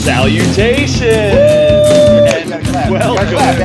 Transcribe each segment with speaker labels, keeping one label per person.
Speaker 1: Salutations! And welcome, and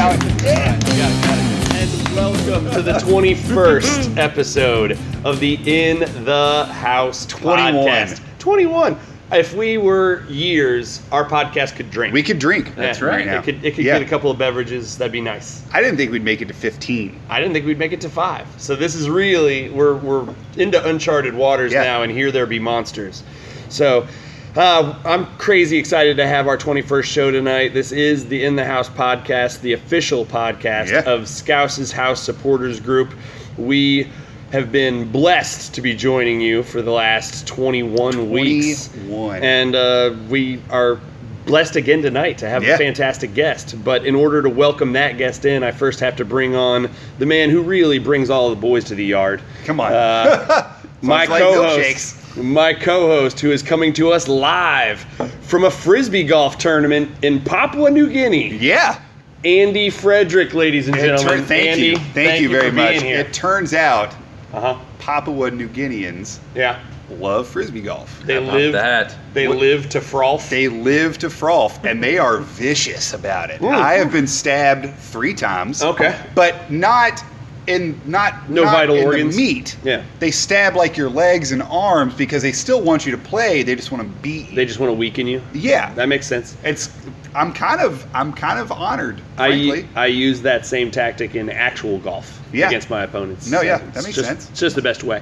Speaker 1: welcome to the 21st episode of the In the House
Speaker 2: 21.
Speaker 1: podcast. 21. If we were years, our podcast could drink.
Speaker 2: We could drink.
Speaker 1: Yeah,
Speaker 2: Now.
Speaker 1: It could, it could
Speaker 2: yeah.
Speaker 1: get a couple of beverages. That'd be nice.
Speaker 2: I didn't think we'd make it to 15.
Speaker 1: I didn't think we'd make it to five. So this is really we're we're into uncharted waters
Speaker 2: Yeah.
Speaker 1: now, and here there be monsters. So uh, I'm crazy excited to have our 21st show tonight. This is the In the House podcast, the official podcast
Speaker 2: Yeah.
Speaker 1: of Scouse's House Supporters Group. We have been blessed to be joining you for the last 21, weeks,
Speaker 2: 21.
Speaker 1: and uh, we are. Blessed again tonight to have a
Speaker 2: Yeah.
Speaker 1: fantastic fantastic guest. But in order to welcome that guest in, I first have to bring on the man who really brings all the boys to the yard.
Speaker 2: Come on.
Speaker 1: Uh, my
Speaker 2: Sounds like
Speaker 1: co-host,
Speaker 2: milkshakes.
Speaker 1: my co-host, who is coming to us live from a frisbee golf tournament in Papua New Guinea.
Speaker 2: Yeah.
Speaker 1: Andy Frederick, ladies and
Speaker 2: It
Speaker 1: gentlemen.
Speaker 2: turn- thank
Speaker 1: Andy,
Speaker 2: you. Thank, you, very
Speaker 1: for being
Speaker 2: much.
Speaker 1: Here.
Speaker 2: It turns out
Speaker 1: Uh huh.
Speaker 2: Papua New Guineans
Speaker 1: Yeah.
Speaker 2: love frisbee golf.
Speaker 1: They
Speaker 3: How about
Speaker 1: live.
Speaker 3: that.
Speaker 1: They
Speaker 2: What-
Speaker 1: live to froth.
Speaker 2: They live to froth and they are vicious about it. I have been stabbed three times.
Speaker 1: Okay.
Speaker 2: But not in not
Speaker 1: No
Speaker 2: not
Speaker 1: vital
Speaker 2: in the
Speaker 1: organs?
Speaker 2: meat.
Speaker 1: Yeah.
Speaker 2: They stab like your legs and arms because they still want you to play. They just want to beat you.
Speaker 1: they just want to weaken you.
Speaker 2: yeah.
Speaker 1: That makes sense.
Speaker 2: It's I'm kind of I'm kind of honored,
Speaker 1: I,
Speaker 2: frankly.
Speaker 1: I use that same tactic in actual golf
Speaker 2: Yeah.
Speaker 1: against my opponents.
Speaker 2: No, yeah,
Speaker 1: it's
Speaker 2: that makes
Speaker 1: just-
Speaker 2: sense.
Speaker 1: It's just the best way.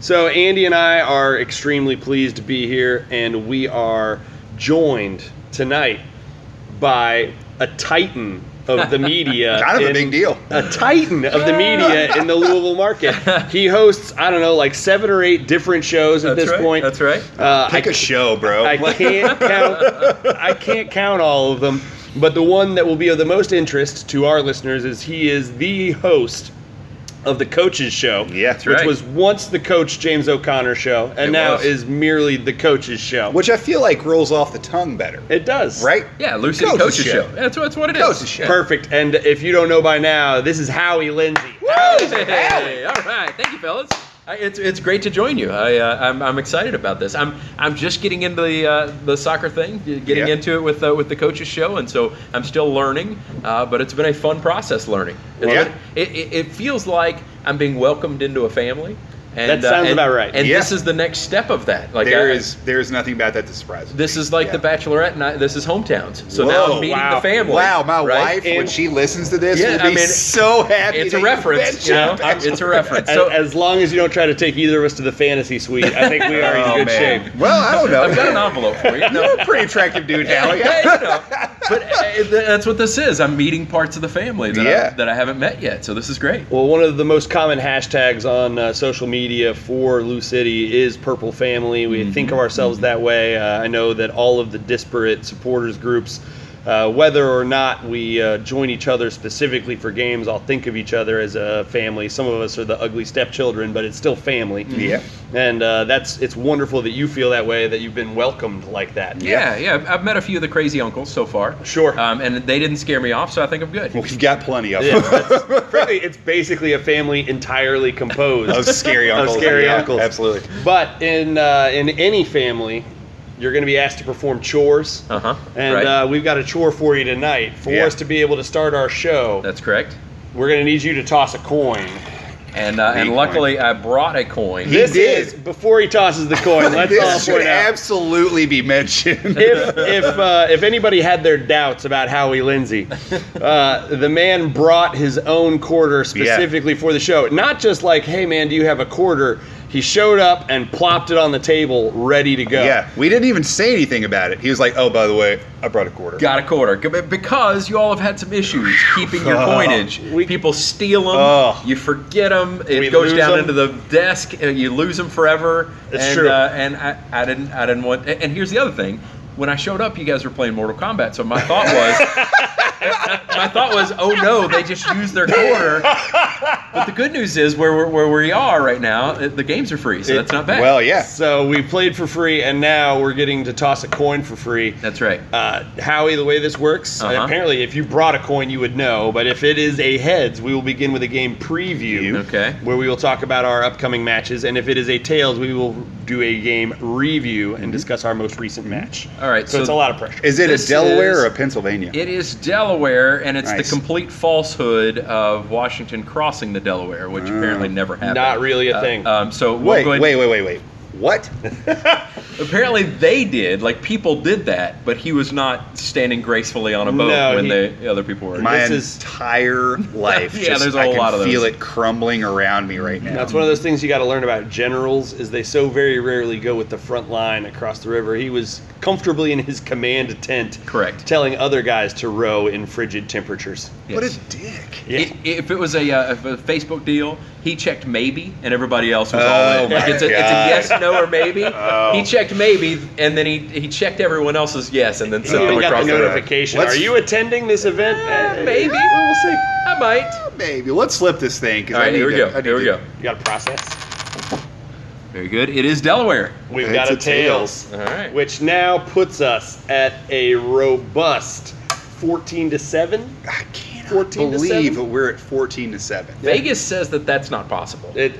Speaker 1: So Andy and I are extremely pleased to be here, and we are joined tonight by a titan of the media.
Speaker 2: kind of a
Speaker 1: in-
Speaker 2: big deal.
Speaker 1: a titan of the media in the Louisville market. He hosts, I don't know, like seven or eight different shows at
Speaker 3: That's
Speaker 1: this
Speaker 3: right,
Speaker 1: point.
Speaker 3: that's right.
Speaker 1: Uh,
Speaker 2: Pick
Speaker 1: I
Speaker 2: a show, bro.
Speaker 1: I can't count. I can't count all of them, but the one that will be of the most interest to our listeners is he is the host of the Coaches Show.
Speaker 2: Yeah, that's
Speaker 1: which
Speaker 3: right.
Speaker 1: was once the Coach James O'Connor Show, and
Speaker 3: It
Speaker 1: now
Speaker 3: was.
Speaker 1: is merely the Coaches Show.
Speaker 2: Which I feel like rolls off the tongue better,
Speaker 1: it does,
Speaker 2: right?
Speaker 3: Yeah, Lucy
Speaker 2: Coach's
Speaker 3: Coach's, Coach's
Speaker 2: show.
Speaker 3: show. That's, that's what it is.
Speaker 2: Coach's show.
Speaker 1: Perfect. And if you don't know by now, this is Howie Lindsay.
Speaker 3: Hey, all right. Thank you, fellas. I, it's, it's great to join you. I, uh, I'm, I'm excited about this. I'm I'm just getting into the uh, the soccer thing, getting
Speaker 2: Yeah.
Speaker 3: into it with uh, with the coach's show, and so I'm still learning. Uh, but it's been a fun process learning. It's
Speaker 2: Yeah.
Speaker 3: been- it, it, it feels like I'm being welcomed into a family. And, uh,
Speaker 1: That sounds
Speaker 3: and-
Speaker 1: about right.
Speaker 3: And
Speaker 2: Yeah.
Speaker 3: this is the next step of that. Like
Speaker 2: There
Speaker 3: I-
Speaker 2: is there is nothing about that that surprises.
Speaker 3: This is like
Speaker 2: Yeah.
Speaker 3: the Bachelorette, and I, this is hometowns. So
Speaker 2: Whoa,
Speaker 3: now I'm meeting
Speaker 1: wow.
Speaker 3: the family.
Speaker 2: Wow, my
Speaker 3: right?
Speaker 2: wife when
Speaker 1: And-
Speaker 2: she listens to this
Speaker 3: Yeah,
Speaker 2: will be
Speaker 3: I mean,
Speaker 2: so happy.
Speaker 3: it's
Speaker 2: that
Speaker 3: a
Speaker 2: you
Speaker 3: reference, you know.
Speaker 2: mentioned
Speaker 3: I'm- It's a reference.
Speaker 1: As,
Speaker 3: So
Speaker 1: as long as you don't try to take either of us to the fantasy suite, I think we are in
Speaker 2: Oh,
Speaker 1: good
Speaker 2: man.
Speaker 1: shape.
Speaker 2: Well, I don't know.
Speaker 3: I've got an envelope for you. No,
Speaker 2: You're a pretty attractive dude, Howie.
Speaker 3: yeah, you know. But uh, th- that's what this is. I'm meeting parts of the family that,
Speaker 2: Yeah.
Speaker 3: I, that I haven't met yet. So this is great.
Speaker 1: Well, one of the most common hashtags on uh, social media for Lou City is Purple Family. We think of ourselves that way. Uh, I know that all of the disparate supporters groups, uh, whether or not we uh, join each other specifically for games, all think of each other as a family. Some of us are the ugly stepchildren, but it's still family.
Speaker 2: Yeah.
Speaker 1: And uh, that's it's wonderful that you feel that way, that you've been welcomed like that.
Speaker 3: Yeah, yeah. I've- I've met a few of the crazy uncles so far.
Speaker 1: Sure.
Speaker 3: Um, and they didn't scare me off, so I think I'm good.
Speaker 2: We've got plenty of
Speaker 1: Yeah,
Speaker 2: them.
Speaker 1: that's- frankly, it's basically a family entirely composed
Speaker 2: Those scary
Speaker 1: Of
Speaker 2: uncles.
Speaker 1: scary
Speaker 2: Yeah,
Speaker 1: uncles.
Speaker 2: Absolutely.
Speaker 1: But in uh, in any family, you're going to be asked to perform chores.
Speaker 3: Uh-huh,
Speaker 1: And
Speaker 3: right.
Speaker 1: uh, we've got a chore for you tonight. For
Speaker 2: Yeah.
Speaker 1: us to be able to start our show,
Speaker 3: That's correct.
Speaker 1: we're going to need you to toss a coin.
Speaker 3: And uh, and
Speaker 2: Big
Speaker 3: luckily I brought a coin.
Speaker 2: He
Speaker 1: this
Speaker 2: did.
Speaker 1: is before he tosses the coin. Let's all
Speaker 2: This should
Speaker 1: point out.
Speaker 2: absolutely be mentioned.
Speaker 1: if if uh, if anybody had their doubts about Howie Lindsay, uh, the man brought his own quarter specifically for the show. Not just like, hey man, do you have a quarter? He showed up and plopped it on the table, ready to go.
Speaker 2: Yeah, we didn't even say anything about it. He was like, "Oh, by the way, I brought a quarter."
Speaker 3: Got a quarter G- because you all have had some issues keeping your
Speaker 2: Oh.
Speaker 3: coinage.
Speaker 1: We-
Speaker 3: People steal them,
Speaker 2: Oh.
Speaker 3: you forget them, it
Speaker 1: We
Speaker 3: goes
Speaker 1: lose
Speaker 3: down
Speaker 1: 'em.
Speaker 3: into the desk, uh, you lose them forever.
Speaker 1: It's
Speaker 3: and,
Speaker 1: true.
Speaker 3: Uh, and I, I didn't, I didn't want. a- And here's the other thing: when I showed up, you guys were playing Mortal Kombat, so my thought was, my thought was, oh no, they just used their quarter. But the good news is, where we're, where we are right now, uh, the games are free, so that's not bad.
Speaker 2: Well, yeah.
Speaker 1: So we played for free, and now we're getting to toss a coin for free.
Speaker 3: that's right.
Speaker 1: Uh, Howie, the way this works,
Speaker 3: Uh-huh.
Speaker 1: apparently, if you brought a coin, you would know. But if it is a heads, we will begin with a game preview.
Speaker 3: Okay.
Speaker 1: Where we will talk about our upcoming matches, and if it is a tails, we will do a game review and discuss our most recent match.
Speaker 3: All right,
Speaker 1: So,
Speaker 3: Mm-hmm. so
Speaker 1: it's a lot of pressure.
Speaker 2: Is it
Speaker 3: This
Speaker 2: a Delaware
Speaker 3: is-
Speaker 2: or a Pennsylvania?
Speaker 3: It is Delaware, and it's
Speaker 2: Nice.
Speaker 3: the complete falsehood of Washington crossing the Delaware, which apparently never happened.
Speaker 1: Not really a
Speaker 3: Uh,
Speaker 1: thing.
Speaker 3: Um, so we'll
Speaker 2: Oh. wait,
Speaker 3: go ahead-
Speaker 2: wait, wait, wait, wait. What?
Speaker 3: Apparently they did. Like people did that, but he was not standing gracefully on a boat
Speaker 1: No,
Speaker 3: when
Speaker 1: he-
Speaker 3: the the other people were.
Speaker 2: My
Speaker 1: This is-
Speaker 2: entire life.
Speaker 3: Yeah,
Speaker 2: just-
Speaker 3: there's a
Speaker 2: I
Speaker 3: whole
Speaker 2: can
Speaker 3: lot of those.
Speaker 2: feel it crumbling around me right now.
Speaker 1: That's one of those things you got to learn about generals is they so very rarely go with the front line across the river. He was comfortably in his command tent,
Speaker 3: Correct.
Speaker 1: telling other guys to row in frigid temperatures.
Speaker 2: What
Speaker 3: Yes.
Speaker 2: a dick.
Speaker 1: Yeah.
Speaker 3: I- if it was a, uh, if a Facebook deal, he checked maybe, and everybody else was
Speaker 2: Oh
Speaker 3: all in.
Speaker 2: my
Speaker 3: Like it's a, it's a
Speaker 2: God.
Speaker 3: yes, no, or maybe.
Speaker 2: Oh.
Speaker 3: He checked maybe, and then he he checked everyone else's yes, and then
Speaker 1: So
Speaker 3: sent them
Speaker 1: we got
Speaker 3: across
Speaker 1: the
Speaker 3: the river.
Speaker 1: notification.
Speaker 2: Let's-
Speaker 1: Are you attending this event?
Speaker 3: Uh, maybe.
Speaker 1: We'll see.
Speaker 3: I might.
Speaker 2: Maybe. Let's slip this thing. 'cause
Speaker 3: All
Speaker 2: I
Speaker 3: right,
Speaker 2: need
Speaker 3: here we
Speaker 2: to-
Speaker 3: go.
Speaker 2: I need
Speaker 3: Here we
Speaker 2: to-
Speaker 3: go.
Speaker 1: You got a process.
Speaker 3: Very good. It is Delaware.
Speaker 1: We've
Speaker 2: It's
Speaker 1: got a,
Speaker 2: a tails.
Speaker 1: tails,
Speaker 3: All right.
Speaker 1: which now puts us at a robust 14 to 7.
Speaker 2: I cannot
Speaker 1: 14 to
Speaker 2: believe
Speaker 1: seven?
Speaker 2: we're at 14 to 7.
Speaker 3: Vegas says that that's not possible.
Speaker 1: It,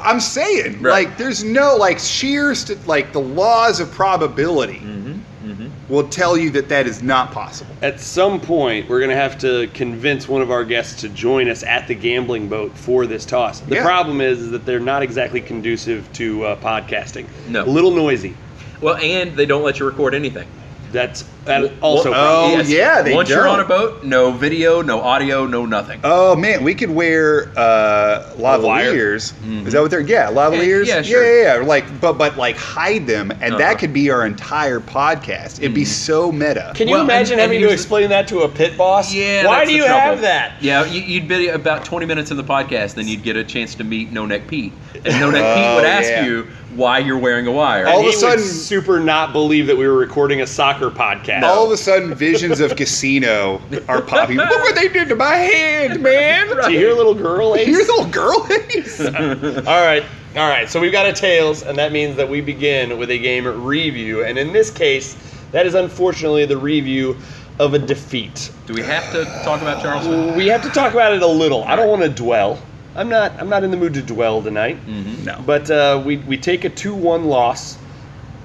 Speaker 2: I'm saying,
Speaker 3: Right.
Speaker 2: like, there's no, like, sheer, st- like, the laws of probability Mm-hmm, will tell you that that is not possible.
Speaker 1: at some point, we're going to have to convince one of our guests to join us at the gambling boat for this toss. The
Speaker 2: Yeah.
Speaker 1: problem is, is that they're not exactly conducive to uh, podcasting. A
Speaker 3: No.
Speaker 1: little noisy.
Speaker 3: Well, and they don't let you record anything.
Speaker 1: That's that also.
Speaker 2: Well,
Speaker 1: problem.
Speaker 2: Oh, yeah, they
Speaker 3: Once you're
Speaker 2: don't.
Speaker 3: on a boat, no video, no audio, no nothing.
Speaker 1: Uh,
Speaker 2: Oh, man, we could wear uh, lavaliers. Is that what they're, yeah, lavaliers?
Speaker 3: Mm-hmm. Yeah, sure.
Speaker 2: Yeah, yeah, yeah. Like, but, but, like, hide them, and
Speaker 3: Uh-huh. Mm.
Speaker 2: that could be our entire podcast. It'd be so meta.
Speaker 1: Can you
Speaker 3: Well, and-
Speaker 1: imagine
Speaker 3: and
Speaker 1: having to
Speaker 3: here's the-
Speaker 1: explain that to a pit boss?
Speaker 3: Yeah.
Speaker 1: Why
Speaker 3: that's
Speaker 1: do
Speaker 3: the
Speaker 1: you
Speaker 3: trouble.
Speaker 1: have that?
Speaker 3: Yeah, you- you'd be about 20 minutes in the podcast, then you'd get a chance to meet No Neck Pete, and No Neck Pete would
Speaker 2: Oh,
Speaker 3: ask
Speaker 2: yeah.
Speaker 3: you why you're wearing a wire.
Speaker 2: All
Speaker 1: All
Speaker 2: of a
Speaker 1: of
Speaker 2: sudden-
Speaker 1: super not believe that we were recording a soccer podcast.
Speaker 2: All of a sudden, visions of Casino are popping. Look what they did to my hand, man!
Speaker 1: Do you hear a little girl? Ace?
Speaker 2: Here's little girl Ace.
Speaker 1: all right, all right. So we've got a tails, and that means that we begin with a game review. And in this case, that is unfortunately the review of a defeat.
Speaker 3: Do we have to talk about Charleston?
Speaker 1: We have to talk about it a little. I don't want to dwell. I'm not. I'm not in the mood to dwell tonight.
Speaker 2: no.
Speaker 1: But uh, we, we take a 2 1 loss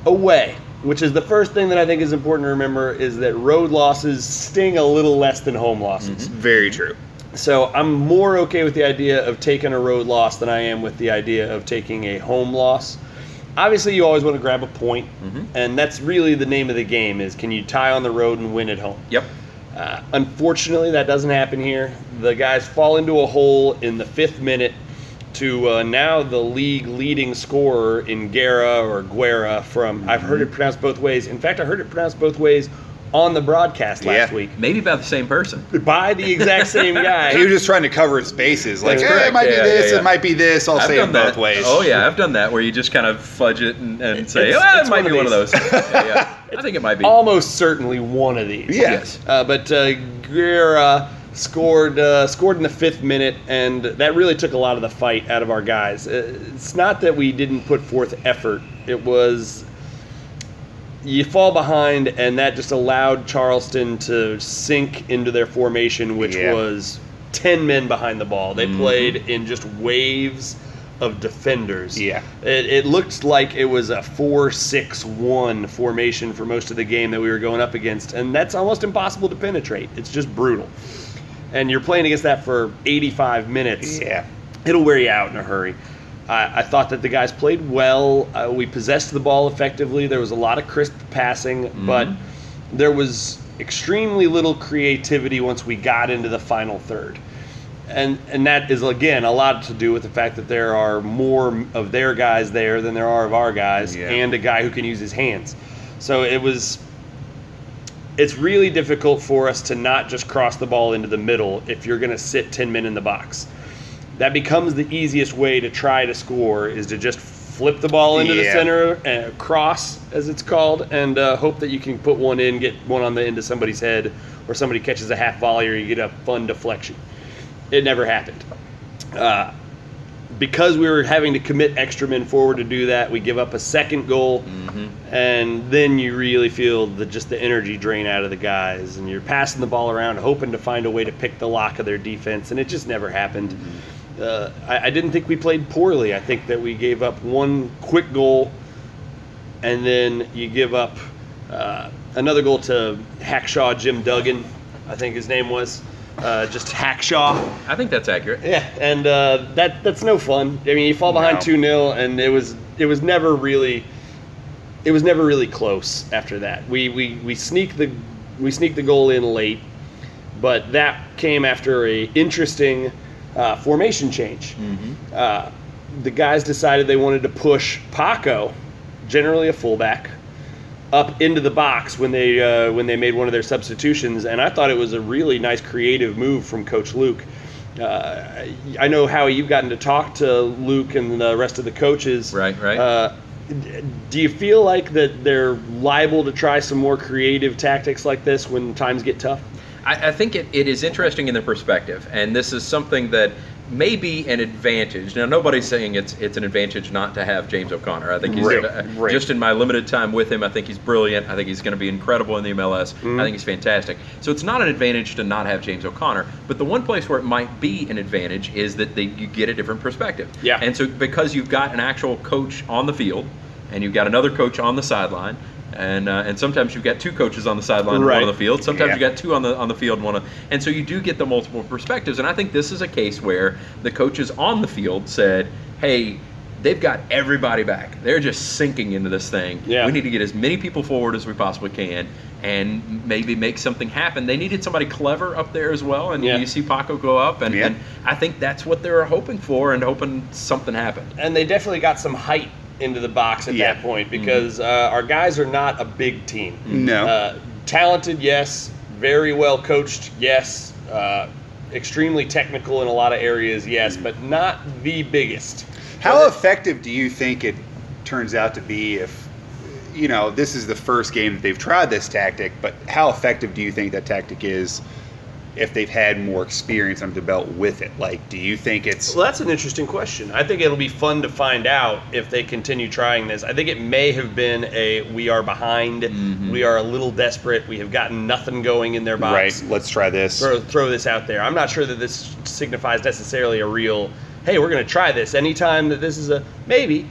Speaker 1: away, which is the first thing that I think is important to remember is that road losses sting a little less than home losses.
Speaker 2: Very true.
Speaker 1: So I'm more okay with the idea of taking a road loss than I am with the idea of taking a home loss. Obviously, you always want to grab a point,
Speaker 2: Mm-hmm.
Speaker 1: and that's really the name of the game is can you tie on the road and win at home?
Speaker 3: Yep.
Speaker 1: Uh, unfortunately, that doesn't happen here. The guys fall into a hole in the fifth minute to uh, now the league leading scorer in Guerra or Guerra from. I've heard
Speaker 2: Mm-hmm.
Speaker 1: it pronounced both ways. In fact, I heard it pronounced both ways on the broadcast last
Speaker 2: Yeah.
Speaker 1: week
Speaker 3: Maybe about the same person.
Speaker 1: by the exact same guy.
Speaker 2: He was just trying to cover his bases. Like,
Speaker 1: That's
Speaker 2: eh,
Speaker 3: correct.
Speaker 2: it might
Speaker 3: Yeah,
Speaker 2: be this,
Speaker 3: yeah, yeah.
Speaker 2: it might be this. I'll
Speaker 3: I've
Speaker 2: say it
Speaker 3: done
Speaker 2: both
Speaker 3: that.
Speaker 2: ways.
Speaker 3: Oh yeah, I've done that where you just kind of fudge it and, and say,
Speaker 1: It's-
Speaker 3: "Oh,
Speaker 1: it's
Speaker 3: it might
Speaker 1: one
Speaker 3: be
Speaker 1: of
Speaker 3: one of
Speaker 1: these."
Speaker 3: those." yeah, yeah. I think it might be.
Speaker 1: Almost certainly one of these.
Speaker 2: Yeah.
Speaker 3: Yes.
Speaker 1: Uh, but uh, Guerra scored uh, scored in the fifth minute, and that really took a lot of the fight out of our guys. Uh, It's not that we didn't put forth effort; it was you fall behind, and that just allowed Charleston to sink into their formation, which
Speaker 2: Yeah. Mm-hmm.
Speaker 1: was ten men behind the ball. They played in just waves of defenders.
Speaker 2: Yeah.
Speaker 1: It, it looked like it was a 4 6 1 formation for most of the game that we were going up against, and that's almost impossible to penetrate. It's just brutal. And you're playing against that for 85 minutes.
Speaker 2: Yeah.
Speaker 1: It'll wear you out in a hurry. I, I thought that the guys played well. Uh, we possessed the ball effectively. There was a lot of crisp passing, but there was extremely little creativity once we got into the final third. And, and that is again a lot to do with the fact that there are more of their guys there than there are of our guys,
Speaker 2: Yeah.
Speaker 1: and a guy who can use his hands. So it was it's really difficult for us to not just cross the ball into the middle if you're going to sit 10 men in the box. That becomes the easiest way to try to score is to just flip the ball into the
Speaker 2: Yeah.
Speaker 1: center and cross, as it's called, and uh, hope that you can put one in, get one on the end of somebody's head, or somebody catches a half volley or you get a fun deflection. It never happened. Uh, because we were having to commit extra men forward to do that, we give up a second goal, and then you really feel the just the energy drain out of the guys, and you're passing the ball around, hoping to find a way to pick the lock of their defense, and it just never happened. Uh, I, I didn't think we played poorly. I think that we gave up one quick goal, and then you give up uh, another goal to Hackshaw Jim Duggan, I think his name was, uh, just Hackshaw.
Speaker 3: I think that's accurate.
Speaker 1: Yeah, and uh, that that's no fun. I mean, you fall behind
Speaker 2: No.
Speaker 1: two 0 and it was it was never really it was never really close after that. We we we sneak the we sneak the goal in late, but that came after a interesting uh, formation change. Uh, the guys decided they wanted to push Paco, generally a fullback, up into the box when they uh, when they made one of their substitutions, and I thought it was a really nice creative move from Coach Luke. Uh, I know how you've gotten to talk to Luke and the rest of the coaches.
Speaker 3: Right, right.
Speaker 1: Uh, d- do you feel like that they're liable to try some more creative tactics like this when times get tough?
Speaker 3: I, I think it, it is interesting in the perspective, and this is something that may be an advantage. Now, nobody's saying it's it's an advantage not to have James O'Connor. I think he's
Speaker 2: Right,
Speaker 3: uh,
Speaker 2: right.
Speaker 3: just in my limited time with him. I think he's brilliant. I think he's going to be incredible in the MLS. I think he's fantastic. So it's not an advantage to not have James O'Connor. But the one place where it might be an advantage is that they, you get a different perspective.
Speaker 1: Yeah.
Speaker 3: And so because you've got an actual coach on the field, and you've got another coach on the sideline. And, uh, and sometimes you've got two coaches on the sideline and one
Speaker 1: Right.
Speaker 3: on the field. Sometimes
Speaker 2: Yeah.
Speaker 3: you got got two on the on the field, one, on, and so you do get the multiple perspectives. And I think this is a case where the coaches on the field said, "Hey, they've got everybody back. They're just sinking into this thing.
Speaker 1: Yeah.
Speaker 3: We need to get as many people forward as we possibly can, and maybe make something happen." They needed somebody clever up there as well, and
Speaker 1: Yeah.
Speaker 3: you see Paco go up, and,
Speaker 2: Yeah.
Speaker 3: and I think that's what they were hoping for, and hoping something happened.
Speaker 1: and they definitely got some height into the box at
Speaker 2: Yeah.
Speaker 1: that point because uh, our guys are not a big team.
Speaker 2: No.
Speaker 1: Uh, talented, yes. Very well coached, yes. Uh, extremely technical in a lot of areas, yes, but not the biggest.
Speaker 2: How effective do you think it turns out to be if, you know, this is the first game that they've tried this tactic, but how effective do you think that tactic is if they've had more experience under the belt with it? Like, do you think it's.
Speaker 1: Well, that's an interesting question. I think it'll be fun to find out if they continue trying this. I think it may have been a we are behind, we are a little desperate, we have gotten nothing going in their box.
Speaker 2: Right, let's try this.
Speaker 1: throw, throw this out there. I'm not sure that this signifies necessarily a real, hey, we're going to try this anytime that this is a maybe.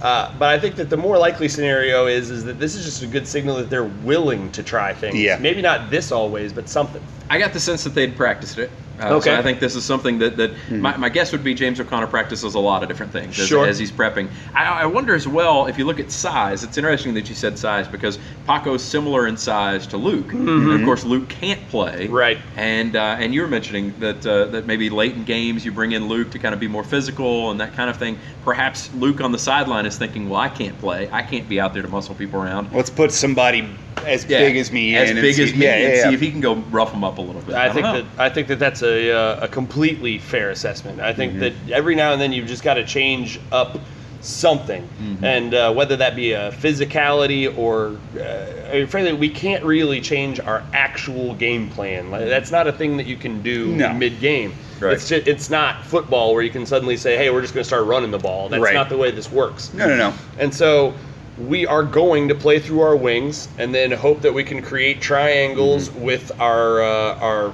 Speaker 1: Uh, but I think that the more likely scenario is is that this is just a good signal that they're willing to try things.
Speaker 2: Yeah.
Speaker 1: Maybe not this always, but something.
Speaker 3: I got the sense that they'd practiced it. Uh,
Speaker 1: Okay. Hmm.
Speaker 3: So I think this is something that, that my, my guess would be James O'Connor practices a lot of different things as,
Speaker 1: Sure.
Speaker 3: as he's prepping. I, I wonder as well if you look at size. It's interesting that you said size because Paco's similar in size to Luke, and of course Luke can't play.
Speaker 1: Mm-hmm. Right.
Speaker 3: And uh, and you were mentioning that uh, that maybe late in games you bring in Luke to kind of be more physical and that kind of thing. Perhaps Luke on the sideline is thinking, well, I can't play. I can't be out there to muscle people around.
Speaker 2: Let's put somebody as
Speaker 3: Yeah.
Speaker 2: big as me
Speaker 3: as
Speaker 2: in. and
Speaker 3: big
Speaker 2: see-
Speaker 3: as me,
Speaker 2: yeah,
Speaker 3: and
Speaker 2: yeah,
Speaker 3: see
Speaker 2: yeah.
Speaker 3: if he can go rough them up a little bit.
Speaker 1: I,
Speaker 3: don't
Speaker 1: think
Speaker 3: know.
Speaker 1: that I think that that's a, uh, a completely fair assessment. I think that every now and then you've just got to change up something, and uh, whether that be a physicality or, uh, I mean, frankly, we can't really change our actual game plan. Like, that's not a thing that you can do
Speaker 2: No.
Speaker 1: mid game.
Speaker 3: Right.
Speaker 1: It's just, it's not football where you can suddenly say, "Hey, we're just going to start running the ball." That's
Speaker 2: Right.
Speaker 1: not the way this works.
Speaker 2: No, no, no.
Speaker 1: And so we are going to play through our wings and then hope that we can create triangles with our uh, our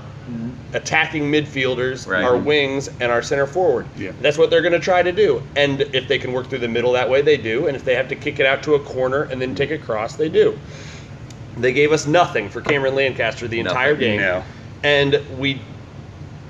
Speaker 1: attacking midfielders,
Speaker 3: Right.
Speaker 1: our wings, and our center forward.
Speaker 2: Yeah.
Speaker 1: That's what they're going to try to do. And if they can work through the middle that way, they do. And if they have to kick it out to a corner and then take a cross, they do. They gave us nothing for Cameron Lancaster the entire
Speaker 3: Nothing,
Speaker 1: game.
Speaker 2: no.
Speaker 1: And we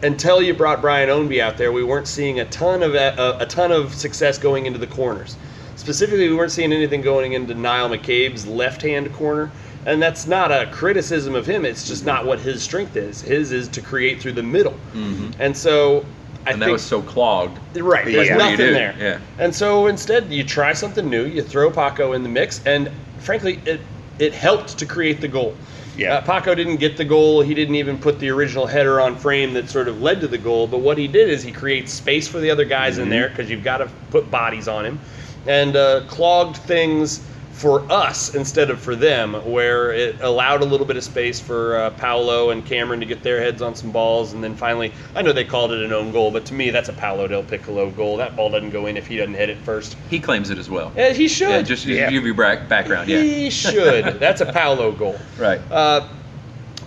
Speaker 1: until you brought Brian Ownby out there, we weren't seeing a ton of a, a ton of success going into the corners. Specifically, we weren't seeing anything going into Niall McCabe's left-hand corner, and that's not a criticism of him. It's just not what his strength is. His is to create through the middle, and so I
Speaker 3: Mm-hmm. and
Speaker 1: think
Speaker 3: that was so clogged.
Speaker 1: Right. There's
Speaker 2: Yeah. What do
Speaker 1: nothing
Speaker 2: you
Speaker 3: do?
Speaker 1: there.
Speaker 3: Yeah.
Speaker 1: And so instead, you try something new. You throw Paco in the mix, and frankly, it it helped to create the goal.
Speaker 2: Yeah.
Speaker 1: Uh, Paco didn't get the goal. He didn't even put the original header on frame that sort of led to the goal. But what he did is he creates space for the other guys in there because you've got to put bodies on him, and uh, clogged things for us instead of for them, where it allowed a little bit of space for uh, Paolo and Cameron to get their heads on some balls, and then finally, I know they called it an own goal, but to me, that's a Paolo Del Piccolo goal. That ball doesn't go in if he doesn't hit it first.
Speaker 3: He claims it as well.
Speaker 1: Yeah, he should.
Speaker 3: Yeah, just, just
Speaker 2: Yeah.
Speaker 3: give you back, background. Yeah,
Speaker 1: He should. That's a Paolo goal.
Speaker 3: right.
Speaker 1: Uh,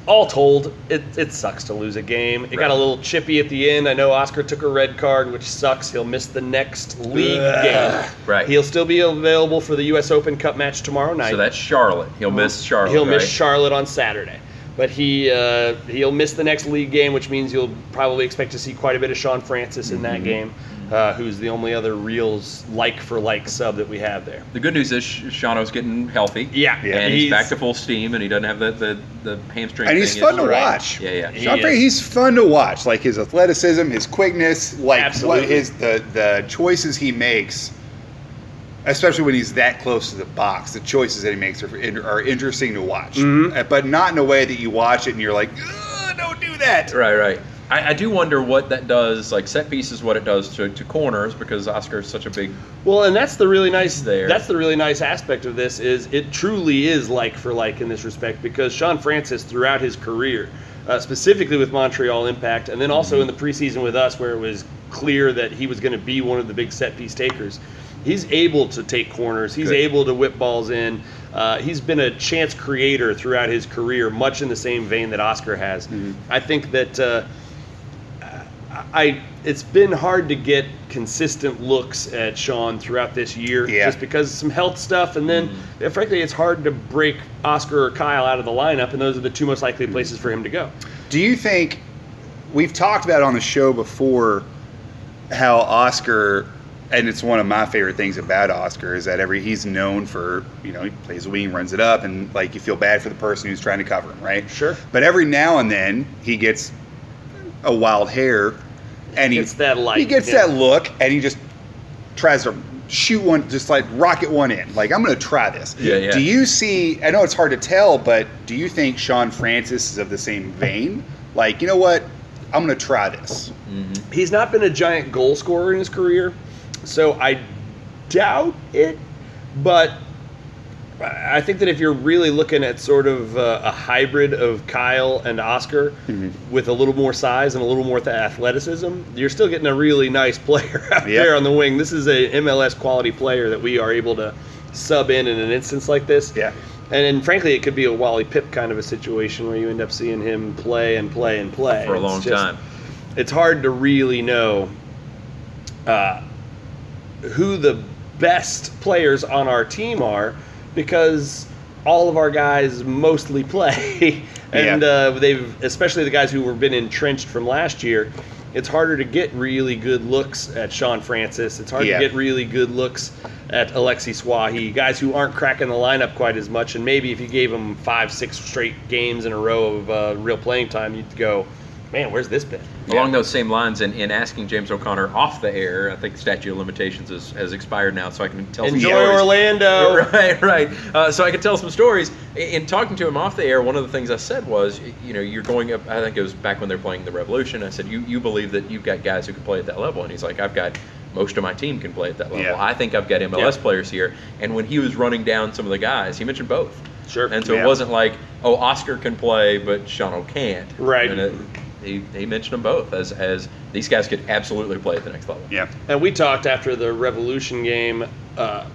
Speaker 1: all told, it, it sucks to lose a game. It got
Speaker 3: Right.
Speaker 1: a little chippy at the end. I know Oscar took a red card, which sucks. He'll miss the next league
Speaker 2: Ugh.
Speaker 1: game.
Speaker 3: Right.
Speaker 1: He'll still be available for the U.S. Open Cup match tomorrow night.
Speaker 3: So that's Charlotte. He'll miss Charlotte.
Speaker 1: He'll miss
Speaker 3: right?
Speaker 1: Charlotte on Saturday. But he uh, he'll miss the next league game, which means you'll probably expect to see quite a bit of Sean Francis in
Speaker 3: Mm-hmm.
Speaker 1: that game, uh, who's the only other real like for like sub that we have there.
Speaker 3: The good news is Sh- Shano's getting healthy.
Speaker 1: Yeah,
Speaker 2: Yeah.
Speaker 3: and he's, back to full steam, and he doesn't have the the, the hamstring.
Speaker 2: And he's
Speaker 3: thing
Speaker 2: fun to
Speaker 3: issue.
Speaker 2: watch.
Speaker 3: Yeah, yeah.
Speaker 1: He
Speaker 2: Sean Payton,
Speaker 1: is.
Speaker 2: he's fun to watch. Like his athleticism, his quickness, like
Speaker 1: Absolutely.
Speaker 2: what his the the choices he makes, especially when he's that close to the box. The choices that he makes are are interesting to watch,
Speaker 1: Mhm.
Speaker 2: Uh, but not in a way that you watch it and you're like, "Ugh, don't do that.
Speaker 3: Right, right. I, I do wonder what that does. Like set pieces, what it does to, to corners because Oscar is such a big.
Speaker 1: Well, and that's the really nice
Speaker 3: There.
Speaker 1: That's the really nice aspect of this is it truly is like for like in this respect because Sean Francis throughout his career, uh, specifically with Montreal Impact, and then also
Speaker 3: Mm-hmm.
Speaker 1: in the preseason with us, where it was clear that he was going to be one of the big set piece takers. He's able to take corners. He's
Speaker 3: Good.
Speaker 1: able to whip balls in. Uh, he's been a chance creator throughout his career, much in the same vein that Oscar has.
Speaker 3: Mm-hmm.
Speaker 1: I think that. Uh, I it's been hard to get consistent looks at Sean throughout this year
Speaker 2: Yeah. Mm-hmm.
Speaker 1: just because of some health stuff and then uh, frankly it's hard to break Oscar or Kyle out of the lineup and those are the two most
Speaker 2: Mm-hmm.
Speaker 1: likely places for him to go.
Speaker 2: Do you think we've talked about on the show before how Oscar and it's one of my favorite things about Oscar is that every he's known for, you know, he plays the wing, runs it up and like you feel bad for the person who's trying to cover him, right?
Speaker 1: Sure.
Speaker 2: But every now and then he gets a wild hair and he
Speaker 1: Gets that light,
Speaker 2: He gets
Speaker 1: yeah.
Speaker 2: that look and he just tries to shoot one just like rocket one in. Like I'm going to try this.
Speaker 3: Yeah, yeah.
Speaker 2: Do you see I know it's hard to tell, but do you think Sean Francis is of the same vein? Like, you know what? I'm going to try this.
Speaker 3: Mm-hmm.
Speaker 1: He's not been a giant goal scorer in his career, so I doubt it, but I I think that if you're really looking at sort of uh, a hybrid of Kyle and Oscar
Speaker 3: Mm-hmm.
Speaker 1: with a little more size and a little more th- athleticism, you're still getting a really nice player out
Speaker 2: Yep.
Speaker 1: there on the wing. This is a MLS quality player that we are able to sub in in an instance like this.
Speaker 2: Yeah.
Speaker 1: And, and frankly, it could be a Wally Pip kind of a situation where you end up seeing him play and play and play
Speaker 3: For a
Speaker 1: It's
Speaker 3: long
Speaker 1: just-
Speaker 3: time.
Speaker 1: It's hard to really know uh, who the best players on our team are because all of our guys mostly play and
Speaker 2: Yeah.
Speaker 1: uh, they've especially the guys who were been entrenched from last year it's harder to get really good looks at Sean Francis it's hard
Speaker 2: Yeah.
Speaker 1: to get really good looks at Alexi Swahi guys who aren't cracking the lineup quite as much and maybe if you gave them five six straight games in a row of uh, real playing time you'd go man where's this been
Speaker 3: Along those same lines, and in asking James O'Connor off the air, I think the statute of limitations is, has expired now, so I can tell some
Speaker 1: enjoy
Speaker 3: stories.
Speaker 1: Orlando
Speaker 3: Right, right. Uh, so I could tell some stories. I- In talking to him off the air, one of the things I said was, y- you know, you're going up. I think it was back when they're playing the Revolution. I said, you you believe that you've got guys who can play at that level, and he's like, I've got most of my team can play at that level.
Speaker 2: Yeah.
Speaker 3: I think I've got MLS
Speaker 1: Yeah.
Speaker 3: players here. And when he was running down some of the guys, he mentioned both.
Speaker 1: Sure.
Speaker 3: And so
Speaker 2: Yeah.
Speaker 3: it wasn't like, oh, Oscar can play, but Shano can't.
Speaker 1: Right.
Speaker 3: And it- he, he mentioned them both as as these guys could absolutely play at the next level.
Speaker 2: Yeah.
Speaker 1: And we talked after the Revolution game uh,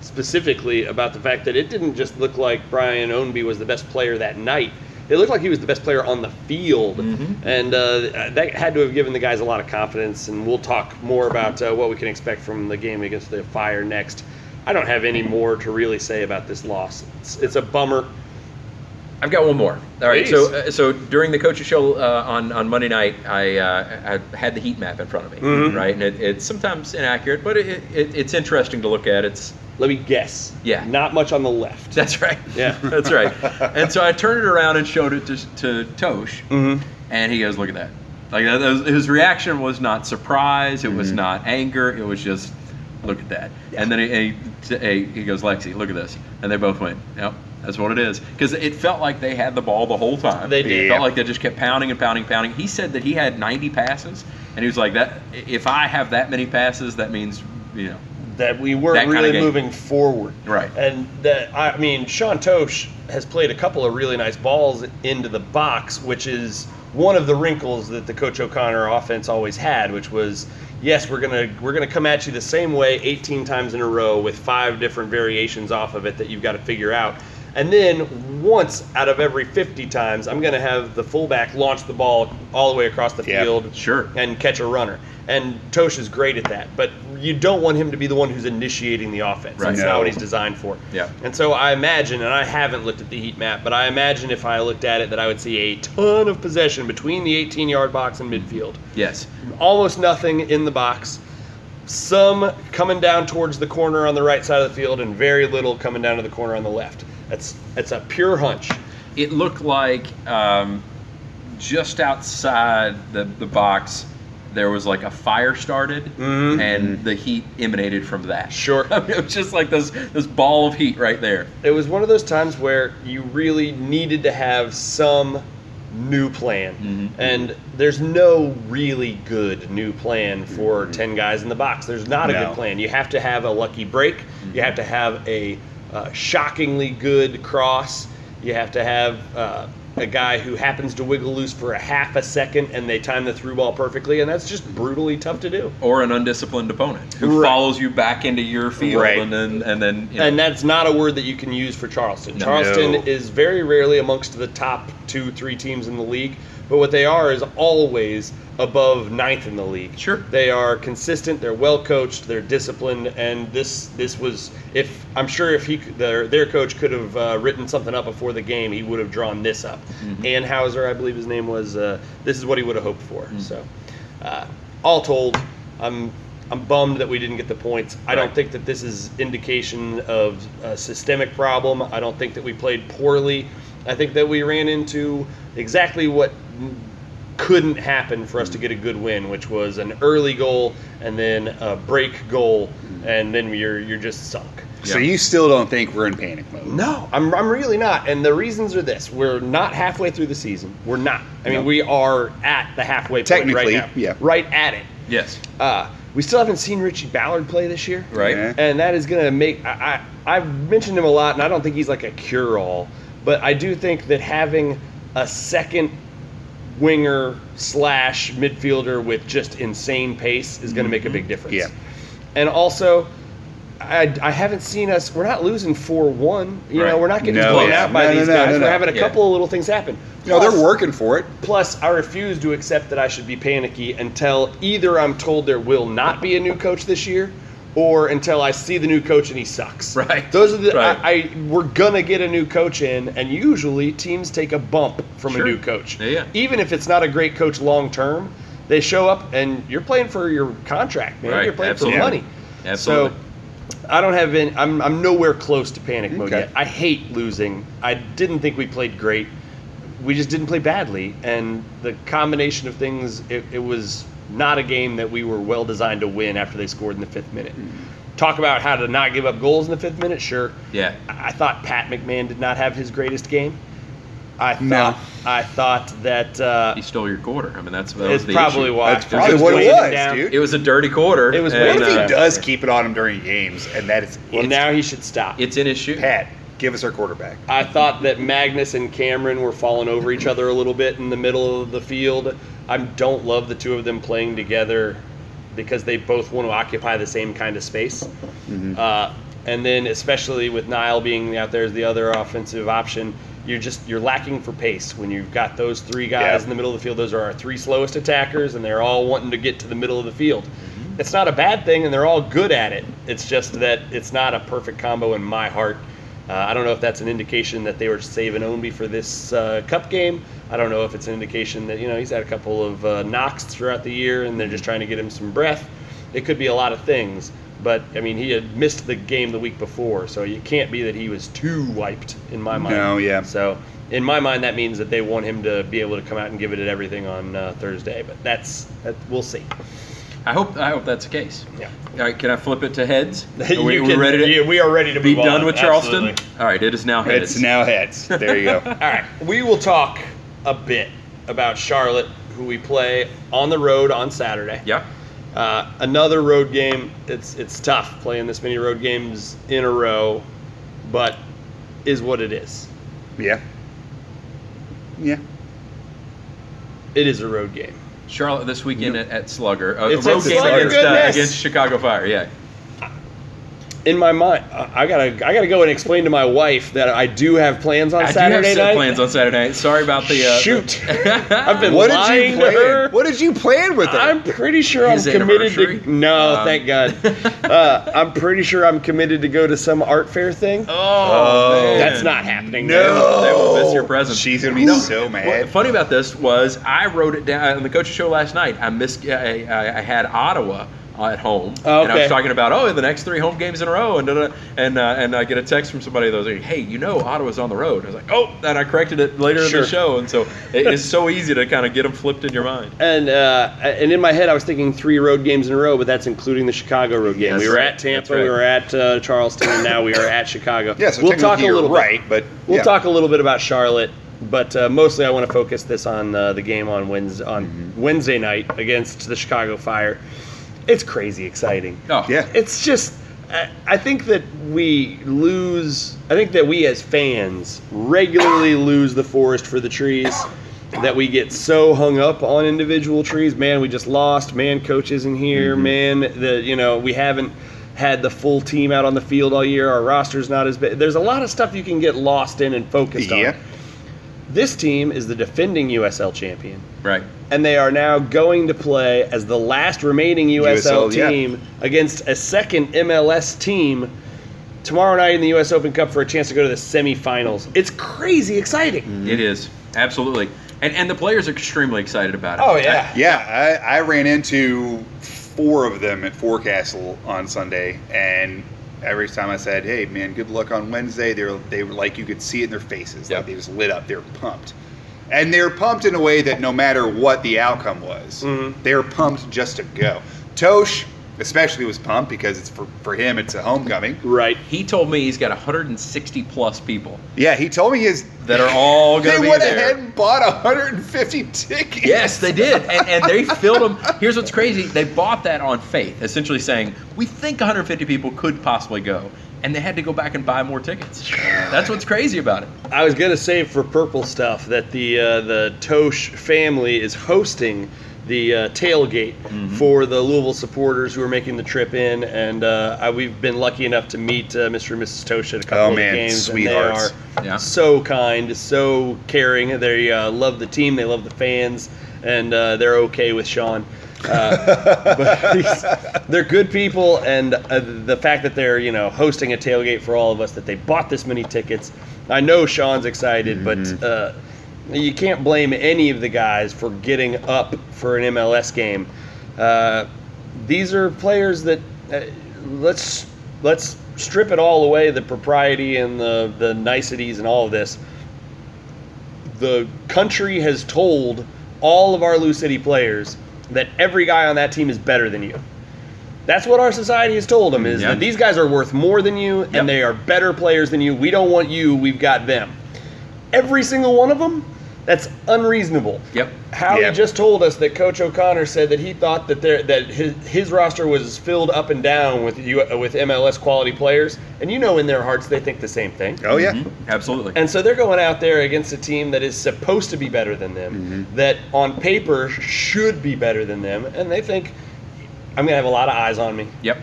Speaker 1: specifically about the fact that it didn't just look like Brian Ownby was the best player that night. It looked like he was the best player on the field, and uh, that had to have given the guys a lot of confidence. And we'll talk more about uh, what we can expect from the game against the Fire next. I don't have any more to really say about this loss. It's, it's a bummer.
Speaker 3: I've got one more. All right.
Speaker 1: Please.
Speaker 3: So, uh, so during the coaches show uh, on on Monday night, I, uh, I had the heat map in front of me,
Speaker 1: Mhm.
Speaker 3: right? And it, it's sometimes inaccurate, but it, it, it's interesting to look at. It's
Speaker 1: Let me guess.
Speaker 3: Yeah.
Speaker 1: Not much on the left.
Speaker 3: that's right.
Speaker 1: Yeah.
Speaker 3: that's right. And so I turned it around and showed it to to Tosh,
Speaker 1: Mm-hmm.
Speaker 3: and he goes, "Look at that!" Like that, that was, his reaction was not surprise. It
Speaker 1: Mm-hmm.
Speaker 3: was not anger. It was just, "Look at that!" And then he, and he, he- he goes, "Lexi, look at this!" And they both went, "Yep, that's what it is." Because it felt like they had the ball the whole time.
Speaker 1: They did.
Speaker 3: It felt like they just kept pounding and pounding, pounding. He said that he had 90 passes, and he was like, "That if I have that many passes, that means you know."
Speaker 1: that we weren't
Speaker 3: That kinda
Speaker 1: really
Speaker 3: game.
Speaker 1: moving forward.
Speaker 3: Right.
Speaker 1: And that I mean, Sean Tosh has played a couple of really nice balls into the box, which is one of the wrinkles that the Coach O'Connor offense always had, which was yes, we're gonna we're gonna come at you the same way 18 times in a row with five different variations off of it that you've got to figure out. And then once out of every 50 times, I'm going to have the fullback launch the ball all the way across the
Speaker 2: Yeah.
Speaker 1: field
Speaker 3: Sure.
Speaker 1: and catch a runner. And Tosh is great at that, but you don't want him to be the one who's initiating the offense.
Speaker 3: Right.
Speaker 1: That's not
Speaker 2: No.
Speaker 1: what he's designed for.
Speaker 3: Yeah.
Speaker 1: And so I imagine, and I haven't looked at the heat map, but I imagine if I looked at it that I would see a ton of possession between the 18 yard box and midfield.
Speaker 3: Yes.
Speaker 1: Almost nothing in the box. Some coming down towards the corner on the right side of the field, and very little coming down to the corner on the left. That's that's a pure hunch.
Speaker 3: It looked like um, just outside the, the box, there was like a fire started,
Speaker 1: Mhm.
Speaker 3: and the heat emanated from that.
Speaker 1: Sure.
Speaker 3: I mean, it was just like this this ball of heat right there.
Speaker 1: it was one of those times where you really needed to have some new plan
Speaker 3: Mhm.
Speaker 1: and there's no really good new plan for 10 guys in the box there's not a
Speaker 2: No.
Speaker 1: good plan you have to have a lucky break you have to have a uh, shockingly good cross you have to have uh, a guy who happens to wiggle loose for a half a second and they time the through ball perfectly and that's just brutally tough to do
Speaker 3: Or an undisciplined opponent who
Speaker 1: Right.
Speaker 3: follows you back into your field
Speaker 2: Right.
Speaker 3: and then and then you know,
Speaker 1: and that's not a word that you can use for Charleston.
Speaker 3: No.
Speaker 1: Charleston
Speaker 2: No.
Speaker 1: is very rarely amongst the top two, three teams in the league, but what they are is always above ninth in the league.
Speaker 3: Sure.
Speaker 1: they are consistent, they're well coached, they're disciplined, and this this was if I'm sure if he c- their their coach could have uh, written something up before the game, he would have drawn this up. Anheuser, I believe his name was. Uh, this is what he would have hoped for. So, uh, all told, I'm. I'm bummed that we didn't get the points. I don't
Speaker 3: Right.
Speaker 1: think think that this is indication of a systemic problem. I don't think that we played poorly. I think that we ran into exactly what couldn't happen for us to get a good win, which was an early goal and then a break goal, and then you're you're just sunk.
Speaker 2: So
Speaker 3: Yeah.
Speaker 2: you still don't think we're in panic mode?
Speaker 1: No, I'm, I'm really not. And the reasons are this we're not halfway through the season. We're not. I mean,
Speaker 2: No.
Speaker 1: we are at the halfway point
Speaker 2: Technically,
Speaker 1: right now.
Speaker 2: yeah.
Speaker 1: Right at it.
Speaker 3: yes,
Speaker 1: Uh, we still haven't seen Richie Ballard play this year
Speaker 3: right.
Speaker 2: Yeah.
Speaker 1: and that is going to make I, I I've mentioned him a lot, and I don't think he's like a cure-all, but I do think that having a second winger slash midfielder with just insane pace is going to make a big difference.
Speaker 2: Mm-hmm. Yeah.
Speaker 1: and also. I, I haven't seen us. We're not losing four one. You know,
Speaker 3: Right.
Speaker 1: we're not getting
Speaker 2: No,
Speaker 1: blown
Speaker 2: yeah.
Speaker 1: out by
Speaker 2: No, no,
Speaker 1: these
Speaker 2: no,
Speaker 1: guys.
Speaker 2: no, no.
Speaker 1: We're having a
Speaker 3: Yeah.
Speaker 1: couple of little things happen.
Speaker 2: No, they're
Speaker 1: Plus-
Speaker 2: working for it.
Speaker 1: Plus, I refuse to accept that I should be panicky until either I'm told there will not be a new coach this year, or until I see the new coach and he sucks.
Speaker 3: Right.
Speaker 1: Those are the
Speaker 3: Right.
Speaker 1: I, I we're gonna get a new coach in, and usually teams take a bump from
Speaker 3: Sure.
Speaker 1: a new coach.
Speaker 3: Yeah, yeah.
Speaker 1: Even if it's not a great coach long term, they show up and you're playing for your contract, man.
Speaker 3: Right.
Speaker 1: You're playing
Speaker 3: Absolutely.
Speaker 1: for money.
Speaker 3: Absolutely.
Speaker 1: So, I don't have any. I'm, I'm nowhere close to panic mode
Speaker 2: Okay.
Speaker 1: yet. I hate losing. I didn't think we played great. We just didn't play badly, and the combination of things. It, it was not a game that we were well designed to win after they scored in the fifth minute.
Speaker 2: Hmm.
Speaker 1: Talk about how to not give up goals in the fifth minute. Sure.
Speaker 3: Yeah.
Speaker 1: I I thought Pat McMahon did not have his greatest game. I thought.
Speaker 2: No.
Speaker 1: I thought that. Uh,
Speaker 3: He stole your quarter. I mean, that's that
Speaker 1: it's
Speaker 3: was the
Speaker 1: probably
Speaker 3: issue.
Speaker 1: why.
Speaker 2: That's probably what it
Speaker 1: weighing
Speaker 2: was,
Speaker 1: down.
Speaker 2: dude.
Speaker 3: It was a dirty quarter.
Speaker 1: It was
Speaker 2: What
Speaker 1: And,
Speaker 2: if he
Speaker 1: uh,
Speaker 2: does keep it on him during games, and that is
Speaker 1: Well,
Speaker 2: it's-
Speaker 1: now he should stop.
Speaker 3: It's an issue.
Speaker 2: Pat, give us our quarterback.
Speaker 1: I thought that Magnus and Cameron were falling over each other a little bit in the middle of the field. I don't love the two of them playing together because they both want to occupy the same kind of space. Uh, and then, especially with Nile being out there as the other offensive option, you're just you're lacking for pace when you've got those three guys
Speaker 2: Yeah.
Speaker 1: in the middle of the field. Those are our three slowest attackers, and they're all wanting to get to the middle of the field.
Speaker 2: Mm-hmm.
Speaker 1: It's not a bad thing, and they're all good at it. It's just that it's not a perfect combo in my heart. Uh, I don't know if that's an indication that they were saving Ownby for this uh, cup game. I don't know if it's an indication that you know he's had a couple of uh, knocks throughout the year, and they're just
Speaker 2: Mm-hmm.
Speaker 1: trying to get him some breath. It could be a lot of things, but I mean he had missed the game the week before, so it can't be that he was too wiped in my mind.
Speaker 2: No, yeah.
Speaker 1: So in my mind, that means that they want him to be able to come out and give it everything on uh, Thursday. But that's that, we'll see.
Speaker 3: I hope I hope that's the case.
Speaker 1: Yeah.
Speaker 3: All right, can I flip it to heads? Are
Speaker 1: You
Speaker 3: we, we
Speaker 1: can-
Speaker 3: ready to
Speaker 1: yeah, we are ready to
Speaker 3: be
Speaker 1: move
Speaker 3: done
Speaker 1: on.
Speaker 3: with Charleston?
Speaker 1: Absolutely.
Speaker 3: All right, it is now heads.
Speaker 2: It's now heads. There you go.
Speaker 1: All right, we will talk a bit about Charlotte, who we play on the road on Saturday.
Speaker 3: yeah.
Speaker 1: Uh, another road game. It's it's tough playing this many road games in a row, but is what it is.
Speaker 2: Yeah. Yeah.
Speaker 1: It is a road game.
Speaker 3: Charlotte this weekend
Speaker 2: Yep.
Speaker 3: at, at Slugger. Uh,
Speaker 1: It's
Speaker 3: a road
Speaker 1: at
Speaker 3: game
Speaker 1: Slugger.
Speaker 3: against, uh,
Speaker 1: Goodness.
Speaker 3: against Chicago Fire. Yeah.
Speaker 1: In my mind, I I gotta I gotta go and explain to my wife that I do have plans on
Speaker 3: I
Speaker 1: Saturday
Speaker 3: do have set
Speaker 1: night.
Speaker 3: plans on Saturday night. Sorry about the uh,
Speaker 1: Shoot.
Speaker 3: the-
Speaker 1: I've been
Speaker 2: What did
Speaker 1: lying
Speaker 2: you
Speaker 1: to
Speaker 2: plan?
Speaker 1: her.
Speaker 2: What did you plan with her?
Speaker 1: I'm pretty sure
Speaker 3: His
Speaker 1: I'm committed to.
Speaker 3: anniversary?
Speaker 1: No,
Speaker 3: Um,
Speaker 1: thank God. uh, I'm pretty sure I'm committed to go to some art fair thing.
Speaker 3: Oh, man.
Speaker 1: That's not happening.
Speaker 2: no.
Speaker 3: They will miss your presence.
Speaker 2: She's gonna be so
Speaker 3: What,
Speaker 2: mad.
Speaker 3: funny about this was I wrote it down uh, on the coach's show last night. I missed. I, I, I had Ottawa uh, at home,
Speaker 1: Oh,
Speaker 3: and I was
Speaker 1: okay.
Speaker 3: talking about oh, the next three home games in a row, and da-da-da. and uh, and I get a text from somebody that was like, hey, you know Ottawa's on the road. And I was like, oh, and I corrected it later in
Speaker 1: Sure.
Speaker 3: the show, and so it is so easy to kind of get them flipped in your mind.
Speaker 1: And uh, and in my head, I was thinking three road games in a row, but that's including the Chicago road game.
Speaker 3: Yes.
Speaker 1: we were at
Speaker 3: That's
Speaker 1: Tampa,
Speaker 3: right.
Speaker 1: we were at uh, Charleston, and now we are at Chicago.
Speaker 2: yeah, so
Speaker 1: we'll
Speaker 2: technically
Speaker 1: talk a
Speaker 2: you're
Speaker 1: little bit-
Speaker 2: right, but
Speaker 1: We'll
Speaker 2: yeah.
Speaker 1: talk a little bit about Charlotte, but uh, mostly I want to focus this on uh, the game on Wednesday, on Wednesday night against the Chicago Fire. It's crazy exciting.
Speaker 3: Oh,
Speaker 2: Yeah.
Speaker 1: It's just, I, I think that we lose, I think that we as fans regularly lose the forest for the trees. That we get so hung up on individual trees, man. We just lost, man. Coach isn't here, man. The you know we haven't had the full team out on the field all year. Our roster's not as big. There's a lot of stuff you can get lost in and focused
Speaker 2: Yeah.
Speaker 1: on. This team is the defending USL champion
Speaker 3: right.
Speaker 1: and they are now going to play as the last remaining USL,
Speaker 2: USL, yeah.
Speaker 1: team against a second MLS team tomorrow night in the US Open Cup for a chance to go to the semifinals. It's crazy exciting.
Speaker 3: It is absolutely, and and the players are extremely excited about it.
Speaker 1: Oh, yeah.
Speaker 2: Yeah, I, I ran into four of them at Forecastle on Sunday, and every time I said, "Hey, man, good luck on Wednesday," they were they were like you could see it in their faces,
Speaker 3: Yep.
Speaker 2: like they just lit up. They were pumped, and they were pumped in a way that no matter what the outcome was,
Speaker 1: Mhm.
Speaker 3: Mm-hmm.
Speaker 2: they were pumped just to go. Tosh especially was pumped because it's for for him it's a homecoming.
Speaker 1: Right.
Speaker 3: He told me he's got 160 plus people
Speaker 2: Yeah, he told me his
Speaker 3: that are all
Speaker 2: they
Speaker 3: going to be
Speaker 2: went
Speaker 3: there.
Speaker 2: ahead and bought 150 tickets.
Speaker 3: Yes, they did, and, and they filled them. Here's what's crazy: they bought that on faith, essentially saying we think 150 people could possibly go, and they had to go back and buy more tickets. That's what's crazy about it.
Speaker 1: I was gonna say for purple stuff that the uh, the Tosh family is hosting the uh, tailgate
Speaker 2: Mm-hmm.
Speaker 1: for the Louisville supporters who are making the trip in, and uh, I, we've been lucky enough to meet uh, Mr. and Mrs. Tosh at a couple
Speaker 2: Oh,
Speaker 1: of the
Speaker 2: man,
Speaker 1: games, and
Speaker 2: sweethearts.
Speaker 1: they are
Speaker 3: Yeah.
Speaker 1: so kind, so caring. They uh, love the team, they love the fans, and uh, they're okay with Sean. Uh, but they're good people, and uh, the fact that they're you know hosting a tailgate for all of us, that they bought this many tickets. I know Sean's excited, but uh, you can't blame any of the guys for getting up for an MLS game. Uh, these are players that uh, let's let's strip it all away the propriety and the the niceties and all of this the country has told all of our Lou City players that every guy on that team is better than you. That's what our society has told them is
Speaker 3: Yeah.
Speaker 1: that these guys are worth more than you and
Speaker 3: Yep.
Speaker 1: they are better players than you. We don't want you, we've got them. Every single one of them, that's unreasonable.
Speaker 3: Yep.
Speaker 1: Howie
Speaker 2: Yeah.
Speaker 1: just told us that Coach O'Connor said that he thought that there that his, his roster was filled up and down with U, with MLS quality players, and you know in their hearts they think the same thing.
Speaker 2: Oh yeah.
Speaker 3: Mhm, Absolutely.
Speaker 1: And so they're going out there against a team that is supposed to be better than them,
Speaker 2: Mm-hmm.
Speaker 1: that on paper should be better than them, and they think, I'm going to have a lot of eyes on me.
Speaker 3: yep.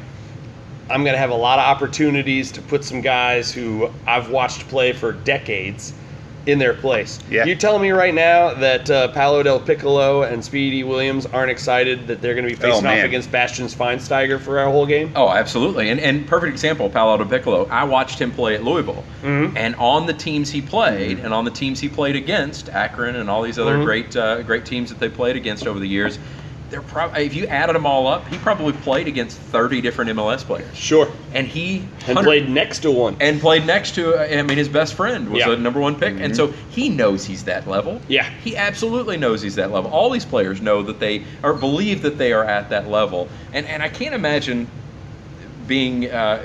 Speaker 1: I'm going to have a lot of opportunities to put some guys who I've watched play for decades in their place.
Speaker 2: Yeah.
Speaker 1: You tell me right now that uh, Paolo Del Piccolo and Speedy Williams aren't excited that they're going to be
Speaker 2: Oh,
Speaker 1: facing off
Speaker 2: man.
Speaker 1: against Bastian Schweinsteiger for our whole game?
Speaker 3: Oh, absolutely. And and perfect example, Paolo De Piccolo. I watched him play at Louisville,
Speaker 1: Mhm.
Speaker 3: and on the teams he played, and on the teams he played against, Akron and all these other
Speaker 1: Mhm.
Speaker 3: great uh, great teams that they played against over the years. They're prob- if you added them all up, he probably played against 30 different MLS players.
Speaker 1: Sure.
Speaker 3: And he
Speaker 1: And
Speaker 3: 100
Speaker 1: played next to one.
Speaker 3: and played next to uh, I mean his best friend was
Speaker 1: Yeah. Mm-hmm.
Speaker 3: the number one pick, and so he knows he's that level.
Speaker 1: Yeah.
Speaker 3: he absolutely knows he's that level. All these players know that they or believe that they are at that level, and and I can't imagine being uh,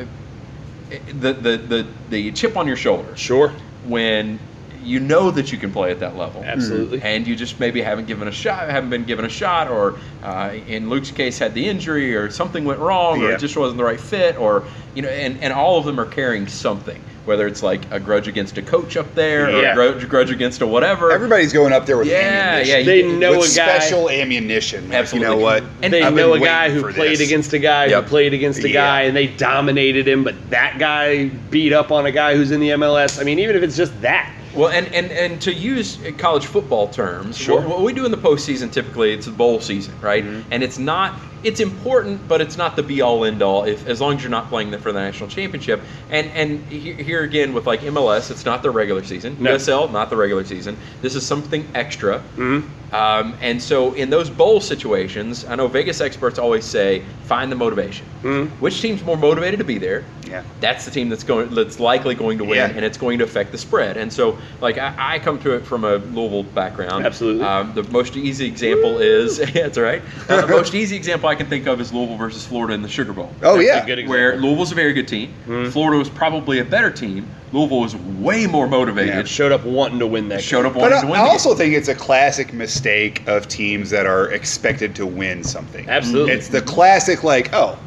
Speaker 3: the, the the the chip on your shoulder
Speaker 1: Sure.
Speaker 3: when you know that you can play at that level.
Speaker 2: Mm-hmm.
Speaker 1: Absolutely.
Speaker 3: And you just maybe haven't given a shot, haven't been given a shot, or uh, in Luke's case, had the injury, or something went wrong, or
Speaker 2: Yeah.
Speaker 3: it just wasn't the right fit, or you know, and, and all of them are carrying something, whether it's like a grudge against a coach up there, or
Speaker 2: Yeah.
Speaker 3: a grudge, grudge against a whatever.
Speaker 2: Everybody's going up there with
Speaker 3: yeah, yeah,
Speaker 2: ammunition.
Speaker 1: They
Speaker 3: you-
Speaker 1: know
Speaker 2: with
Speaker 1: a guy-
Speaker 2: special ammunition. Like,
Speaker 3: Absolutely.
Speaker 2: You know what?
Speaker 3: And
Speaker 1: they
Speaker 3: I've
Speaker 1: know a
Speaker 2: been
Speaker 1: guy
Speaker 2: waiting
Speaker 1: who
Speaker 2: for
Speaker 1: played
Speaker 2: this.
Speaker 1: against a guy
Speaker 3: Yep.
Speaker 1: who played against a
Speaker 2: Yeah.
Speaker 1: guy, and they dominated him. But that guy beat up on a guy who's in the MLS. I mean, even if it's just that,
Speaker 3: Well, and, and, and to use college football terms,
Speaker 1: Sure. Mm-hmm.
Speaker 3: what, what we do in the postseason typically, it's the bowl season, right? And it's not, it's important, but it's not the be all end all if as long as you're not playing them for the national championship. And and he- here again with like MLS, it's not the regular season.
Speaker 1: No.
Speaker 3: USL, not the regular season. This is something extra.
Speaker 1: Mhm.
Speaker 3: Um, and so in those bowl situations, I know Vegas experts always say find the motivation.
Speaker 1: Mhm.
Speaker 3: Which team's more motivated to be there?
Speaker 2: Yeah.
Speaker 3: that's the team that's going that's likely going to win
Speaker 2: Yeah.
Speaker 3: and it's going to affect the spread and so like I, I come to it from a Louisville background
Speaker 1: Absolutely.
Speaker 3: um, the most easy example is that's all right uh, the most easy example I can think of is Louisville versus Florida in the Sugar Bowl
Speaker 2: Oh
Speaker 1: That's a
Speaker 2: yeah.
Speaker 1: good-
Speaker 3: where Louisville's a very good team
Speaker 1: Mhm.
Speaker 3: Florida was probably a better team Louisville was way more
Speaker 1: it
Speaker 3: motivated
Speaker 1: showed up wanting to win that.
Speaker 3: showed up
Speaker 2: But
Speaker 3: wanting
Speaker 2: I,
Speaker 3: to win
Speaker 2: I
Speaker 3: the game.
Speaker 2: also think it's a classic mistake of teams that are expected to win something.
Speaker 1: game. absolutely.
Speaker 2: It's the classic like oh,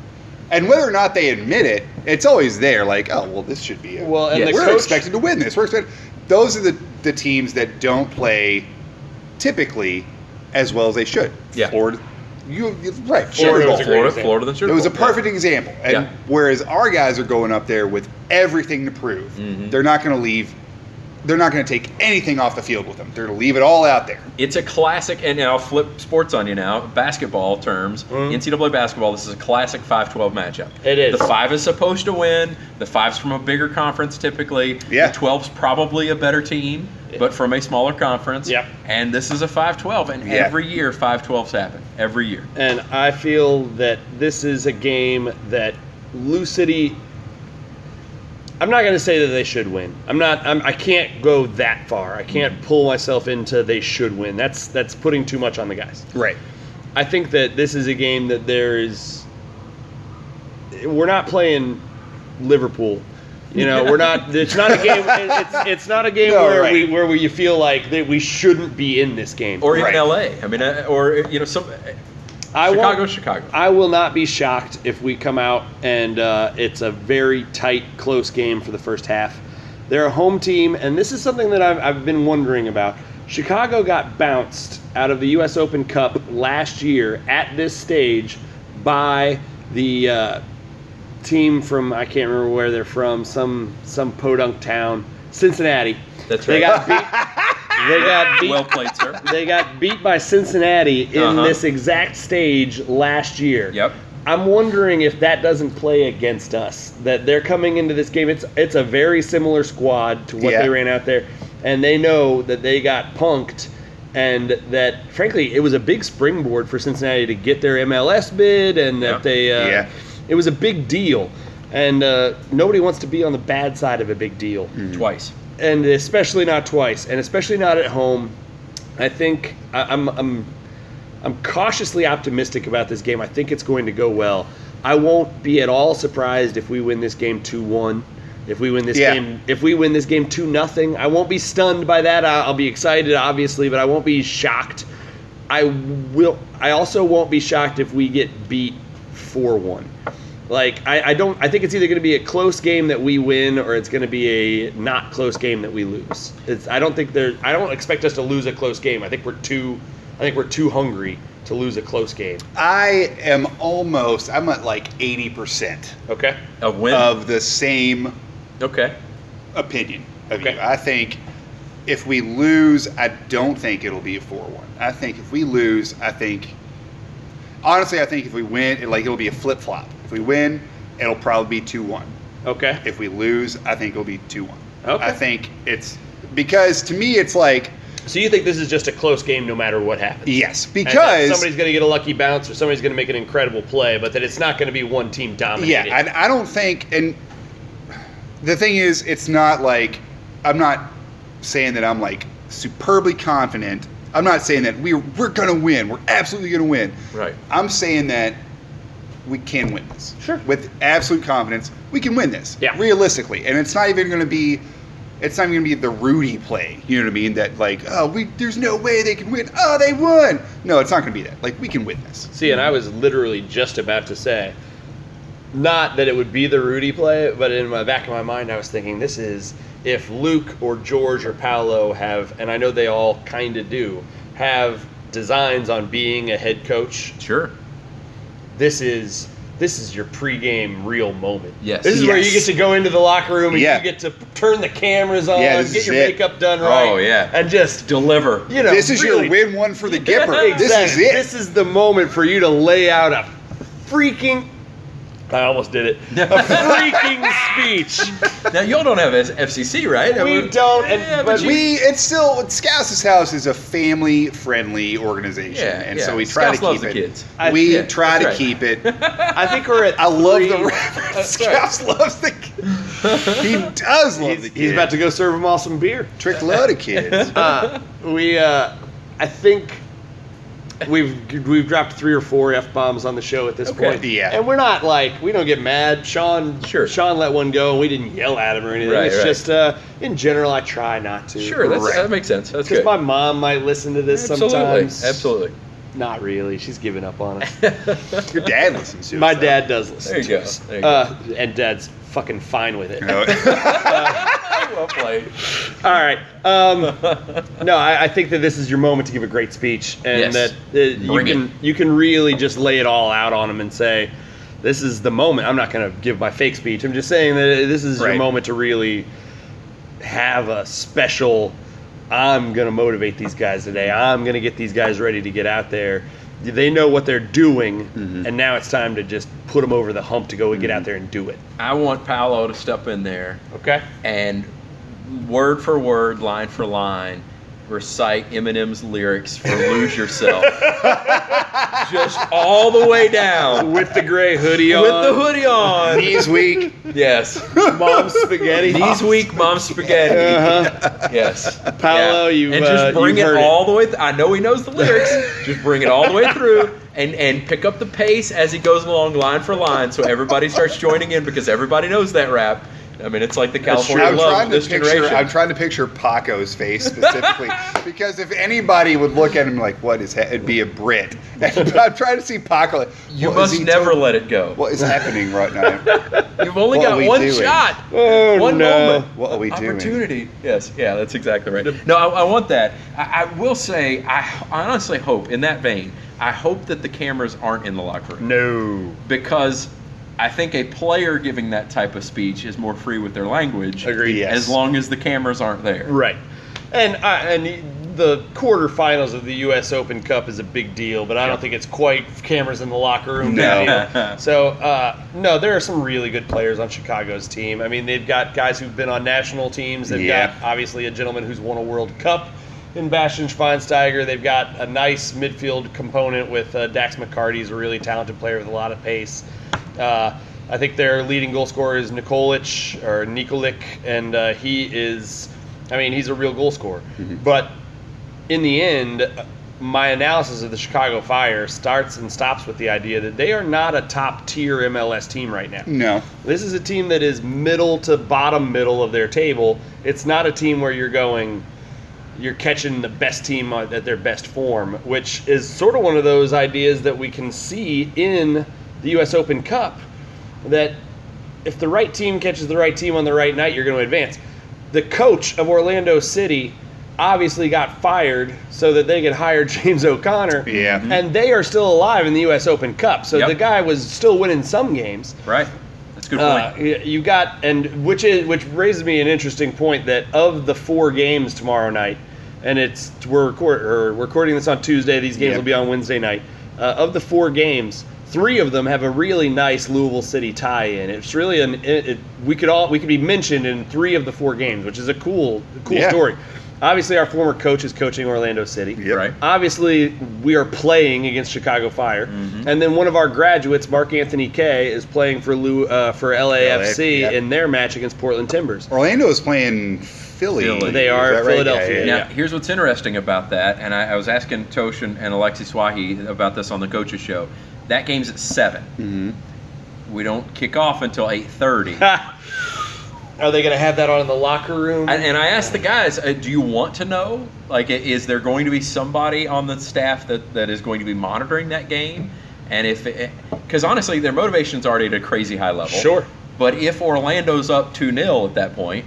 Speaker 2: and whether or not they admit it, it's always there. Like oh well, this should be a,
Speaker 1: well, and
Speaker 3: Yeah.
Speaker 1: the
Speaker 2: we're
Speaker 1: coach,
Speaker 2: expected to win this. We're expected. Those are the the teams that don't play typically as well as they should.
Speaker 3: Yeah.
Speaker 2: Or you you- right.
Speaker 1: Florida
Speaker 2: Sugar
Speaker 1: was
Speaker 2: Bowl.
Speaker 1: a great
Speaker 3: Florida,
Speaker 1: example.
Speaker 3: Florida, than Sugar
Speaker 2: It was a
Speaker 3: Bowl. Yeah.
Speaker 2: perfect example. And
Speaker 3: Yeah.
Speaker 2: whereas our guys are going up there with everything to prove,
Speaker 3: Mhm.
Speaker 2: they're not going to leave. They're not going to take anything off the field with them. They're going to leave it all out there.
Speaker 3: It's a classic, and I'll flip sports on you now. Basketball terms,
Speaker 1: Mm.
Speaker 3: NCAA basketball. This is a classic 5-12 matchup.
Speaker 1: It is.
Speaker 3: The five is supposed to win. The five's from a bigger conference typically.
Speaker 2: Yeah.
Speaker 3: The 12's probably a better team, but from a smaller conference.
Speaker 1: Yep.
Speaker 3: And this is a 5-12, and
Speaker 2: Yeah.
Speaker 3: every year 5-12s happen. Every year.
Speaker 1: and I feel that this is a game that Lucity. I'm not going to say that they should win. I'm not. I'm, I can't go that far. I can't pull myself into they should win. That's that's putting too much on the guys.
Speaker 2: Right.
Speaker 1: I think that this is a game that there is. We're not playing Liverpool. You know, we're not. It's not a game. It's, it's not a game
Speaker 2: No,
Speaker 1: where
Speaker 2: right.
Speaker 1: we where we, you feel like that we shouldn't be in this game.
Speaker 3: Or even
Speaker 2: Right.
Speaker 3: LA. I mean, uh, or you know, some
Speaker 1: I won't-
Speaker 3: Chicago, Chicago.
Speaker 1: I will not be shocked if we come out and uh, it's a very tight, close game for the first half. They're a home team, and this is something that I've, I've been wondering about. Chicago got bounced out of the U.S. Open Cup last year at this stage by the uh, team from I can't remember where they're from, some some podunk town, Cincinnati.
Speaker 3: That's
Speaker 1: They got
Speaker 3: right.
Speaker 1: beat. they got beat
Speaker 3: well played, sir.
Speaker 1: they got beat by Cincinnati in
Speaker 3: Uh-huh.
Speaker 1: this exact stage last year.
Speaker 3: Yep.
Speaker 1: I'm wondering if that doesn't play against us. That they're coming into this game. It's it's a very similar squad to what
Speaker 2: Yeah.
Speaker 1: they ran out there, and they know that they got punked, and that frankly it was a big springboard for Cincinnati to get their MLS bid, and
Speaker 3: Yeah.
Speaker 1: that they uh,
Speaker 2: Yeah.
Speaker 1: it was a big deal, and uh, nobody wants to be on the bad side of a big deal
Speaker 3: Mm-hmm. Twice.
Speaker 1: and especially not twice, and especially not at home. I think I, I'm I'm I'm cautiously optimistic about this game. I think it's going to go well. I won't be at all surprised if we win this game two one. If we win this
Speaker 2: Yeah.
Speaker 1: game, if we win this game two nothing, I won't be stunned by that. I- I'll be excited, obviously, but I won't be shocked. I will. I also won't be shocked if we get beat four one. Like I, I don't. I think it's either going to be a close game that we win, or it's going to be a not close game that we lose. It's, I don't think there. I don't expect us to lose a close game. I think we're too. I think we're too hungry to lose a close game.
Speaker 2: I am almost. I'm at like eighty percent
Speaker 1: Okay.
Speaker 3: A win.
Speaker 2: of the same
Speaker 3: okay.
Speaker 2: opinion of
Speaker 1: Okay.
Speaker 2: you. I think if we lose, I don't think it'll be a four-one. I think if we lose, I think honestly, I think if we win, it, like it'll be a flip-flop. If we win, it'll probably be two-one.
Speaker 1: Okay.
Speaker 2: If we lose, I think it'll be two-one.
Speaker 1: Okay.
Speaker 2: I think it's because to me, it's like
Speaker 1: So you think this is just a close game no matter what happens?
Speaker 2: yes,
Speaker 1: And that
Speaker 2: because
Speaker 1: somebody's going to get a lucky bounce or somebody's going to make an incredible play, but that it's not going to be one team dominating.
Speaker 2: Yeah, I, I don't think, and the thing is, it's not like I'm not saying that I'm like superbly confident. I'm not saying that we're we're gonna win. We're absolutely gonna win.
Speaker 3: Right.
Speaker 2: I'm saying that we can win this.
Speaker 1: Sure.
Speaker 2: With absolute confidence, we can win this.
Speaker 1: Yeah.
Speaker 2: Realistically, and it's not even gonna be it's not going to be the Rudy play. You know what I mean? That like, oh, we there's no way they can win. Oh, they won. No, it's not going to be that. Like, we can win this.
Speaker 1: See, and I was literally just about to say, not that it would be the Rudy play, but in my back of my mind, I was thinking this is if Luke or George or Paolo have, and I know they all kind of do, have designs on being a head coach.
Speaker 3: Sure.
Speaker 1: This is this is your pregame real moment.
Speaker 3: Yes.
Speaker 1: This is where you
Speaker 2: Yes.
Speaker 1: get to go into the locker room and
Speaker 2: Yeah.
Speaker 1: you get to turn the cameras on,
Speaker 2: Yeah, this
Speaker 1: get
Speaker 2: is
Speaker 1: your
Speaker 2: it.
Speaker 1: makeup done
Speaker 3: Oh,
Speaker 1: right.
Speaker 3: yeah.
Speaker 1: And just
Speaker 3: Deliver.
Speaker 1: you know
Speaker 2: this is
Speaker 1: really-
Speaker 2: your win one for the Gipper. This is
Speaker 1: Exactly.
Speaker 2: it.
Speaker 1: This is the moment for you to lay out a freaking. I almost did it. A freaking speech.
Speaker 3: now y'all don't have FCC, right? I
Speaker 1: We
Speaker 3: mean-
Speaker 1: don't, and-
Speaker 3: Yeah,
Speaker 1: but
Speaker 3: you-
Speaker 2: we it's still Scouse's house is a family friendly organization,
Speaker 3: Yeah,
Speaker 2: and
Speaker 3: yeah.
Speaker 2: so we try
Speaker 3: Scouse
Speaker 2: to keep
Speaker 3: loves
Speaker 2: it.
Speaker 3: the kids.
Speaker 1: I-
Speaker 2: we
Speaker 3: yeah,
Speaker 2: try
Speaker 3: that's
Speaker 2: to
Speaker 3: right.
Speaker 2: keep it.
Speaker 1: I think we're at.
Speaker 2: I love the
Speaker 1: three-
Speaker 2: reference.
Speaker 1: Uh, sorry.
Speaker 2: Scouse loves the kids. He does love
Speaker 1: He's,
Speaker 2: the kids.
Speaker 1: he's about to go serve them all some beer.
Speaker 2: trick load of kids.
Speaker 1: Uh, we, uh, I think we've we've dropped three or four f bombs on the show at this
Speaker 3: Okay.
Speaker 1: point.
Speaker 2: Yeah.
Speaker 1: and we're not like we don't get mad. Sean,
Speaker 3: Sure.
Speaker 1: Sean let one go, and we didn't yell at him or anything.
Speaker 3: Right,
Speaker 1: it's
Speaker 3: right.
Speaker 1: just uh, in general, I try not to.
Speaker 3: Sure, that's,
Speaker 2: Right.
Speaker 3: that makes sense. That's
Speaker 1: Because
Speaker 3: good.
Speaker 1: my mom might listen to this
Speaker 3: Absolutely.
Speaker 1: sometimes.
Speaker 3: Absolutely.
Speaker 1: Not really. She's given up on us.
Speaker 2: Your dad listens to
Speaker 1: My
Speaker 2: us, though.
Speaker 1: dad does listen
Speaker 3: There you
Speaker 1: to
Speaker 3: go.
Speaker 1: us.
Speaker 3: There you go.
Speaker 1: Uh, and dad's fucking fine with it.
Speaker 2: You know,
Speaker 3: well played.
Speaker 1: All right. Um, no, I, I think that this is your moment to give a great speech, and
Speaker 3: Yes.
Speaker 1: that uh, you
Speaker 3: Bring
Speaker 1: can
Speaker 3: it.
Speaker 1: you can really just lay it all out on them and say, "This is the moment." I'm not going to give my fake speech. I'm just saying that this is your
Speaker 2: Right.
Speaker 1: moment to really have a special. I'm going to motivate these guys today. I'm going to get these guys ready to get out there. They know what they're doing, and now it's time to just put them over the hump to go and get out there and do it.
Speaker 3: I want Paolo to step in there
Speaker 1: Mm-hmm. Okay.
Speaker 3: and word for word, line for line, recite Eminem's lyrics for "Lose Yourself," just all the way down
Speaker 1: With the gray hoodie on.
Speaker 3: with the hoodie on.
Speaker 2: Knees weak.
Speaker 3: Yes,
Speaker 1: Mom spaghetti.
Speaker 3: knees weak, mom spaghetti.
Speaker 1: Uh-huh.
Speaker 3: Yes,
Speaker 1: Paolo, you,
Speaker 3: and
Speaker 1: uh,
Speaker 3: just bring
Speaker 1: you
Speaker 3: it
Speaker 1: heard it.
Speaker 3: all the way. Th- I know he knows the lyrics. just bring it all the way through. And, and pick up the pace as he goes along line for line so everybody starts joining in because everybody knows that rap. I mean, it's like the California
Speaker 2: I'm
Speaker 3: love
Speaker 2: trying,
Speaker 3: of
Speaker 2: to
Speaker 3: this
Speaker 2: picture,
Speaker 3: generation.
Speaker 2: I'm trying to picture Paco's face specifically because if anybody would look at him like, "What is?" Ha-? It'd be a Brit. And I'm trying to see Paco. Like,
Speaker 3: You
Speaker 2: "What is
Speaker 3: must
Speaker 2: he
Speaker 3: never
Speaker 2: doing?
Speaker 3: let it go.
Speaker 2: What is happening right now?
Speaker 3: You've only
Speaker 2: what are
Speaker 3: got
Speaker 2: we
Speaker 3: one
Speaker 2: doing?
Speaker 3: shot.
Speaker 1: Oh,
Speaker 3: one
Speaker 1: no.
Speaker 3: moment.
Speaker 2: What are we doing?
Speaker 3: Opportunity. Yes. Yeah, that's exactly right. No, I, I want that. I, I will say, I honestly hope, in that vein, I hope that the cameras aren't in the locker room
Speaker 1: No.
Speaker 2: Mm.
Speaker 3: because I think a player giving that type of speech is more free with their language.
Speaker 1: Agreed.
Speaker 2: Yes.
Speaker 3: As long as the cameras aren't there.
Speaker 1: Right. And I, and the quarterfinals of the U.S. Open Cup is a big deal, but I don't think it's quite cameras in the locker room.
Speaker 2: No.
Speaker 1: big deal. so uh, no, there are some really good players on Chicago's team. I mean, they've got guys who've been on national teams. They've
Speaker 2: Yeah.
Speaker 1: got obviously a gentleman who's won a World Cup in Bastian Schweinsteiger. They've got a nice midfield component with uh, Dax McCarty's a really talented player with a lot of pace. Uh, I think their leading goal scorer is Nikolic or Nikolic, and uh, he is, I mean, he's a real goal scorer. But in the end, my analysis of the Chicago Fire starts and stops with the idea that they are not a top tier MLS team right now.
Speaker 2: no.
Speaker 1: This is a team that is middle to bottom middle of their table. It's not a team where you're going, you're catching the best team at at their best form, which is sort of one of those ideas that we can see in the U.S. Open Cup that if the right team catches the right team on the right night, you're going to advance. The coach of Orlando City obviously got fired so that they could hire James O'Connor.
Speaker 2: Yeah.
Speaker 1: And they are still alive in the U.S. Open Cup. So
Speaker 3: Yep.
Speaker 1: the guy was still winning some games.
Speaker 3: Right. That's a good
Speaker 1: Uh,
Speaker 3: point.
Speaker 1: y- you got and which is which raises me an interesting point that of the four games tomorrow night, and it's we're record, or we're recording this on Tuesday. These games
Speaker 2: Yeah.
Speaker 1: will be on Wednesday night. Uh, of the four games, three of them have a really nice Louisville City tie-in. It's really an it, it, we could all we could be mentioned in three of the four games, which is a cool cool
Speaker 2: Yeah.
Speaker 1: story. Obviously, our former coach is coaching Orlando City.
Speaker 2: Yep.
Speaker 3: Right.
Speaker 1: Obviously, we are playing against Chicago Fire,
Speaker 3: Mm-hmm.
Speaker 1: and then one of our graduates, Mark Anthony Kay, is playing for Lou uh, for LAFC
Speaker 2: LAFC, yep.
Speaker 1: in their match against Portland Timbers.
Speaker 2: Orlando is playing Philly.
Speaker 3: Philly.
Speaker 1: They
Speaker 2: Is
Speaker 1: are
Speaker 2: that right?
Speaker 1: Philadelphia,
Speaker 2: Yeah,
Speaker 1: yeah.
Speaker 3: Now, here's what's interesting about that, and I, I was asking Tosh and, and Alexi Swahi about this on the coaches show. That game's at seven.
Speaker 2: Mhm.
Speaker 3: We don't kick off until eight thirty.
Speaker 1: Ha! Are they going to have that on in the locker room?
Speaker 3: And, and I asked the guys, uh, do you want to know? Like, i- is there going to be somebody on the staff that, that is going to be monitoring that game? And if, because honestly, their motivation's already at a crazy high level.
Speaker 1: Sure.
Speaker 3: But if Orlando's up 2 0 at that point,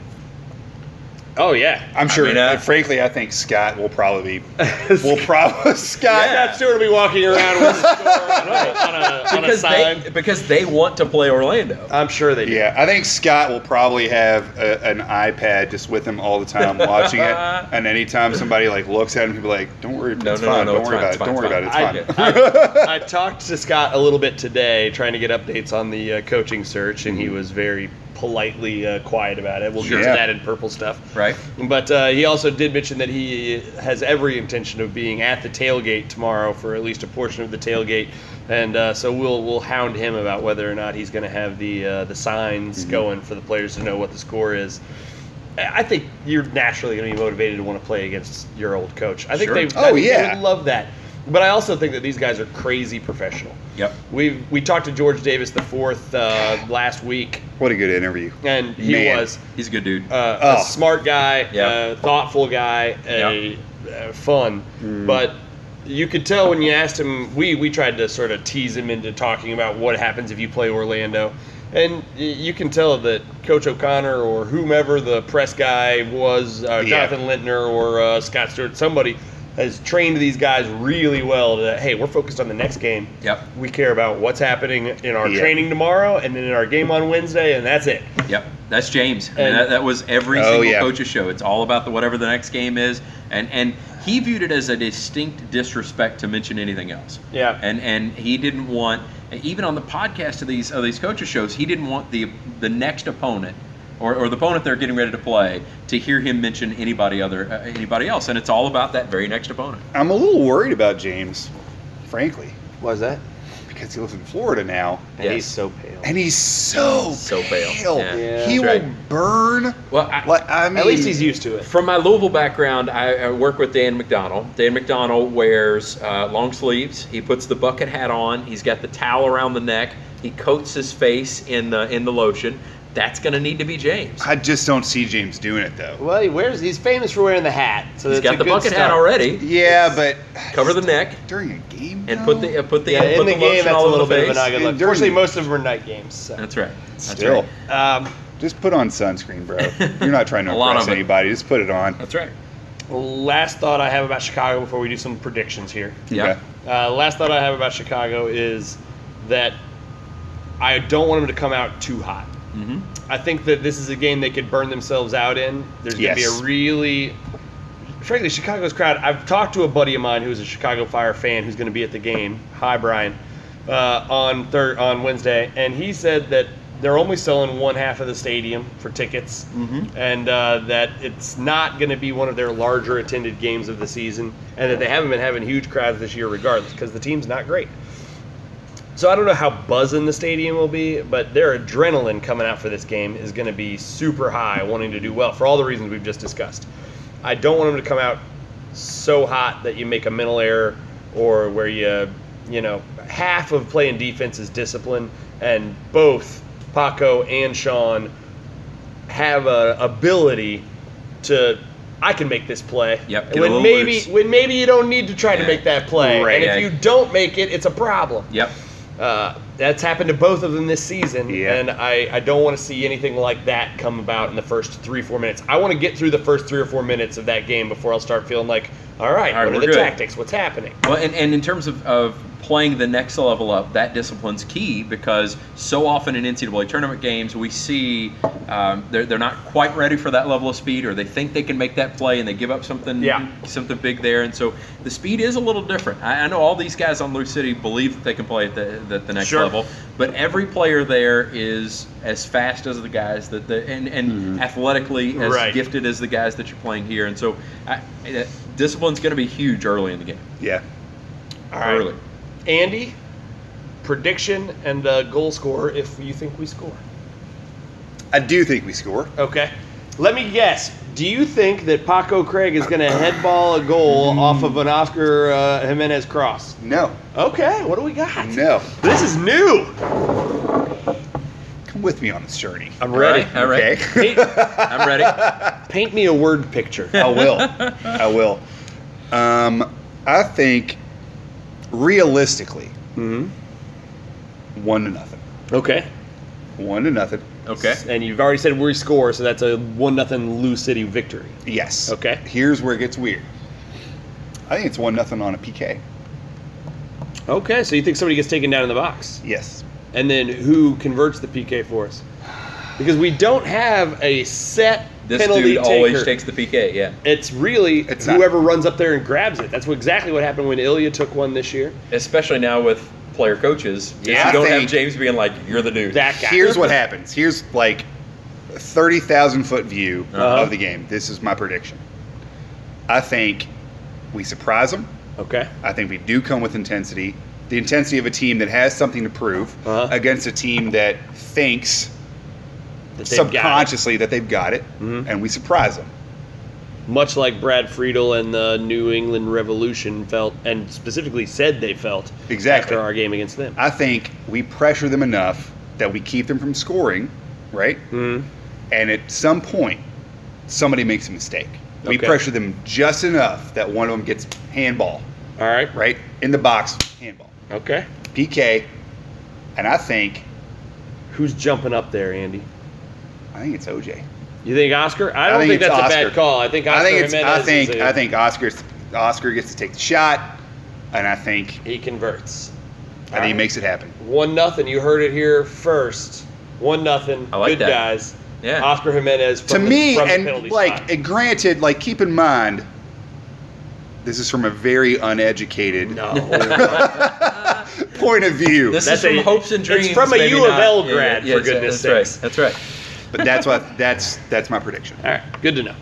Speaker 1: oh yeah,
Speaker 2: I'm sure.
Speaker 3: mean, uh,
Speaker 2: and frankly, I think Scott will probably be. will probably Scott.
Speaker 3: Yeah.
Speaker 1: Scott Stewart will be walking around with a score on a, on a, on a
Speaker 3: because
Speaker 1: sign. Uh,
Speaker 3: they, because they want to play Orlando.
Speaker 1: I'm sure they do.
Speaker 2: Yeah, I think Scott will probably have a, an iPad just with him all the time, watching it. And anytime somebody like looks at him, he'll be like, "Don't worry,
Speaker 3: No,
Speaker 2: it's
Speaker 3: no, no,
Speaker 2: fine.
Speaker 3: no,
Speaker 2: Don't
Speaker 3: it's
Speaker 2: worry about
Speaker 3: fine, it's
Speaker 2: it. Don't worry
Speaker 3: fine,
Speaker 2: about it.
Speaker 3: it's
Speaker 2: It's
Speaker 1: I,
Speaker 2: fine."
Speaker 1: did- I, I talked to Scott a little bit today, trying to get updates on the uh, coaching search, and he was very politely uh, quiet about it. We'll
Speaker 2: Mm-hmm. Sure.
Speaker 1: get to
Speaker 2: Yeah.
Speaker 1: that in purple stuff,
Speaker 3: Right.
Speaker 1: But uh, he also did mention that he has every intention of being at the tailgate tomorrow for at least a portion of the tailgate, and uh, so we'll we'll hound him about whether or not he's going to have the uh, the signs
Speaker 2: Mm-hmm.
Speaker 1: going for the players to know what the score is. I I think you're naturally going to be motivated to want to play against your old coach. I think
Speaker 3: Sure.
Speaker 1: they, I
Speaker 2: Oh,
Speaker 1: think they
Speaker 2: yeah.
Speaker 1: would love that. But I also think that these guys are crazy professional.
Speaker 3: Yep.
Speaker 1: We we talked to George Davis the fourth uh, last week,
Speaker 2: What a good interview.
Speaker 1: and he
Speaker 2: Man.
Speaker 1: was
Speaker 3: He's a good dude.
Speaker 1: uh,
Speaker 2: Oh.
Speaker 1: a smart guy,
Speaker 3: Yeah.
Speaker 1: a thoughtful guy, a, uh fun.
Speaker 2: Mm.
Speaker 1: But you could tell when you asked him. We we tried to sort of tease him into talking about what happens if you play Orlando, and y- you can tell that Coach O'Connor or whomever the press guy was, uh,
Speaker 2: Yeah.
Speaker 1: Jonathan Lintner or uh, Scott Stewart, somebody has trained these guys really well to hey, we're focused on the next game.
Speaker 3: Yep.
Speaker 1: We care about what's happening in our
Speaker 2: Yeah.
Speaker 1: training tomorrow and then in our game on Wednesday, and that's it.
Speaker 3: Yep, that's James. I mean,
Speaker 1: And-
Speaker 3: that, that was every
Speaker 2: Oh,
Speaker 3: single
Speaker 2: yeah.
Speaker 3: coach's show. It's all about the whatever the next game is, and and he viewed it as a distinct disrespect to mention anything else.
Speaker 1: Yeah.
Speaker 3: and and he didn't want even on the podcast of these of these coaches shows he didn't want the the next opponent. Or, or the opponent they're getting ready to play to hear him mention anybody other uh, anybody else, and it's all about that very next opponent.
Speaker 2: I'm a little worried about James, frankly,
Speaker 1: Why's that?
Speaker 2: because he lives in Florida now,
Speaker 1: And
Speaker 3: Yes.
Speaker 1: he's so pale.
Speaker 2: and he's so
Speaker 3: So pale.
Speaker 2: pale.
Speaker 3: Yeah.
Speaker 1: Yeah,
Speaker 2: he
Speaker 3: that's
Speaker 2: will
Speaker 3: right.
Speaker 2: burn.
Speaker 3: Well, I,
Speaker 2: Like, I mean,
Speaker 1: At least he's used to it.
Speaker 3: From my Louisville background, I, I work with Dan McDonald. Dan McDonald wears uh, long sleeves. He puts the bucket hat on. He's got the towel around the neck. He coats his face in the in the lotion. That's going to need to be James.
Speaker 2: I just don't see James doing it though.
Speaker 1: Well, he wears. He's famous for wearing the hat. So
Speaker 3: He's
Speaker 1: that's
Speaker 3: got
Speaker 1: a
Speaker 3: the
Speaker 1: good
Speaker 3: bucket hat
Speaker 1: start.
Speaker 3: already.
Speaker 2: Yeah, but
Speaker 3: Cover the neck
Speaker 2: during a game
Speaker 3: and
Speaker 2: though?
Speaker 3: put the uh, put the
Speaker 1: Yeah, in
Speaker 3: put
Speaker 1: the,
Speaker 3: the,
Speaker 1: game,
Speaker 3: lotion
Speaker 1: that's a
Speaker 3: all over
Speaker 1: little
Speaker 3: the
Speaker 1: bit
Speaker 3: face.
Speaker 1: of an ugly look.
Speaker 2: And during
Speaker 1: Fortunately,
Speaker 2: the-
Speaker 1: most of them are night games. So.
Speaker 3: That's right. That's
Speaker 2: Still.
Speaker 3: right.
Speaker 1: Um,
Speaker 2: Just put on sunscreen, bro. You're not trying to
Speaker 3: A lot
Speaker 2: impress
Speaker 3: of it.
Speaker 2: anybody. Just put it on.
Speaker 3: That's right.
Speaker 1: last thought I have about Chicago before we do some predictions here.
Speaker 3: Yeah.
Speaker 2: Okay.
Speaker 1: Uh, last thought I have about Chicago is that I don't want them to come out too hot.
Speaker 3: hmm
Speaker 1: I think that this is a game they could burn themselves out in. There's going to be
Speaker 2: Yes.
Speaker 1: a really, frankly, Chicago's crowd. I've talked to a buddy of mine who's a Chicago Fire fan who's going to be at the game. Hi, Brian. Uh, on third on Wednesday, and he said that they're only selling one half of the stadium for tickets, and uh, that it's not going to be one of their larger attended games of the season, and that they haven't been having huge crowds this year regardless because the team's not great. So I don't know how buzzing the stadium will be, but their adrenaline coming out for this game is going to be super high, wanting to do well for all the reasons we've just discussed. I don't want them to come out so hot that you make a mental error or where you, you know, half of playing defense is discipline, and both Paco and Sean have a ability to. I can make this play.
Speaker 3: Yep, get a little
Speaker 1: When maybe
Speaker 3: loose.
Speaker 1: when maybe you don't need to try
Speaker 3: Yeah.
Speaker 1: to make that play,
Speaker 2: Right.
Speaker 1: and if
Speaker 3: Yeah.
Speaker 1: you don't make it, it's a problem.
Speaker 3: Yep.
Speaker 1: Uh, that's happened to both of them this season,
Speaker 2: Yeah.
Speaker 1: and I, I don't want to see anything like that come about in the first three, four minutes. I want to get through the first three or four minutes of that game before I'll start feeling like, all right,
Speaker 3: All right,
Speaker 1: what
Speaker 3: we're
Speaker 1: are the
Speaker 3: good."
Speaker 1: tactics? What's happening?
Speaker 3: Well, and, and in terms of, of playing the next level up, that discipline's key because so often in NCAA tournament games, we see um, they're, they're not quite ready for that level of speed or they think they can make that play and they give up something
Speaker 1: Yeah.
Speaker 3: something big there. And so the speed is a little different. I, I know all these guys on Lou City believe that they can play at the, the, the next
Speaker 1: Sure.
Speaker 3: level, but every player there is as fast as the guys that the, and, and athletically as
Speaker 1: Right.
Speaker 3: gifted as the guys that you're playing here. And so I, uh, discipline's going to be huge early in the game.
Speaker 2: Yeah.
Speaker 1: All right,
Speaker 3: Early.
Speaker 1: Andy, prediction and uh, goal score if you think we score.
Speaker 2: I do think we score.
Speaker 1: Okay, let me guess. Do you think that Paco Craig is going to headball a goal off of an Oscar uh, Jimenez cross?
Speaker 2: No.
Speaker 1: Okay, what do we got?
Speaker 2: No.
Speaker 1: This is new.
Speaker 2: come with me on this journey.
Speaker 1: I'm ready.
Speaker 3: All right.
Speaker 2: Okay.
Speaker 1: Paint,
Speaker 3: I'm ready.
Speaker 1: paint me a word picture.
Speaker 2: I will. I will. Um, I think realistically,
Speaker 1: hmm
Speaker 2: one to nothing.
Speaker 1: Okay.
Speaker 2: One to nothing.
Speaker 3: Okay.
Speaker 1: And you've already said we score, so that's a one nothing Lou City victory.
Speaker 2: Yes.
Speaker 1: Okay.
Speaker 2: Here's where it gets weird. I think it's one nothing on a PK.
Speaker 1: Okay, so you think somebody gets taken down in the box,
Speaker 2: Yes.
Speaker 1: and then who converts the PK for us? Because we don't have a set
Speaker 3: This
Speaker 1: penalty
Speaker 3: dude always
Speaker 1: taker.
Speaker 3: takes the PK. Yeah.
Speaker 1: It's really
Speaker 2: It's not-
Speaker 1: whoever runs up there and grabs it. That's what, exactly what happened when Ilya took one this year.
Speaker 3: Especially now with player coaches, is
Speaker 2: Yeah, I
Speaker 3: you don't have
Speaker 2: think-
Speaker 3: James being like, "You're the dude."
Speaker 1: That guy.
Speaker 2: Here's what happens. Here's like thirty thousand foot view
Speaker 1: Uh-huh.
Speaker 2: of the game. This is my prediction. I think we surprise them.
Speaker 1: Okay.
Speaker 2: I think we do come with intensity. The intensity of a team that has something to prove
Speaker 1: Uh-huh.
Speaker 2: against a team that thinks
Speaker 1: That they've got it.
Speaker 2: subconsciously that they've got it,
Speaker 1: Mhm.
Speaker 2: and we surprise them.
Speaker 1: much like Brad Friedel and the New England Revolution felt, and specifically said they felt
Speaker 2: Exactly.
Speaker 1: after our game against them.
Speaker 2: I think we pressure them enough that we keep them from scoring, right?
Speaker 1: Mhm.
Speaker 2: And at some point, somebody makes a mistake. We
Speaker 1: Okay.
Speaker 2: pressure them just enough that one of them gets handball,
Speaker 1: All right.
Speaker 2: right? In the box, handball.
Speaker 1: Okay.
Speaker 2: PK, and I think
Speaker 1: Who's jumping up there, Andy?
Speaker 2: I think it's OJ.
Speaker 1: You think Oscar? I
Speaker 2: I
Speaker 1: don't
Speaker 2: think
Speaker 1: think,
Speaker 2: it's
Speaker 1: that's a
Speaker 2: Oscar.
Speaker 1: bad call. I think Oscar
Speaker 2: I think it's,
Speaker 1: Jimenez
Speaker 2: I think
Speaker 1: is a-
Speaker 2: I think Oscar's Oscar gets to take the shot, and I think
Speaker 1: he converts.
Speaker 2: I think he makes it happen.
Speaker 1: One nothing. You heard it here first. One nothing.
Speaker 3: I like
Speaker 1: Good
Speaker 3: that.
Speaker 1: guys.
Speaker 3: Yeah.
Speaker 1: Oscar Jimenez.
Speaker 2: to
Speaker 1: From the,
Speaker 2: me,
Speaker 1: from the
Speaker 2: and
Speaker 1: penalty
Speaker 2: like
Speaker 1: spot.
Speaker 2: and granted, like keep in mind, this is from a very uneducated
Speaker 1: no.
Speaker 2: point of view.
Speaker 3: This
Speaker 1: That's
Speaker 3: is from
Speaker 1: a-
Speaker 3: hopes and
Speaker 1: it's
Speaker 3: dreams.
Speaker 1: from a
Speaker 3: maybe
Speaker 1: U of
Speaker 3: not.
Speaker 1: L grad, for
Speaker 3: it's-
Speaker 1: goodness
Speaker 3: that's
Speaker 1: sakes.
Speaker 3: Right. That's right.
Speaker 2: but that's what that's that's my prediction.
Speaker 1: All right. Good to know.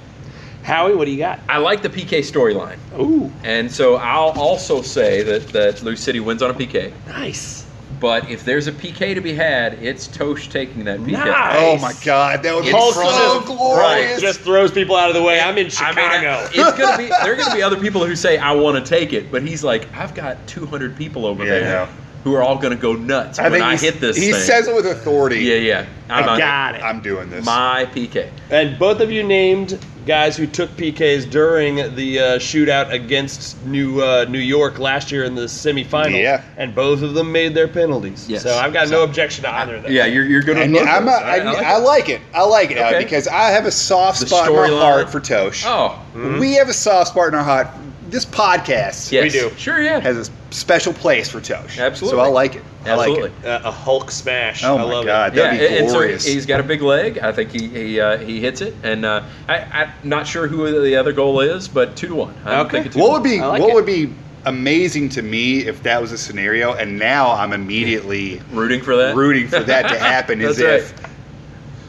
Speaker 1: Howie, what do you got?
Speaker 3: I like the PK storyline,
Speaker 1: Ooh,
Speaker 3: and so I'll also say that that Lou City wins on a PK.
Speaker 1: nice.
Speaker 3: But if there's a PK to be had, it's Tosh taking that PK.
Speaker 1: Nice.
Speaker 2: Oh my god, that would be
Speaker 1: Paul
Speaker 2: so
Speaker 1: just-
Speaker 2: glorious.
Speaker 1: Just throws people out of the way. I'm in
Speaker 3: I
Speaker 1: Chicago.
Speaker 3: mean, I- it's gonna be there are gonna be other people who say I want to take it, but he's like, I've got 200 people over
Speaker 2: Yeah,
Speaker 3: there
Speaker 2: yeah.
Speaker 3: who are all gonna go nuts
Speaker 2: I
Speaker 3: when
Speaker 2: think
Speaker 3: I
Speaker 2: he's-
Speaker 3: hit this.
Speaker 2: He
Speaker 3: thing.
Speaker 2: says it with authority.
Speaker 3: yeah, yeah. I'm
Speaker 1: I
Speaker 3: on
Speaker 1: got it.
Speaker 2: I'm doing this.
Speaker 3: My PK.
Speaker 1: And both of you named guys who took PKs during the uh, shootout against New uh, New York last year in the semifinals.
Speaker 2: Yeah.
Speaker 1: And both of them made their penalties.
Speaker 3: Yes.
Speaker 1: So I've got no objection to either of them.
Speaker 3: Yeah, you're you're good.
Speaker 2: I,
Speaker 3: on
Speaker 2: kn-
Speaker 3: both
Speaker 2: I'm a,
Speaker 3: those.
Speaker 2: I, kn- I
Speaker 3: I like it.
Speaker 2: like it. I like it Al,
Speaker 3: Okay.
Speaker 2: because I have a soft
Speaker 3: The
Speaker 2: spot in my
Speaker 3: storyline.
Speaker 2: heart for Tosh.
Speaker 3: Oh,
Speaker 1: Mm-hmm.
Speaker 2: We have a soft spot in our heart. This podcast
Speaker 3: yes.
Speaker 1: do.
Speaker 3: Sure, yeah.
Speaker 2: has a s- special place for Tosh.
Speaker 3: Absolutely.
Speaker 2: So I like it. I
Speaker 3: Absolutely.
Speaker 2: like it.
Speaker 1: Uh, a Hulk smash.
Speaker 2: Oh
Speaker 1: I
Speaker 2: my
Speaker 1: love
Speaker 2: God.
Speaker 1: it.
Speaker 2: That'd be
Speaker 3: and- and so
Speaker 2: glorious.
Speaker 3: he's got a big leg. I think he he, uh, he hits it, and uh, I, I'm not sure who the other goal is, but two to one. I'm
Speaker 1: Okay.
Speaker 3: thinking two to
Speaker 2: What
Speaker 3: one.
Speaker 2: would be
Speaker 1: I like
Speaker 2: what
Speaker 1: it.
Speaker 2: would be amazing to me if that was a scenario, and now I'm immediately
Speaker 3: rooting for that?
Speaker 2: rooting for that to happen is
Speaker 3: That's
Speaker 2: if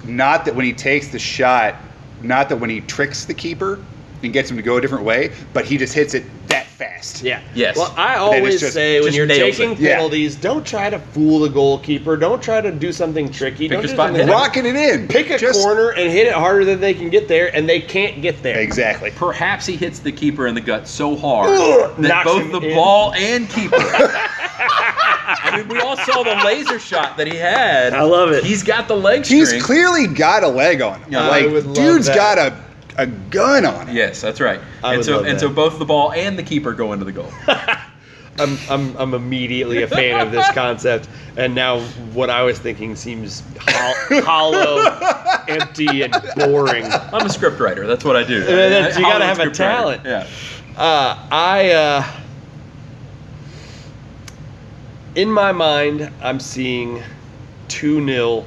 Speaker 2: not that when he takes the shot, not that when he tricks the keeper and gets him to go a different way, but he just hits it that fast.
Speaker 1: Yeah.
Speaker 3: Yes.
Speaker 1: Well, I
Speaker 2: But then it's
Speaker 1: always
Speaker 2: just-
Speaker 1: say when
Speaker 3: just
Speaker 1: you're
Speaker 3: nails
Speaker 1: taking
Speaker 3: it.
Speaker 2: Yeah.
Speaker 1: penalties, don't try to fool the goalkeeper. Don't try to do something tricky.
Speaker 3: Pick
Speaker 1: don't
Speaker 3: your
Speaker 1: do
Speaker 3: spot
Speaker 1: something
Speaker 3: and hit it.
Speaker 2: Rocking it in.
Speaker 1: Pick a
Speaker 2: Just-
Speaker 1: corner and hit it harder than they can get there, and they can't get there.
Speaker 2: Exactly.
Speaker 3: Perhaps he hits the keeper in the gut so hard
Speaker 1: Ugh,
Speaker 3: that
Speaker 1: knocks
Speaker 3: both
Speaker 1: him
Speaker 3: the
Speaker 1: in.
Speaker 3: ball and keeper. I mean, we all saw the laser shot that he had.
Speaker 1: I love it.
Speaker 3: He's got the leg
Speaker 2: He's
Speaker 3: strength.
Speaker 2: clearly got a leg on him.
Speaker 3: Yeah, I
Speaker 2: like
Speaker 1: would love
Speaker 2: dude's
Speaker 1: that.
Speaker 2: got a a gun on him.
Speaker 3: Yes, that's right.
Speaker 1: I
Speaker 3: and
Speaker 1: would
Speaker 3: so
Speaker 1: love
Speaker 3: and
Speaker 1: that.
Speaker 3: so both the ball and the keeper go into the goal.
Speaker 1: I'm, I'm, I'm immediately a fan of this concept, and now what I was thinking seems hol- hollow, empty, and boring. Uh,
Speaker 3: I'm a script writer. That's what I do. Uh,
Speaker 1: that's- you gotta
Speaker 3: Hollywood
Speaker 1: have a
Speaker 3: script writer.
Speaker 1: talent.
Speaker 3: Yeah.
Speaker 1: I, uh, in my mind, I'm seeing 2 0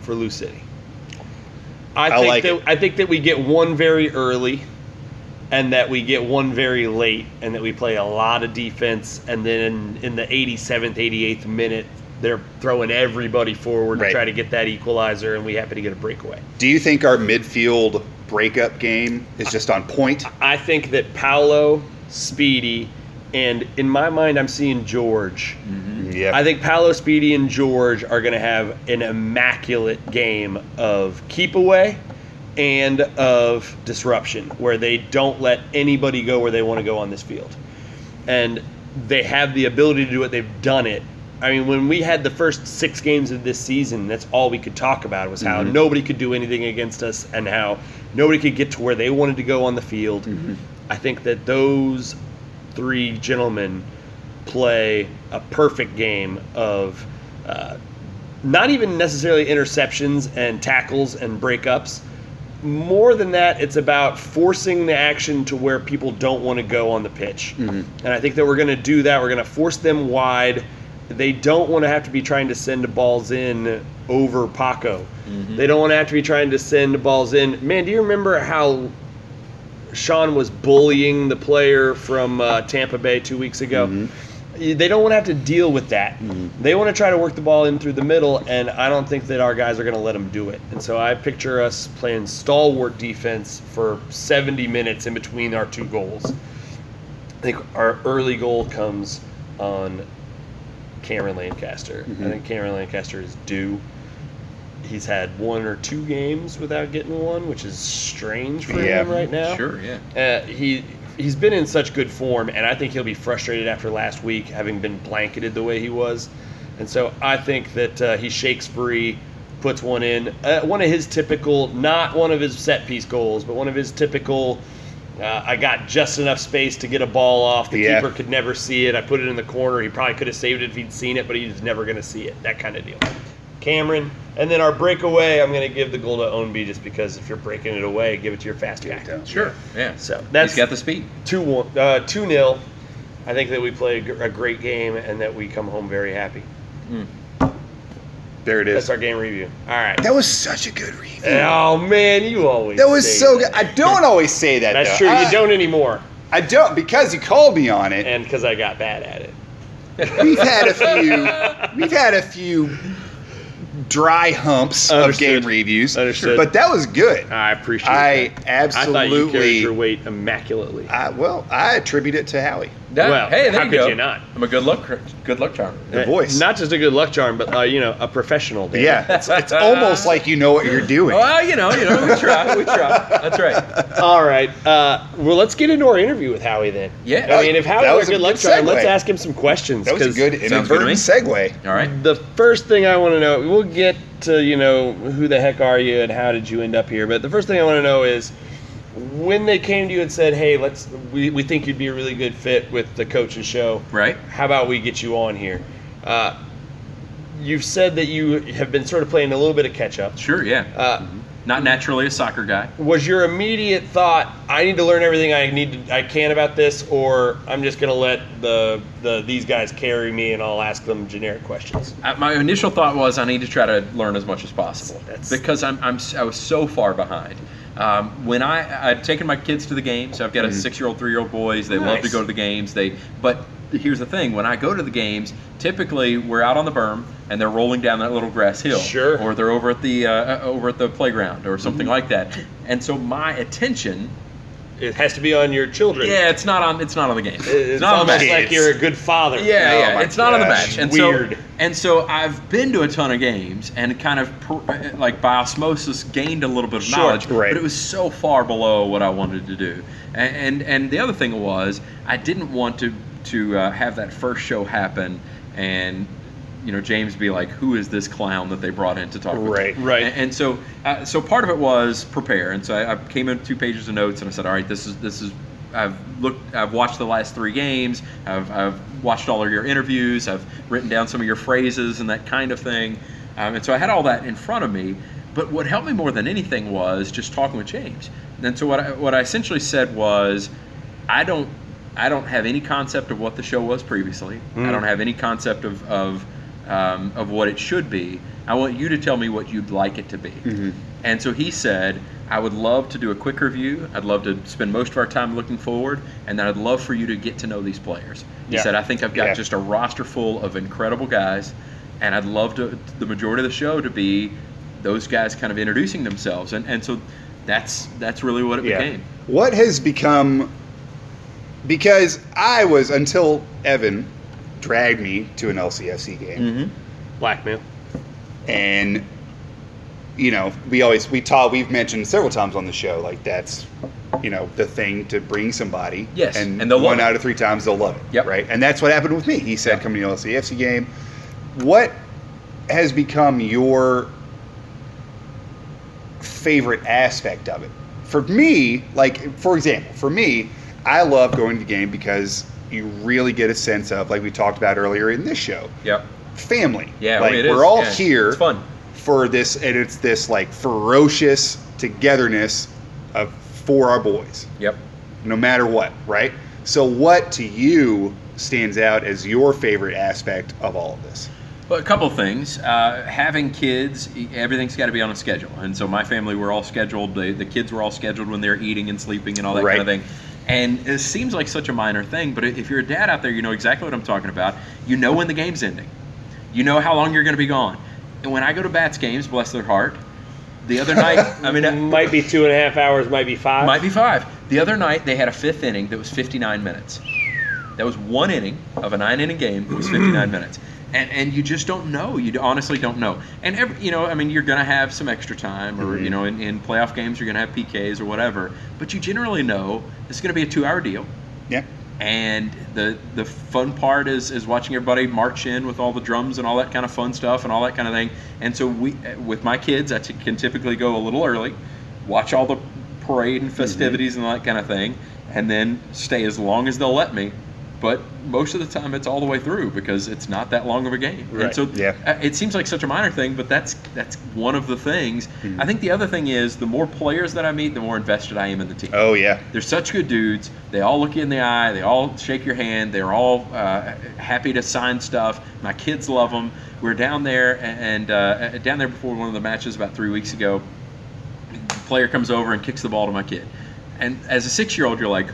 Speaker 1: for Lou City. I
Speaker 2: I
Speaker 1: think
Speaker 2: like
Speaker 1: that
Speaker 2: it.
Speaker 1: I think that we get one very early, and that we get one very late, and that we play a lot of defense, and then in, in the 87th, 88th minute, they're throwing everybody forward
Speaker 2: Right.
Speaker 1: to try to get that equalizer, and we happen to get a breakaway.
Speaker 2: Do you think our midfield breakup game is just on point?
Speaker 1: I think that Paolo, Speedy, and in my mind, I'm seeing George.
Speaker 3: Mm-hmm.
Speaker 2: Yeah.
Speaker 1: I think Paolo, Speedy, and George are going to have an immaculate game of keep away and of disruption, where they don't let anybody go where they want to go on this field. And they have the ability to do it. They've done it. I mean, when we had the first six games of this season, that's all we could talk about was how nobody could do anything against us and how nobody could get to where they wanted to go on the field. I think that those three gentlemen play a perfect game of uh, not even necessarily interceptions and tackles and breakups. More than that, it's about forcing the action to where people don't want to go on the pitch. And I think that we're going to do that. We're going to force them wide. They don't want to have to be trying to send balls in over Paco. They don't want to have to be trying to send balls in. Man, do you remember how Sean was bullying the player from uh, Tampa Bay two weeks ago. Y- They don't want to have to deal with that. They want to try to work the ball in through the middle, and I don't think that our guys are going to let them do it. And so I picture us playing stalwart defense for 70 minutes in between our two goals. I think our early goal comes on Cameron Lancaster. I think Cameron Lancaster is due. He's had one or two games without getting one, which is strange for
Speaker 2: Yeah.
Speaker 1: him right now.
Speaker 3: Sure, yeah.
Speaker 1: Uh, he he's been in such good form, and I think he'll be frustrated after last week, having been blanketed the way he was. And so I think that uh, he shakes free, puts one in, uh, one of his typical, not one of his set piece goals, but one of his typical. Uh, I got just enough space to get a ball off. The
Speaker 2: Yeah.
Speaker 1: keeper could never see it. I put it in the corner. He probably could have saved it if he'd seen it, but he's never going to see it. That kind of deal. Cameron. And then our breakaway, I'm going to give the goal to Ownby just because if you're breaking it away, give it to your fast guy.
Speaker 3: Sure, yeah.
Speaker 1: So that's
Speaker 3: He's got the speed.
Speaker 1: two one uh, two nil. I think that we play a gr- a great game and that we come home very happy.
Speaker 2: There it is.
Speaker 1: That's our game review. All right.
Speaker 2: that was such a good review.
Speaker 1: Oh man, you always.
Speaker 2: That was
Speaker 1: say
Speaker 2: so
Speaker 1: that.
Speaker 2: good. I don't Uh, always say that.
Speaker 1: That's
Speaker 2: though.
Speaker 1: true.
Speaker 2: I,
Speaker 1: you don't anymore,
Speaker 2: I don't because you called me on it.
Speaker 1: and because I got bad at it.
Speaker 2: we've had a few we've had a few dry humps
Speaker 1: Understood.
Speaker 2: of game reviews
Speaker 1: Understood.
Speaker 2: but that was good
Speaker 1: I appreciate.
Speaker 2: i
Speaker 1: I thought you carried your
Speaker 2: absolutely
Speaker 1: weight immaculately.
Speaker 2: I, well i attribute it to howie
Speaker 3: That,
Speaker 1: Well,
Speaker 3: hey, there
Speaker 1: how
Speaker 3: you
Speaker 1: could
Speaker 3: go.
Speaker 1: you not?
Speaker 3: I'm a good luck, good luck charmer.
Speaker 2: the voice.
Speaker 1: Not just a good luck charm, but uh, you know, a professional.
Speaker 2: But
Speaker 1: Dan.
Speaker 2: yeah it's, it's almost like you know what you're doing
Speaker 3: Well, you know, you know, we try, we try. That's right.
Speaker 1: All right. Uh, well, let's get into our interview with Howie then.
Speaker 3: Yeah.
Speaker 1: I mean, if
Speaker 2: That
Speaker 1: Howie's
Speaker 2: was
Speaker 1: a
Speaker 2: a
Speaker 1: good luck
Speaker 2: good
Speaker 1: charm, let's
Speaker 2: segue.
Speaker 1: ask him some questions.
Speaker 2: that was a
Speaker 1: 'cause-
Speaker 2: good
Speaker 3: Sounds good to
Speaker 2: inadvertent segue
Speaker 3: All right.
Speaker 1: The first thing I want to know, we'll get to you know who the heck are you and how did you end up here, but the first thing I want to know is when they came to you and said, "Hey, let's we, we think you'd be a really good fit with the coach's show.
Speaker 3: Right.
Speaker 1: How about we get you on here?" Uh, you've said that you have been sort of playing a little bit of catch up.
Speaker 3: Sure, Mm-hmm. yeah.
Speaker 1: Uh,
Speaker 3: Not naturally a soccer guy.
Speaker 1: was your immediate thought, "I need to learn everything I need to, I can about this," or I'm just going to let the, the these guys carry me and I'll ask them generic questions?
Speaker 3: I, my initial thought was I need to try to learn as much as possible
Speaker 1: That's-
Speaker 3: because I'm, I'm si was so far behind. Um, when I I've taken my kids to the games, I've got a six year old, three year old boys. They love
Speaker 1: Mm-hmm.
Speaker 3: to
Speaker 1: Nice.
Speaker 3: go to the games. They but here's the thing: when I go to the games, typically we're out on the berm and they're rolling down that little grass hill,
Speaker 1: Sure. Mm-hmm.
Speaker 3: or they're over at the uh, over at the playground or something like that. And so my attention,
Speaker 1: It has to be on your children.
Speaker 3: yeah, it's not on it's not on the game.
Speaker 1: It's,
Speaker 3: on the
Speaker 1: almost
Speaker 3: match.
Speaker 1: like you're a good father.
Speaker 3: Yeah,
Speaker 2: Oh
Speaker 3: yeah.
Speaker 2: my
Speaker 3: It's not on the
Speaker 2: gosh,
Speaker 3: match. And
Speaker 1: weird.
Speaker 3: so and so I've been to a ton of games and kind of per, like by osmosis gained a little bit of
Speaker 1: Sure,
Speaker 3: knowledge,
Speaker 2: right.
Speaker 3: but it was so far below what I wanted to do. And and, and the other thing was I didn't want to to uh, have that first show happen and you know James be like who is this clown that they brought in to talk with
Speaker 2: Right.
Speaker 1: Right.
Speaker 3: and, and so uh, so part of it was prepare and so I, I came in with two pages of notes and i said all right this is this is i've looked i've watched the last three games i've, I've watched all of your interviews i've written down some of your phrases and that kind of thing um, and so i had all that in front of me but what helped me more than anything was just talking with james and so what i, what I essentially said was i don't I don't have any concept of what the show was previously. I don't have any concept of, of um, of what it should be. I want you to tell me what you'd like it to be.
Speaker 2: Hmm. Mm-hmm.
Speaker 3: And so he said, I would love to do a quick review. I'd love to spend most of our time looking forward, and then I'd love for you to get to know these players. He
Speaker 1: Yeah.
Speaker 3: said, I think I've got
Speaker 2: Yeah.
Speaker 3: just a roster full of incredible guys, and I'd love to the majority of the show to be those guys kind of introducing themselves. And and so that's that's really what it became.
Speaker 2: What has become because I was until Evan dragged me to an LCFC game
Speaker 3: Mm-hmm.
Speaker 1: Blackmail.
Speaker 2: and you know, we always we taught we've mentioned several times on the show like that's you know the thing to bring somebody.
Speaker 3: Yes,
Speaker 2: and,
Speaker 3: and they'll
Speaker 2: one
Speaker 3: love it.
Speaker 2: out of three times they'll love it.
Speaker 3: Yep.
Speaker 2: right. And that's what happened with me. He said, "Come to the LCFC game." what has become your favorite aspect of it? For me, like for example, for me, I love going to the game because you really get a sense of, like we talked about earlier in this show,
Speaker 3: Yep.
Speaker 2: family.
Speaker 3: Yeah.
Speaker 2: like
Speaker 3: it
Speaker 2: we're
Speaker 3: is.
Speaker 2: all
Speaker 3: Yeah.
Speaker 2: here
Speaker 3: It's fun.
Speaker 2: for this, and it's this like ferocious togetherness of for our boys,
Speaker 3: Yep.
Speaker 2: no matter what, right? So, what to you stands out as your favorite aspect of all of this?
Speaker 3: Well, a couple things. Uh, having kids, e- everything's got to be on a schedule. And so my family, we're all scheduled. The, the kids were all scheduled when they're eating and sleeping and all that kind of
Speaker 2: Right.
Speaker 3: thing. And it seems like such a minor thing, but if you're a dad out there, you know exactly what I'm talking about. You know when the game's ending, you know how long you're going to be gone. And when I go to Bats games, bless their heart, the other night, I mean, uh, I-
Speaker 1: might be two and a half hours, might be five.
Speaker 3: might be five. The other night they had a fifth inning that was 59 minutes. That was one inning of a nine inning game that was 59 minutes. And, and you just don't know. You honestly don't know. And every, you know, I mean, you're gonna have some extra time, or you know, in, in playoff games you're gonna have PKs or whatever. But you generally know it's gonna be a two hour deal.
Speaker 2: Yeah.
Speaker 3: And the the fun part is is watching everybody march in with all the drums and all that kind of fun stuff and all that kind of thing. And so we, with my kids, I t- can typically go a little early, watch all the parade and festivities and all that kind of thing, and then stay as long as they'll let me. But most of the time, it's all the way through because it's not that long of a game. And
Speaker 1: Right,
Speaker 3: so
Speaker 2: yeah.
Speaker 3: uh, it seems like such a minor thing, but that's that's one of the things. I think the other thing is the more players that I meet, the more invested I am in the team.
Speaker 2: Oh, yeah.
Speaker 3: They're such good dudes. They all look you in the eye. They all shake your hand. They're all uh, happy to sign stuff. My kids love them. We're down there and uh, down there before one of the matches about three weeks ago. The player comes over and kicks the ball to my kid, and as a six-year-old, you're like,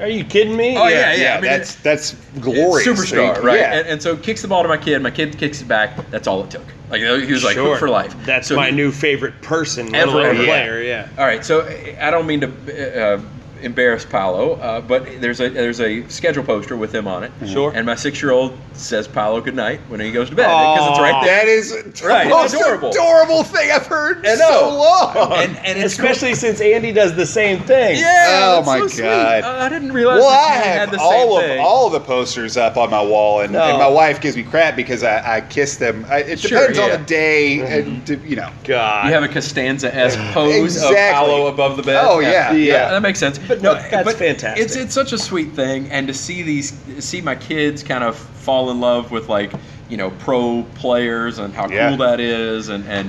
Speaker 1: Are you kidding me?
Speaker 3: Oh, yeah, yeah, I mean,
Speaker 2: that's that's glorious.
Speaker 3: It's Superstar,
Speaker 2: So,
Speaker 3: right?
Speaker 2: yeah.
Speaker 3: And, and so kicks the ball to my kid. My kid kicks it back. That's all it took. Like he was like
Speaker 1: Sure.
Speaker 3: hooked for life.
Speaker 1: That's
Speaker 3: So
Speaker 1: my
Speaker 3: he-
Speaker 1: new favorite person, let
Speaker 3: Ever,
Speaker 1: alone
Speaker 2: yeah.
Speaker 1: player. Yeah.
Speaker 3: All right, so uh, I don't mean to uh, embarrass Paolo, uh, but there's a there's a schedule poster with him on it.
Speaker 2: Mm-hmm.
Speaker 1: Sure.
Speaker 3: And my six year old says Paolo good night when he goes to bed because it's right there.
Speaker 2: That is
Speaker 3: Right,
Speaker 2: the most
Speaker 3: adorable.
Speaker 2: adorable. thing I've heard
Speaker 3: I
Speaker 2: in
Speaker 3: know.
Speaker 2: so long.
Speaker 3: And, and it's
Speaker 1: Especially since Andy does the same thing.
Speaker 3: yeah.
Speaker 2: Oh
Speaker 3: that's so
Speaker 2: my
Speaker 3: sweet.
Speaker 2: God.
Speaker 3: Uh, I didn't realize
Speaker 2: well, I
Speaker 3: that you had
Speaker 2: have
Speaker 3: the
Speaker 2: all
Speaker 3: same
Speaker 2: of
Speaker 3: thing.
Speaker 2: all the posters up on my wall, and,
Speaker 1: No.
Speaker 2: and my wife gives me crap because I, I kiss them. I, it
Speaker 3: Sure,
Speaker 2: depends
Speaker 3: yeah. Mm-hmm.
Speaker 2: on the day, and to, you know.
Speaker 1: God.
Speaker 3: You have a Costanza esque pose
Speaker 2: Exactly.
Speaker 3: of Paolo above the bed.
Speaker 2: Oh
Speaker 1: Yeah.
Speaker 2: yeah, yeah.
Speaker 3: Yeah, that makes sense. But
Speaker 1: no, that's fantastic.
Speaker 3: It's it's such a sweet thing, and to see these, see my kids kind of fall in love with like you know pro players and how
Speaker 2: Yeah.
Speaker 3: cool that is, and and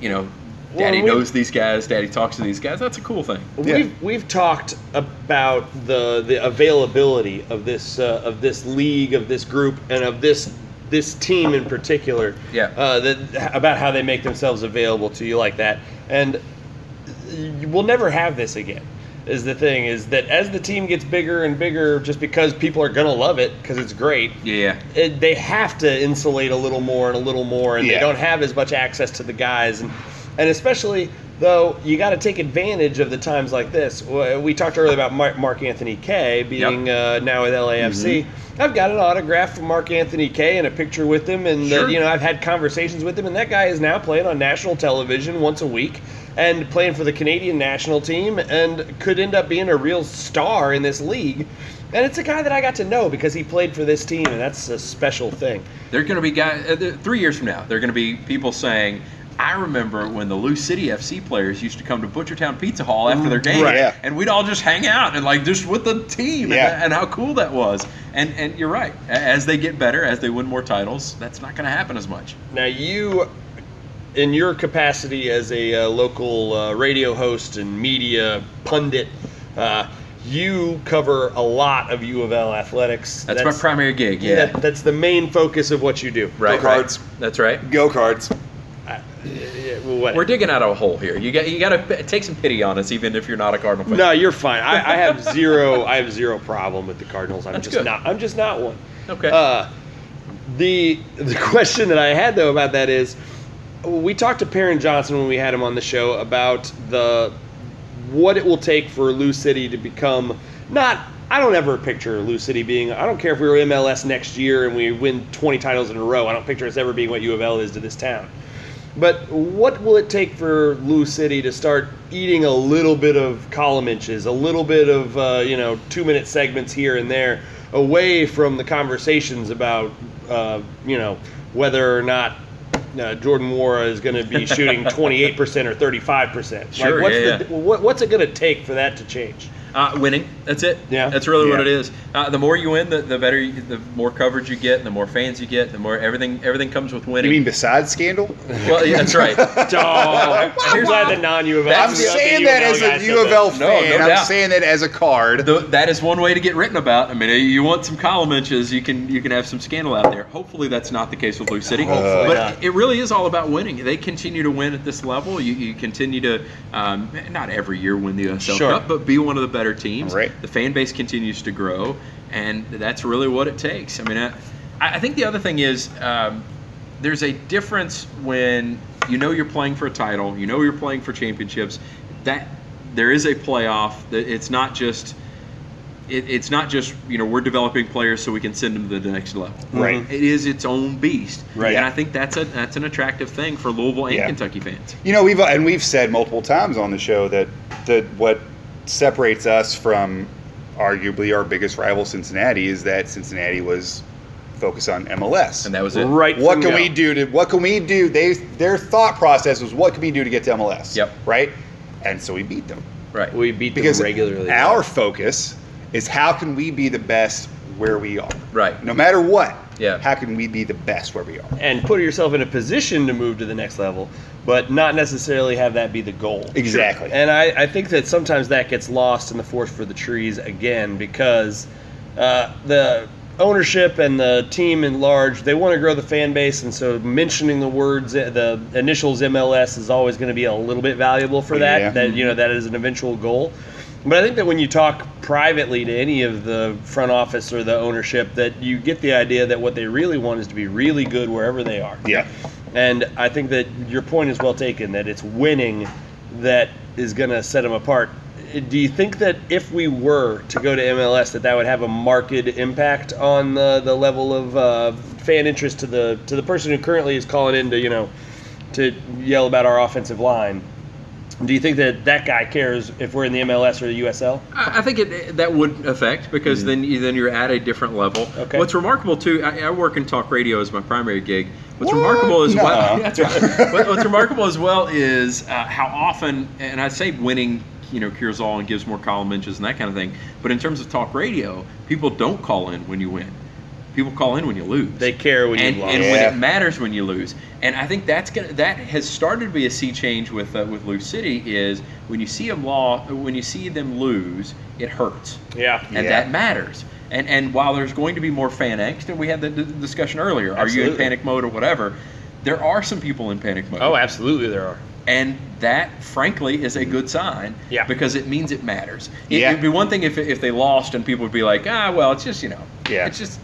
Speaker 3: you know,
Speaker 1: Well,
Speaker 3: daddy
Speaker 1: we-
Speaker 3: knows these guys, daddy talks to these guys. That's a cool thing.
Speaker 2: Yeah.
Speaker 1: We've we've talked about the the availability of this uh, of this league of this group and of this this team in particular.
Speaker 3: Yeah.
Speaker 1: Uh, that about how they make themselves available to you like that, and we'll never have this again. Is the thing is that as the team gets bigger and bigger, just because people are gonna love it because it's great,
Speaker 3: Yeah,
Speaker 1: it, they have to insulate a little more and a little more, and they
Speaker 2: Yeah.
Speaker 1: don't have as much access to the guys, and and especially though you got to take advantage of the times like this. Wh- We talked earlier about Mar- Mark Anthony Kay being uh, now with LAFC. I've got an autograph from Mark Anthony Kay and a picture with him, and uh,
Speaker 3: Sure.
Speaker 1: you know I've had conversations with him, and that guy is now playing on national television once a week. And playing for the Canadian national team, and could end up being a real star in this league. And it's a guy that I got to know because he played for this team, and that's a special thing.
Speaker 3: they're going to be guys. Uh, th- three years from now, they're going to be people saying. I remember when the Lou City FC players used to come to Butchertown Pizza Hall after their game,
Speaker 2: Mm, Right. Yeah.
Speaker 3: and we'd all just hang out and like just with the team,
Speaker 2: Yeah.
Speaker 3: and, and how cool that was. And and you're right. A- As they get better, as they win more titles, that's not going to happen as much.
Speaker 1: Now, you, in your capacity as a uh, local uh, radio host and media pundit, uh, you cover a lot of U of L athletics.
Speaker 3: That's, my primary gig. Yeah,
Speaker 1: that- that's the main focus of what you do.
Speaker 3: right.
Speaker 2: Go Cards.
Speaker 3: right. That's right.
Speaker 2: Go cards.
Speaker 1: Yeah, well, what-
Speaker 3: We're digging out of a hole here. You got you got to take some pity on us, even if you're not a Cardinal fan.
Speaker 1: no, you're fine. I, I have zero. I have zero problem with the Cardinals. I'm
Speaker 3: That's
Speaker 1: just
Speaker 3: good.
Speaker 1: not. I'm just not one.
Speaker 3: Okay.
Speaker 1: Uh, the the question that I had though about that is, we talked to Perrin Johnson when we had him on the show about the what it will take for Lou City to become not. I don't ever picture Lou City being. I don't care if we were MLS next year and we win 20 titles in a row. I don't picture us ever being what U of L is to this town. But what will it take for Lou City to start eating a little bit of column inches, a little bit of uh, you know two minute segments here and there, away from the conversations about uh, you know, whether or not uh, Jordan Wara is going to be shooting 28% or 35%.
Speaker 3: Sure,
Speaker 1: like, what's,
Speaker 3: yeah,
Speaker 1: the, what, what's it going to take for that to change?
Speaker 3: Uh, winning. That's it.
Speaker 1: Yeah.
Speaker 3: That's really what
Speaker 2: Yeah.
Speaker 3: it is. Uh, the more you win, the, the better, you, the more coverage you get, the more fans you get, the more everything everything comes with
Speaker 2: You
Speaker 3: winning.
Speaker 2: mean besides scandal?
Speaker 3: well, yeah, that's right.
Speaker 1: Oh, I'm
Speaker 3: Here's-
Speaker 1: glad the non-U of L.
Speaker 2: I'm
Speaker 1: the
Speaker 2: saying
Speaker 1: U of
Speaker 2: that
Speaker 1: L
Speaker 2: as
Speaker 1: guy
Speaker 2: a
Speaker 1: said
Speaker 2: U of
Speaker 1: that.
Speaker 2: L
Speaker 3: No, no
Speaker 2: fan. I'm
Speaker 3: doubt.
Speaker 2: saying that as a card.
Speaker 3: Though that is one way to get written about. I mean, you want some column inches, you can you can have some scandal out there. Hopefully, that's not the case with Blue City.
Speaker 2: Hopefully
Speaker 3: but
Speaker 1: not.
Speaker 3: it really is all about winning. They continue to win at this level. You, you continue to um, not every year win the USL
Speaker 1: Sure.
Speaker 3: Cup, but be one of the better teams.
Speaker 2: Right.
Speaker 3: The fan base continues to grow, and that's really what it takes. I mean, I, I think the other thing is um, there's a difference when you know you're playing for a title, you know you're playing for championships. That there is a playoff. That it's not just it, it's not just you know we're developing players so we can send them to the next level.
Speaker 2: Right.
Speaker 3: It is its own beast.
Speaker 2: Right.
Speaker 3: And I think that's a that's an attractive thing for Louisville and
Speaker 2: Yeah.
Speaker 3: Kentucky fans.
Speaker 2: You know, we've and we've said multiple times on the show that that what separates us from arguably our biggest rival, Cincinnati, is that Cincinnati was focused on MLS.
Speaker 3: And that was it.
Speaker 1: Right.
Speaker 2: what
Speaker 1: from
Speaker 2: can
Speaker 1: go.
Speaker 2: we do to what can we do? They their thought process was what can we do to get to MLS?
Speaker 3: Yep.
Speaker 2: Right. And so we beat them
Speaker 3: Right.
Speaker 1: We beat
Speaker 2: because
Speaker 1: them regularly.
Speaker 2: our focus is how can we be the best where we are.
Speaker 3: Right.
Speaker 2: No matter what.
Speaker 3: Yeah.
Speaker 2: How can we be the best where we are?
Speaker 1: and put yourself in a position to move to the next level, but not necessarily have that be the goal.
Speaker 2: Exactly.
Speaker 1: And I, I think that sometimes that gets lost in the forest for the trees again because uh, the ownership and the team in large they want to grow the fan base, and so mentioning the words eh, the initials MLS is always going to be a little bit valuable for that.
Speaker 2: Yeah.
Speaker 1: That you know that is an eventual goal. But I think that when you talk privately to any of the front office or the ownership, that you get the idea that what they really want is to be really good wherever they are.
Speaker 2: Yeah.
Speaker 1: And I think that your point is well taken that it's winning that is going to set them apart. Do you think that if we were to go to MLS, that that would have a marked impact on the, the level of uh, fan interest to the to the person who currently is calling in to you know to yell about our offensive line? Do you think that that guy cares if we're in the MLS or the USL?
Speaker 3: I I think it, that would affect because then you, then you're at a different level.
Speaker 1: Mm-hmm. Okay.
Speaker 3: What's remarkable too, I, I work in talk radio as my primary gig. What's
Speaker 2: What?
Speaker 3: remarkable as well,
Speaker 2: Nuh-uh.
Speaker 3: that's right. what, what's remarkable as well is uh, how often, and I say winning, you know, cures all and gives more column inches and that kind of thing. But in terms of talk radio, people don't call in when you win. People call in when you lose
Speaker 1: They care when
Speaker 3: and,
Speaker 1: you lost.
Speaker 3: and when
Speaker 2: Yeah.
Speaker 3: it matters when you lose. And I think that's gonna that has started to be a sea change with uh, with Lose City is when you see them law when you see them lose, it hurts,
Speaker 1: yeah.
Speaker 3: and
Speaker 2: Yeah.
Speaker 3: that matters. And and while there's going to be more fan angst, and we had the d- discussion earlier, are you in
Speaker 1: Absolutely.
Speaker 3: panic mode or whatever? There are some people in panic mode.
Speaker 1: Oh, absolutely, there are.
Speaker 3: And that, frankly, is a good sign
Speaker 1: Yeah.
Speaker 3: because it means it matters. It,
Speaker 2: Yeah.
Speaker 3: It'd be one thing if, if they lost and people would be like, ah, well, it's just you know,
Speaker 2: Yeah.
Speaker 3: it's just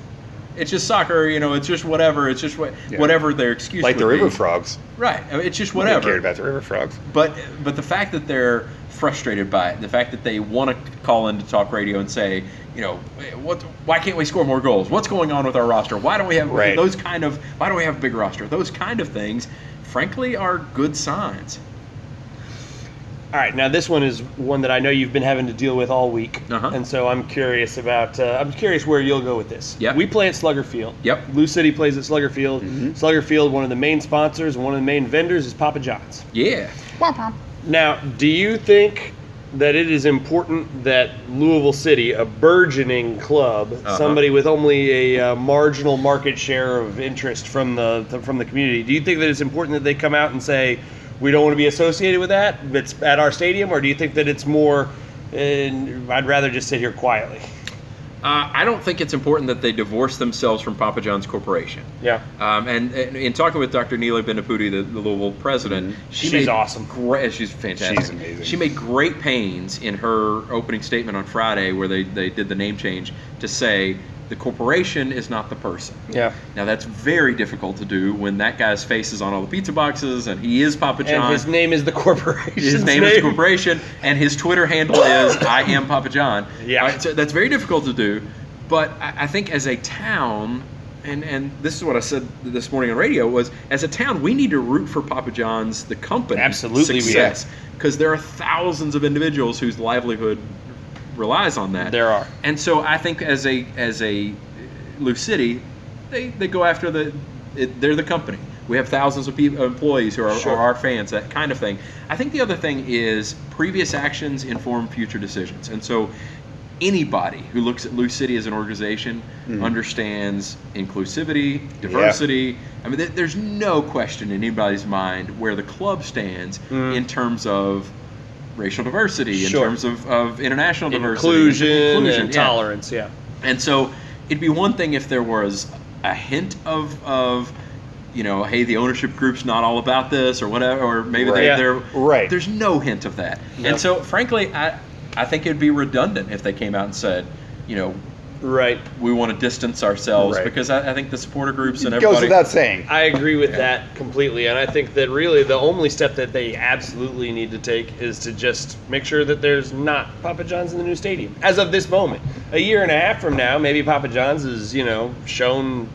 Speaker 3: it's just soccer, you know, it's just whatever, it's just what,
Speaker 2: Yeah.
Speaker 3: whatever their excuse.
Speaker 2: Like the
Speaker 3: would be.
Speaker 2: River Frogs.
Speaker 3: right? I mean, it's just
Speaker 2: Nobody
Speaker 3: whatever.
Speaker 2: cared about the River Frogs.
Speaker 3: But but the fact that they're frustrated by it, the fact that they want to call into talk radio and say, you know, what? Why can't we score more goals? What's going on with our roster? Why don't we have
Speaker 2: Right.
Speaker 3: those kind of? Why don't we have a big roster? Those kind of things, frankly, are good signs.
Speaker 1: All right, now this one is one that I know you've been having to deal with all week,
Speaker 3: Uh-huh.
Speaker 1: and so I'm curious about. Uh, I'm curious where you'll go with this.
Speaker 3: Yep.
Speaker 1: We play at Slugger Field.
Speaker 3: Yep. Mm-hmm.
Speaker 1: Lou City plays at Slugger Field. Slugger Field, one of the main sponsors, one of the main vendors is Papa John's.
Speaker 3: Yeah.
Speaker 1: Now, do you think that it is important that Louisville City, a burgeoning club,
Speaker 3: Uh-huh.
Speaker 1: somebody with only a uh, marginal market share of interest from the, the from the community, do you think that it's important that they come out and say we don't want to be associated with that? It's at our stadium, or do you think that it's more? And I'd rather just sit here quietly.
Speaker 3: Uh, I don't think it's important that they divorce themselves from Papa John's Corporation.
Speaker 1: Yeah.
Speaker 3: Um, and, and in talking with Dr. Neela Benaputi, the, the Louisville president, she
Speaker 1: She's
Speaker 3: made
Speaker 1: awesome.
Speaker 3: Great, she's fantastic.
Speaker 2: She's amazing.
Speaker 3: She made great pains in her opening statement on Friday, where they, they did the name change, to say the corporation is not the person.
Speaker 1: Yeah.
Speaker 3: Now that's very difficult to do when that guy's face is on all the pizza boxes and he is Papa
Speaker 1: And
Speaker 3: John.
Speaker 1: his name is the corporation.
Speaker 3: His name is corporation, and his Twitter handle is I am Papa John.
Speaker 1: Yeah.
Speaker 3: All right, so that's very difficult to do, but I, I think as a town, and and this is what I said this morning on radio was as a town we need to root for Papa John's the company
Speaker 1: Absolutely we
Speaker 3: success because there are thousands of individuals whose livelihood relies on that.
Speaker 1: There are.
Speaker 3: And so I think as a as a uh, Lou City, they, they go after the it, they're the company. We have thousands of people, employees who are,
Speaker 1: Sure.
Speaker 3: are our fans, that kind of thing. I think the other thing is previous actions inform future decisions, and so anybody who looks at Loose City as an organization
Speaker 1: Mm-hmm.
Speaker 3: understands inclusivity, diversity. I mean, there, there's no question in anybody's mind where the club stands in terms of racial diversity,
Speaker 1: Mm-hmm. Sure.
Speaker 3: in terms of, of international diversity,
Speaker 1: Inclusion, and
Speaker 3: yeah.
Speaker 1: tolerance, yeah.
Speaker 3: And so it'd be one thing if there was a hint of of you know, hey, the ownership group's not all about this or whatever or maybe
Speaker 1: Right. Yeah.
Speaker 3: they they're
Speaker 2: Right.
Speaker 3: There's no hint of that.
Speaker 1: No.
Speaker 3: And so frankly, I I think it'd be redundant if they came out and said, you know,
Speaker 1: Right.
Speaker 3: we want to distance ourselves
Speaker 2: Right.
Speaker 3: because I, I think the supporter groups and
Speaker 2: It goes
Speaker 3: everybody
Speaker 2: without saying.
Speaker 1: I agree with that completely, and I think that really the only step that they absolutely need to take is to just make sure that there's not Papa John's in the new stadium as of this moment. A year and a half from now, maybe Papa John's is you know shown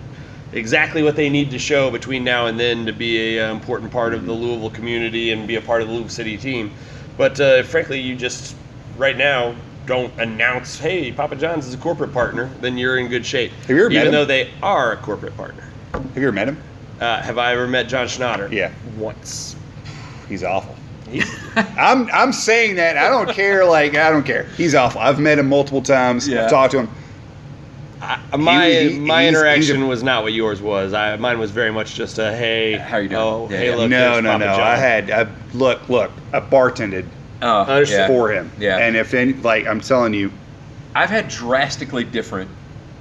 Speaker 1: exactly what they need to show between now and then to be a uh, important part of the
Speaker 2: Mm-hmm.
Speaker 1: Louisville community and be a part of the Louisville City team. But uh, frankly, you just right now don't announce, "Hey, Papa John's is a corporate partner," then you're in good shape.
Speaker 2: you ever met
Speaker 1: even
Speaker 2: him?
Speaker 1: though they are a corporate partner.
Speaker 2: Have you ever met him?
Speaker 1: Uh, have I ever met John Schnatter?
Speaker 2: Yeah.
Speaker 1: Once.
Speaker 2: He's awful.
Speaker 1: He's,
Speaker 2: I'm I'm saying that. I don't care. Like I don't care. He's awful. I've met him multiple times.
Speaker 3: Yeah.
Speaker 2: I've talked to him.
Speaker 1: my
Speaker 2: he-
Speaker 1: my
Speaker 2: he's-
Speaker 1: interaction
Speaker 2: he's a-
Speaker 1: was not what yours was. I, mine was very much just a hey.
Speaker 3: How you doing?
Speaker 1: Oh,
Speaker 3: Yeah,
Speaker 1: hey,
Speaker 3: yeah.
Speaker 1: look.
Speaker 2: no,
Speaker 1: there's
Speaker 2: no,
Speaker 1: Papa
Speaker 2: no.
Speaker 1: John.
Speaker 2: I had I, look, look. I bartended
Speaker 3: Uh,
Speaker 1: Understood.
Speaker 3: yeah.
Speaker 2: for him.
Speaker 3: Yeah.
Speaker 2: And if any, like I'm telling you,
Speaker 3: I've had drastically different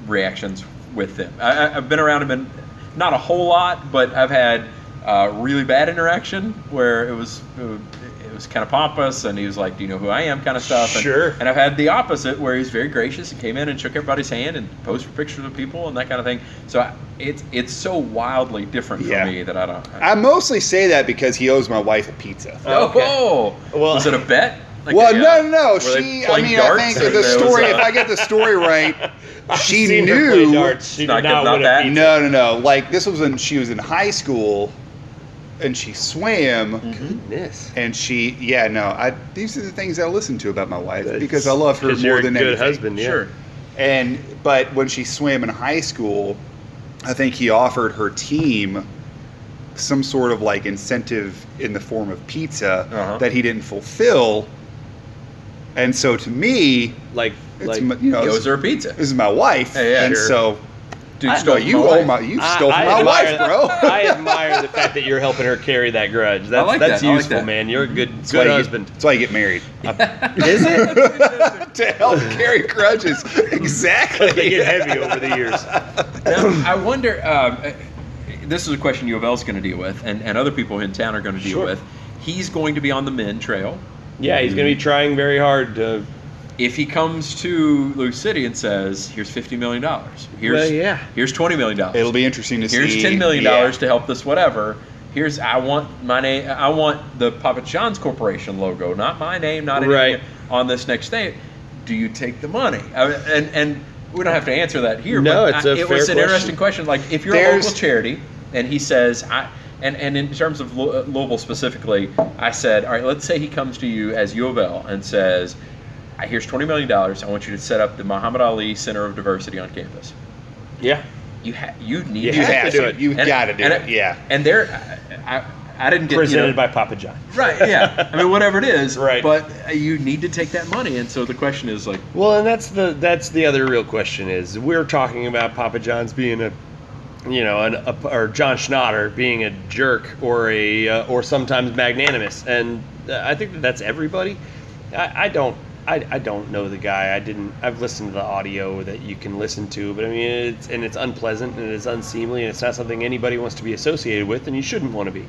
Speaker 3: reactions with them. I, I- I've been around them, in, not a whole lot, but I've had uh, really bad interaction where it was it was kind of pompous, and he was like, "Do you know who I am?" kind of stuff. And,
Speaker 1: Sure.
Speaker 3: And I've had the opposite where he's very gracious and came in and shook everybody's hand and posed for pictures of people and that kind of thing. So I, it's it's so wildly different
Speaker 2: Yeah.
Speaker 3: for me that I don't. I,
Speaker 2: I mostly say that because he owes my wife a pizza.
Speaker 3: oh,
Speaker 1: okay. Well-
Speaker 3: well, was it a bet? Like
Speaker 2: well,
Speaker 3: a, uh,
Speaker 2: no, no, no.
Speaker 3: were they
Speaker 2: She. I
Speaker 3: playing
Speaker 2: mean, I
Speaker 3: darts
Speaker 2: think
Speaker 3: or
Speaker 2: the
Speaker 3: there was
Speaker 2: story.
Speaker 3: a-
Speaker 2: if I get the story right, she
Speaker 1: uh, Seen her play
Speaker 2: knew.
Speaker 1: darts. She did not,
Speaker 3: Not good about
Speaker 1: win a
Speaker 3: that.
Speaker 1: pizza.
Speaker 2: No, no, no. Like this was when she was in high school, and she swam.
Speaker 3: Mm-hmm.
Speaker 1: Goodness.
Speaker 2: And she, yeah, no. I these are the things I listen to about my wife
Speaker 1: That's-
Speaker 2: because I love her
Speaker 1: 'cause you're
Speaker 2: more
Speaker 1: a
Speaker 2: than
Speaker 1: good
Speaker 2: anything.
Speaker 1: husband. Yeah.
Speaker 3: Sure.
Speaker 2: And but when she swam in high school, I think he offered her team some sort of like incentive in the form of pizza
Speaker 3: Uh-huh.
Speaker 2: that he didn't fulfill. And so to me,
Speaker 1: Like
Speaker 2: it's
Speaker 1: like
Speaker 2: my, you know,
Speaker 3: He owes
Speaker 2: this,
Speaker 3: her a pizza.
Speaker 2: is my wife,
Speaker 3: Yeah, yeah,
Speaker 2: and
Speaker 1: sure.
Speaker 2: so
Speaker 3: Dude,
Speaker 2: I-
Speaker 3: stole
Speaker 2: no, you
Speaker 3: my
Speaker 2: owe
Speaker 3: wife.
Speaker 2: my you
Speaker 1: I-
Speaker 2: stole
Speaker 1: I
Speaker 2: from my
Speaker 1: admire-
Speaker 2: wife, bro.
Speaker 1: I admire the fact that you're helping her carry that grudge. That's
Speaker 3: like
Speaker 1: that's
Speaker 3: that. I like
Speaker 1: useful,
Speaker 3: that.
Speaker 1: man. You're a good
Speaker 2: That's why
Speaker 1: good
Speaker 2: you-
Speaker 1: husband.
Speaker 2: That's why you get married.
Speaker 1: Is it?
Speaker 2: to help carry grudges. Exactly.
Speaker 1: they get heavy over the years.
Speaker 3: Now, I wonder. Um, uh, this is a question U of L's going to deal with, and, and other people in town are going to deal
Speaker 1: Sure.
Speaker 3: with. He's going to be on the men trail.
Speaker 1: Yeah, he's
Speaker 3: Mm.
Speaker 1: going to be trying very hard to.
Speaker 3: If he comes to Lou City and says, "Here's fifty million dollars. Here's
Speaker 1: Well, yeah.
Speaker 3: here's twenty million dollars.
Speaker 2: It'll be interesting to
Speaker 3: here's
Speaker 2: see.
Speaker 3: ten million
Speaker 2: Yeah.
Speaker 3: dollars to help this whatever." Here's I want my name. I want the Papa John's Corporation logo, not my name, not anything
Speaker 1: Right.
Speaker 3: on this next day. Do you take the money? I mean, and and we don't have to answer that here.
Speaker 1: No,
Speaker 3: but
Speaker 1: it's
Speaker 3: I-
Speaker 1: a
Speaker 3: it
Speaker 1: fair
Speaker 3: was an
Speaker 1: question.
Speaker 3: interesting question. Like if you're
Speaker 2: There's-
Speaker 3: a local charity, and he says, I, and and in terms of Lou- Louisville specifically, I said, all right, let's say he comes to you as U of L and says, "I- here's twenty million dollars. I want you to set up the Muhammad Ali Center of Diversity on campus.
Speaker 1: Yeah.
Speaker 3: You ha- you need
Speaker 1: You
Speaker 2: You
Speaker 1: have
Speaker 2: have
Speaker 1: to do
Speaker 2: to.
Speaker 1: it.
Speaker 2: You
Speaker 3: and-
Speaker 2: got to do
Speaker 3: and
Speaker 2: it. Yeah.
Speaker 3: And there, I, I, I didn't get
Speaker 1: Presented
Speaker 3: you know,
Speaker 1: by Papa John.
Speaker 3: right. Yeah, I mean whatever it is.
Speaker 1: Right.
Speaker 3: But uh, you need to take that money, and so the question is like,
Speaker 1: Well, and that's the that's the other real question is we're talking about Papa John's being a you know an a, or John Schnatter being a jerk or a uh, or sometimes magnanimous and uh, I think that that's everybody. I, I don't I, I don't know the guy. I didn't I've listened to the audio that you can listen to, but I mean it's and it's unpleasant and it's unseemly and it's not something anybody wants to be associated with and you shouldn't want to be.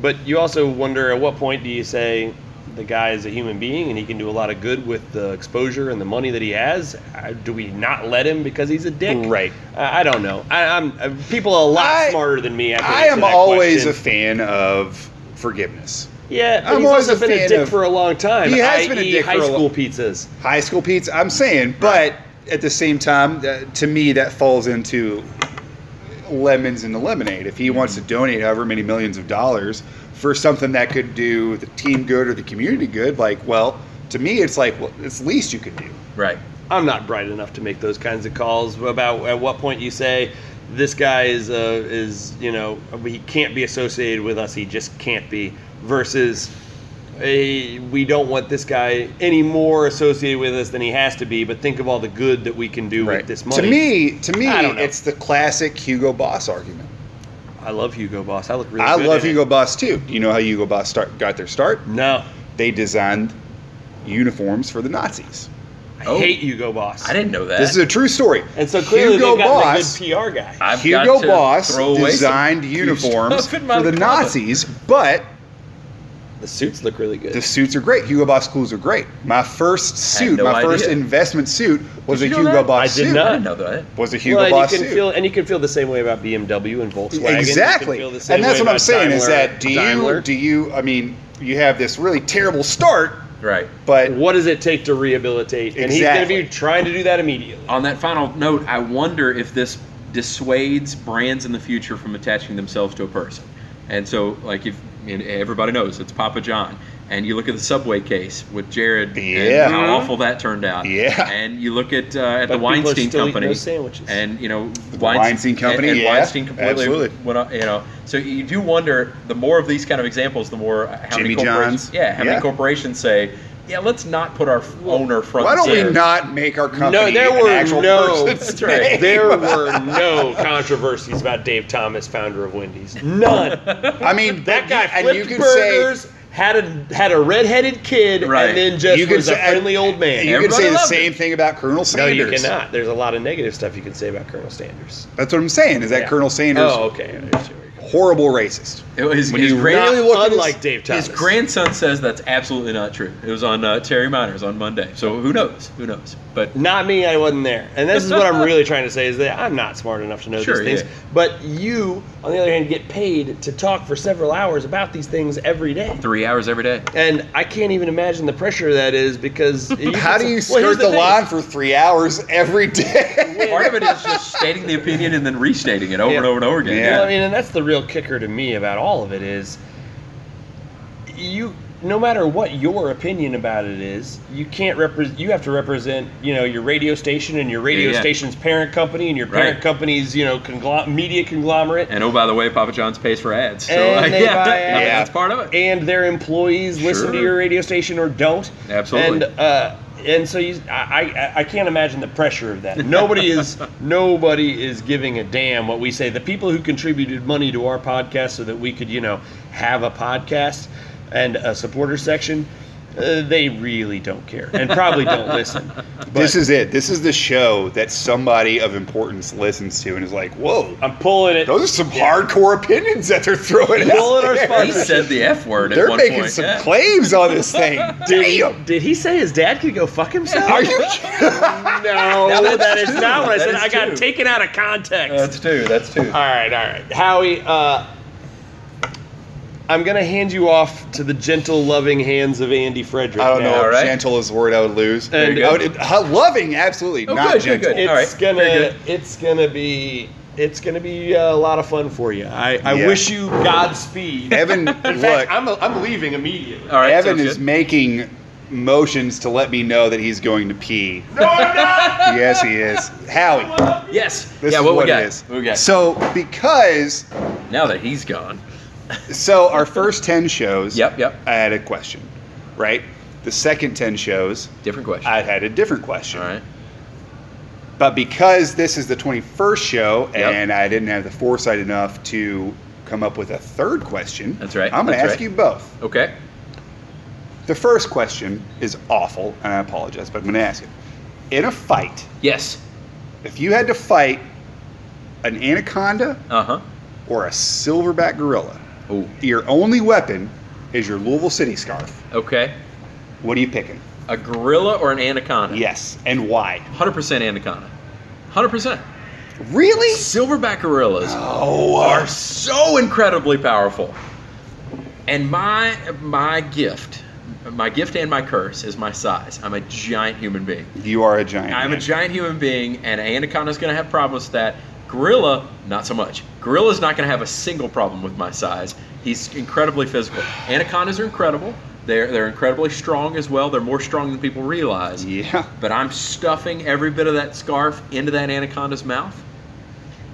Speaker 1: But you also wonder at what point do you say the guy is a human being and he can do a lot of good with the exposure and the money that he has? Uh, Do we not let him because he's a dick?
Speaker 2: Right.
Speaker 1: Uh, I, I don't know. I, I'm uh, people are a lot
Speaker 2: I-
Speaker 1: smarter than me. After
Speaker 2: I am always a fan of forgiveness.
Speaker 1: yeah. But
Speaker 2: I'm
Speaker 1: he's
Speaker 2: always
Speaker 1: also
Speaker 2: a
Speaker 1: been a
Speaker 2: fan
Speaker 1: dick
Speaker 2: of-
Speaker 1: for a long time.
Speaker 2: He has been a
Speaker 1: i.e.
Speaker 2: dick for
Speaker 1: high
Speaker 2: a lo-
Speaker 1: school pizzas.
Speaker 2: High school pizza. I'm saying, but at the same time, uh, to me, that falls into lemons into lemonade. If he
Speaker 1: Mm-hmm.
Speaker 2: wants to donate however many millions of dollars for something that could do the team good or the community good, like, well, to me, it's like, well, it's the least you could do.
Speaker 3: right.
Speaker 1: I'm not bright enough to make those kinds of calls about at what point you say, this guy is uh, is you know he can't be associated with us. He just can't be. Versus, a, we don't want this guy any more associated with us than he has to be. But think of all the good that we can do with this money.
Speaker 2: To me, to me,
Speaker 1: I don't know.
Speaker 2: it's the classic Hugo Boss argument.
Speaker 1: I love Hugo Boss. I look really.
Speaker 2: I
Speaker 1: good
Speaker 2: love
Speaker 1: in it.
Speaker 2: Hugo Boss too. You know how Hugo Boss start got their start?
Speaker 1: No,
Speaker 2: They designed uniforms for the Nazis.
Speaker 1: I
Speaker 3: Oh.
Speaker 1: hate Hugo Boss.
Speaker 3: I didn't know that.
Speaker 2: This is a true story.
Speaker 1: And so clearly
Speaker 2: Hugo
Speaker 1: they got
Speaker 2: Boss,
Speaker 1: a good PR guy.
Speaker 3: I've
Speaker 2: Hugo
Speaker 3: got to
Speaker 2: Boss
Speaker 3: throw away some
Speaker 2: designed
Speaker 3: cute
Speaker 2: uniforms
Speaker 3: stuff
Speaker 2: for
Speaker 3: in my
Speaker 2: the
Speaker 3: closet.
Speaker 2: Nazis, but
Speaker 1: the suits look really good.
Speaker 2: the suits are great. Hugo Boss clothes are great. My first suit,
Speaker 3: no
Speaker 2: my first
Speaker 3: idea.
Speaker 2: investment suit was a
Speaker 3: Did you know
Speaker 2: Hugo
Speaker 3: that?
Speaker 2: Boss
Speaker 1: I did
Speaker 2: suit.
Speaker 1: not.
Speaker 3: I didn't know that.
Speaker 2: Was a Hugo
Speaker 1: well, and
Speaker 2: Boss
Speaker 1: you can
Speaker 2: suit.
Speaker 1: feel and you can feel the same way about BMW and Volkswagen.
Speaker 2: Exactly,
Speaker 1: You can feel the same
Speaker 2: and that's
Speaker 1: way
Speaker 2: what I'm
Speaker 1: about
Speaker 2: saying is
Speaker 1: Daimler-
Speaker 2: that do you
Speaker 1: Daimler.
Speaker 2: do you? I mean, you have this really terrible start,
Speaker 3: Right.
Speaker 2: but
Speaker 1: what does it take to rehabilitate? And he's going
Speaker 2: Exactly.
Speaker 1: to be trying to do that immediately.
Speaker 3: On that final note, I wonder if this dissuades brands in the future from attaching themselves to a person. And so, like, if and everybody knows it's Papa John, and you look at the Subway case with Jared
Speaker 2: Yeah.
Speaker 3: and
Speaker 1: Mhm.
Speaker 3: how awful that turned out.
Speaker 2: Yeah.
Speaker 3: And you look at uh, at
Speaker 1: But people
Speaker 3: the
Speaker 1: are
Speaker 3: Weinstein
Speaker 1: still eating
Speaker 3: Company
Speaker 1: those sandwiches.
Speaker 3: and you know
Speaker 2: Weinstein Company,
Speaker 3: and, and
Speaker 2: yeah,
Speaker 3: Weinstein completely
Speaker 2: absolutely.
Speaker 3: went on, you know. So you do wonder the more of these kind of examples, the more uh, how
Speaker 2: Jimmy
Speaker 3: many corporations,
Speaker 2: John's.
Speaker 3: yeah, how
Speaker 2: Yeah.
Speaker 3: many corporations say, yeah, let's not put our f- owner front.
Speaker 2: Why
Speaker 3: and
Speaker 2: don't we
Speaker 3: center."
Speaker 2: not make our company
Speaker 1: No, there
Speaker 2: an
Speaker 1: were
Speaker 2: actual
Speaker 1: no.
Speaker 2: person's
Speaker 3: That's right.
Speaker 2: name?
Speaker 1: There were no controversies about Dave Thomas, founder of Wendy's. None.
Speaker 2: I mean,
Speaker 1: That
Speaker 2: but-
Speaker 1: guy
Speaker 2: and
Speaker 1: flipped
Speaker 2: you can
Speaker 1: burgers,
Speaker 2: Say,
Speaker 1: had a had a redheaded kid,
Speaker 3: Right.
Speaker 1: and then just
Speaker 2: you can
Speaker 1: was
Speaker 2: say,
Speaker 1: a friendly old man.
Speaker 2: You can
Speaker 3: Everybody
Speaker 2: say the
Speaker 3: loved
Speaker 2: same
Speaker 3: it.
Speaker 2: thing about Colonel
Speaker 1: no, you
Speaker 2: Sanders.
Speaker 1: cannot. There's a lot of negative stuff you can say about Colonel Sanders.
Speaker 2: That's what I'm saying. Is that
Speaker 1: Yeah.
Speaker 2: Colonel Sanders?
Speaker 1: Oh, okay. There's your-
Speaker 2: Horrible racist.
Speaker 3: It was-
Speaker 2: When
Speaker 3: his
Speaker 2: you
Speaker 3: grand-
Speaker 2: really look at his-
Speaker 1: unlike Dave Thomas.
Speaker 3: His grandson says that's absolutely not true. It was on uh, Terry Miners on Monday. So who knows? Who knows? But
Speaker 1: Not me, I wasn't there. And this is what I'm really trying to say is that I'm not smart enough to know
Speaker 3: Sure,
Speaker 1: these
Speaker 3: yeah.
Speaker 1: things. But you, on the other hand, get paid to talk for several hours about these things every day.
Speaker 3: three hours every day.
Speaker 1: And I can't even imagine the pressure that is because you
Speaker 2: How
Speaker 1: can-
Speaker 2: do you
Speaker 1: Well,
Speaker 2: skirt
Speaker 1: here's
Speaker 2: the,
Speaker 1: thing.
Speaker 2: line for three hours every day?
Speaker 3: Part of it is just stating the opinion and then restating it over
Speaker 1: Yeah.
Speaker 3: and over and over again.
Speaker 2: Yeah.
Speaker 1: Well, I mean, and that's the real kicker to me about all of it is you no matter what your opinion about it is, you can't represent you have to represent, you know, your radio station and your radio
Speaker 3: Yeah, yeah.
Speaker 1: station's parent company and your parent
Speaker 3: Right.
Speaker 1: company's, you know, conglom- media conglomerate.
Speaker 3: And oh, by the way, Papa John's pays for ads. So
Speaker 1: And
Speaker 3: like,
Speaker 1: they
Speaker 3: yeah,
Speaker 1: buy
Speaker 3: I mean,
Speaker 1: ads.
Speaker 3: that's part of it.
Speaker 1: and their employees listen to
Speaker 3: Sure.
Speaker 1: your radio station or don't.
Speaker 3: Absolutely.
Speaker 1: And uh, and so you, I, I I can't imagine the pressure of that. Nobody is nobody is giving a damn what we say. The people who contributed money to our podcast so that we could you know have a podcast and a supporter section. Uh, they really don't care and probably don't listen. But
Speaker 2: this is it. This is the show that somebody of importance listens to and is like, whoa,
Speaker 1: I'm pulling it.
Speaker 2: those are some hardcore opinions that they're throwing out.
Speaker 1: Pulling our
Speaker 2: there."
Speaker 1: sponsors.
Speaker 3: he said the F word at
Speaker 2: They're
Speaker 3: one
Speaker 2: making
Speaker 3: point.
Speaker 2: some
Speaker 3: yeah.
Speaker 2: claims on this thing.
Speaker 1: Did he,
Speaker 2: Damn.
Speaker 1: did he say his dad could go fuck himself?
Speaker 2: Are you
Speaker 1: No,
Speaker 3: that's
Speaker 1: that is
Speaker 3: true.
Speaker 1: not what I
Speaker 3: That
Speaker 1: said.
Speaker 3: is
Speaker 1: I got
Speaker 3: true.
Speaker 1: taken out of context.
Speaker 3: That's two. That's two.
Speaker 1: All right, all right. Howie, uh, I'm going to hand you off to the gentle, loving hands of Andy Frederick.
Speaker 2: I don't
Speaker 1: now.
Speaker 2: know.
Speaker 3: all right.
Speaker 2: Gentle is the word I would lose.
Speaker 1: There you
Speaker 2: I
Speaker 1: go.
Speaker 2: would- uh, loving, absolutely
Speaker 3: Oh,
Speaker 2: not
Speaker 3: good, good,
Speaker 2: gentle.
Speaker 3: good.
Speaker 1: It's
Speaker 3: All right,
Speaker 1: gonna,
Speaker 3: very good.
Speaker 1: it's gonna be, it's gonna be uh, a lot of fun for you. I, I
Speaker 2: Yeah.
Speaker 1: wish you Godspeed. In
Speaker 2: Evan, look,
Speaker 1: fact, I'm, I'm leaving immediately.
Speaker 3: All right.
Speaker 2: Evan
Speaker 3: sounds
Speaker 2: is
Speaker 3: good.
Speaker 2: making motions to let me know that he's going to pee.
Speaker 1: No, I'm not.
Speaker 2: yes, he is. Howie,
Speaker 3: Yes.
Speaker 2: this
Speaker 3: yeah.
Speaker 2: is
Speaker 3: What,
Speaker 2: what
Speaker 3: we got?
Speaker 2: it is.
Speaker 3: What we got?
Speaker 2: So because
Speaker 3: now that he's gone.
Speaker 2: so our first ten shows,
Speaker 3: Yep. Yep.
Speaker 2: I had a question, right? The second ten shows,
Speaker 3: Different question.
Speaker 2: I had a different question.
Speaker 3: All right.
Speaker 2: But because this is the 21st show
Speaker 3: Yep.
Speaker 2: and I didn't have the foresight enough to come up with a third question,
Speaker 3: That's right,
Speaker 2: I'm going to
Speaker 3: that's
Speaker 2: ask
Speaker 3: right.
Speaker 2: you both.
Speaker 3: Okay.
Speaker 2: The first question is awful, and I apologize, but I'm going to ask it. In a fight,
Speaker 3: Yes.
Speaker 2: if you had to fight an anaconda
Speaker 3: Uh huh.
Speaker 2: or a silverback gorilla,
Speaker 3: Oh.
Speaker 2: your only weapon is your Louisville City scarf.
Speaker 3: Okay.
Speaker 2: What are you picking?
Speaker 3: A gorilla or an anaconda?
Speaker 2: Yes, and why?
Speaker 3: 100% anaconda. 100%.
Speaker 2: Really?
Speaker 3: Silverback gorillas
Speaker 2: Oh,
Speaker 3: are so incredibly powerful. And my my gift, my gift and my curse is my size. I'm a giant human being.
Speaker 2: you are a giant.
Speaker 3: I'm a
Speaker 2: man.
Speaker 3: giant human being, and an anaconda's gonna have problems with that. Gorilla, not so much. Gorilla's not gonna have a single problem with my size. He's incredibly physical. Anacondas are incredible. They're they're incredibly strong as well. They're more strong than people realize.
Speaker 2: Yeah.
Speaker 3: But I'm stuffing every bit of that scarf into that anaconda's mouth,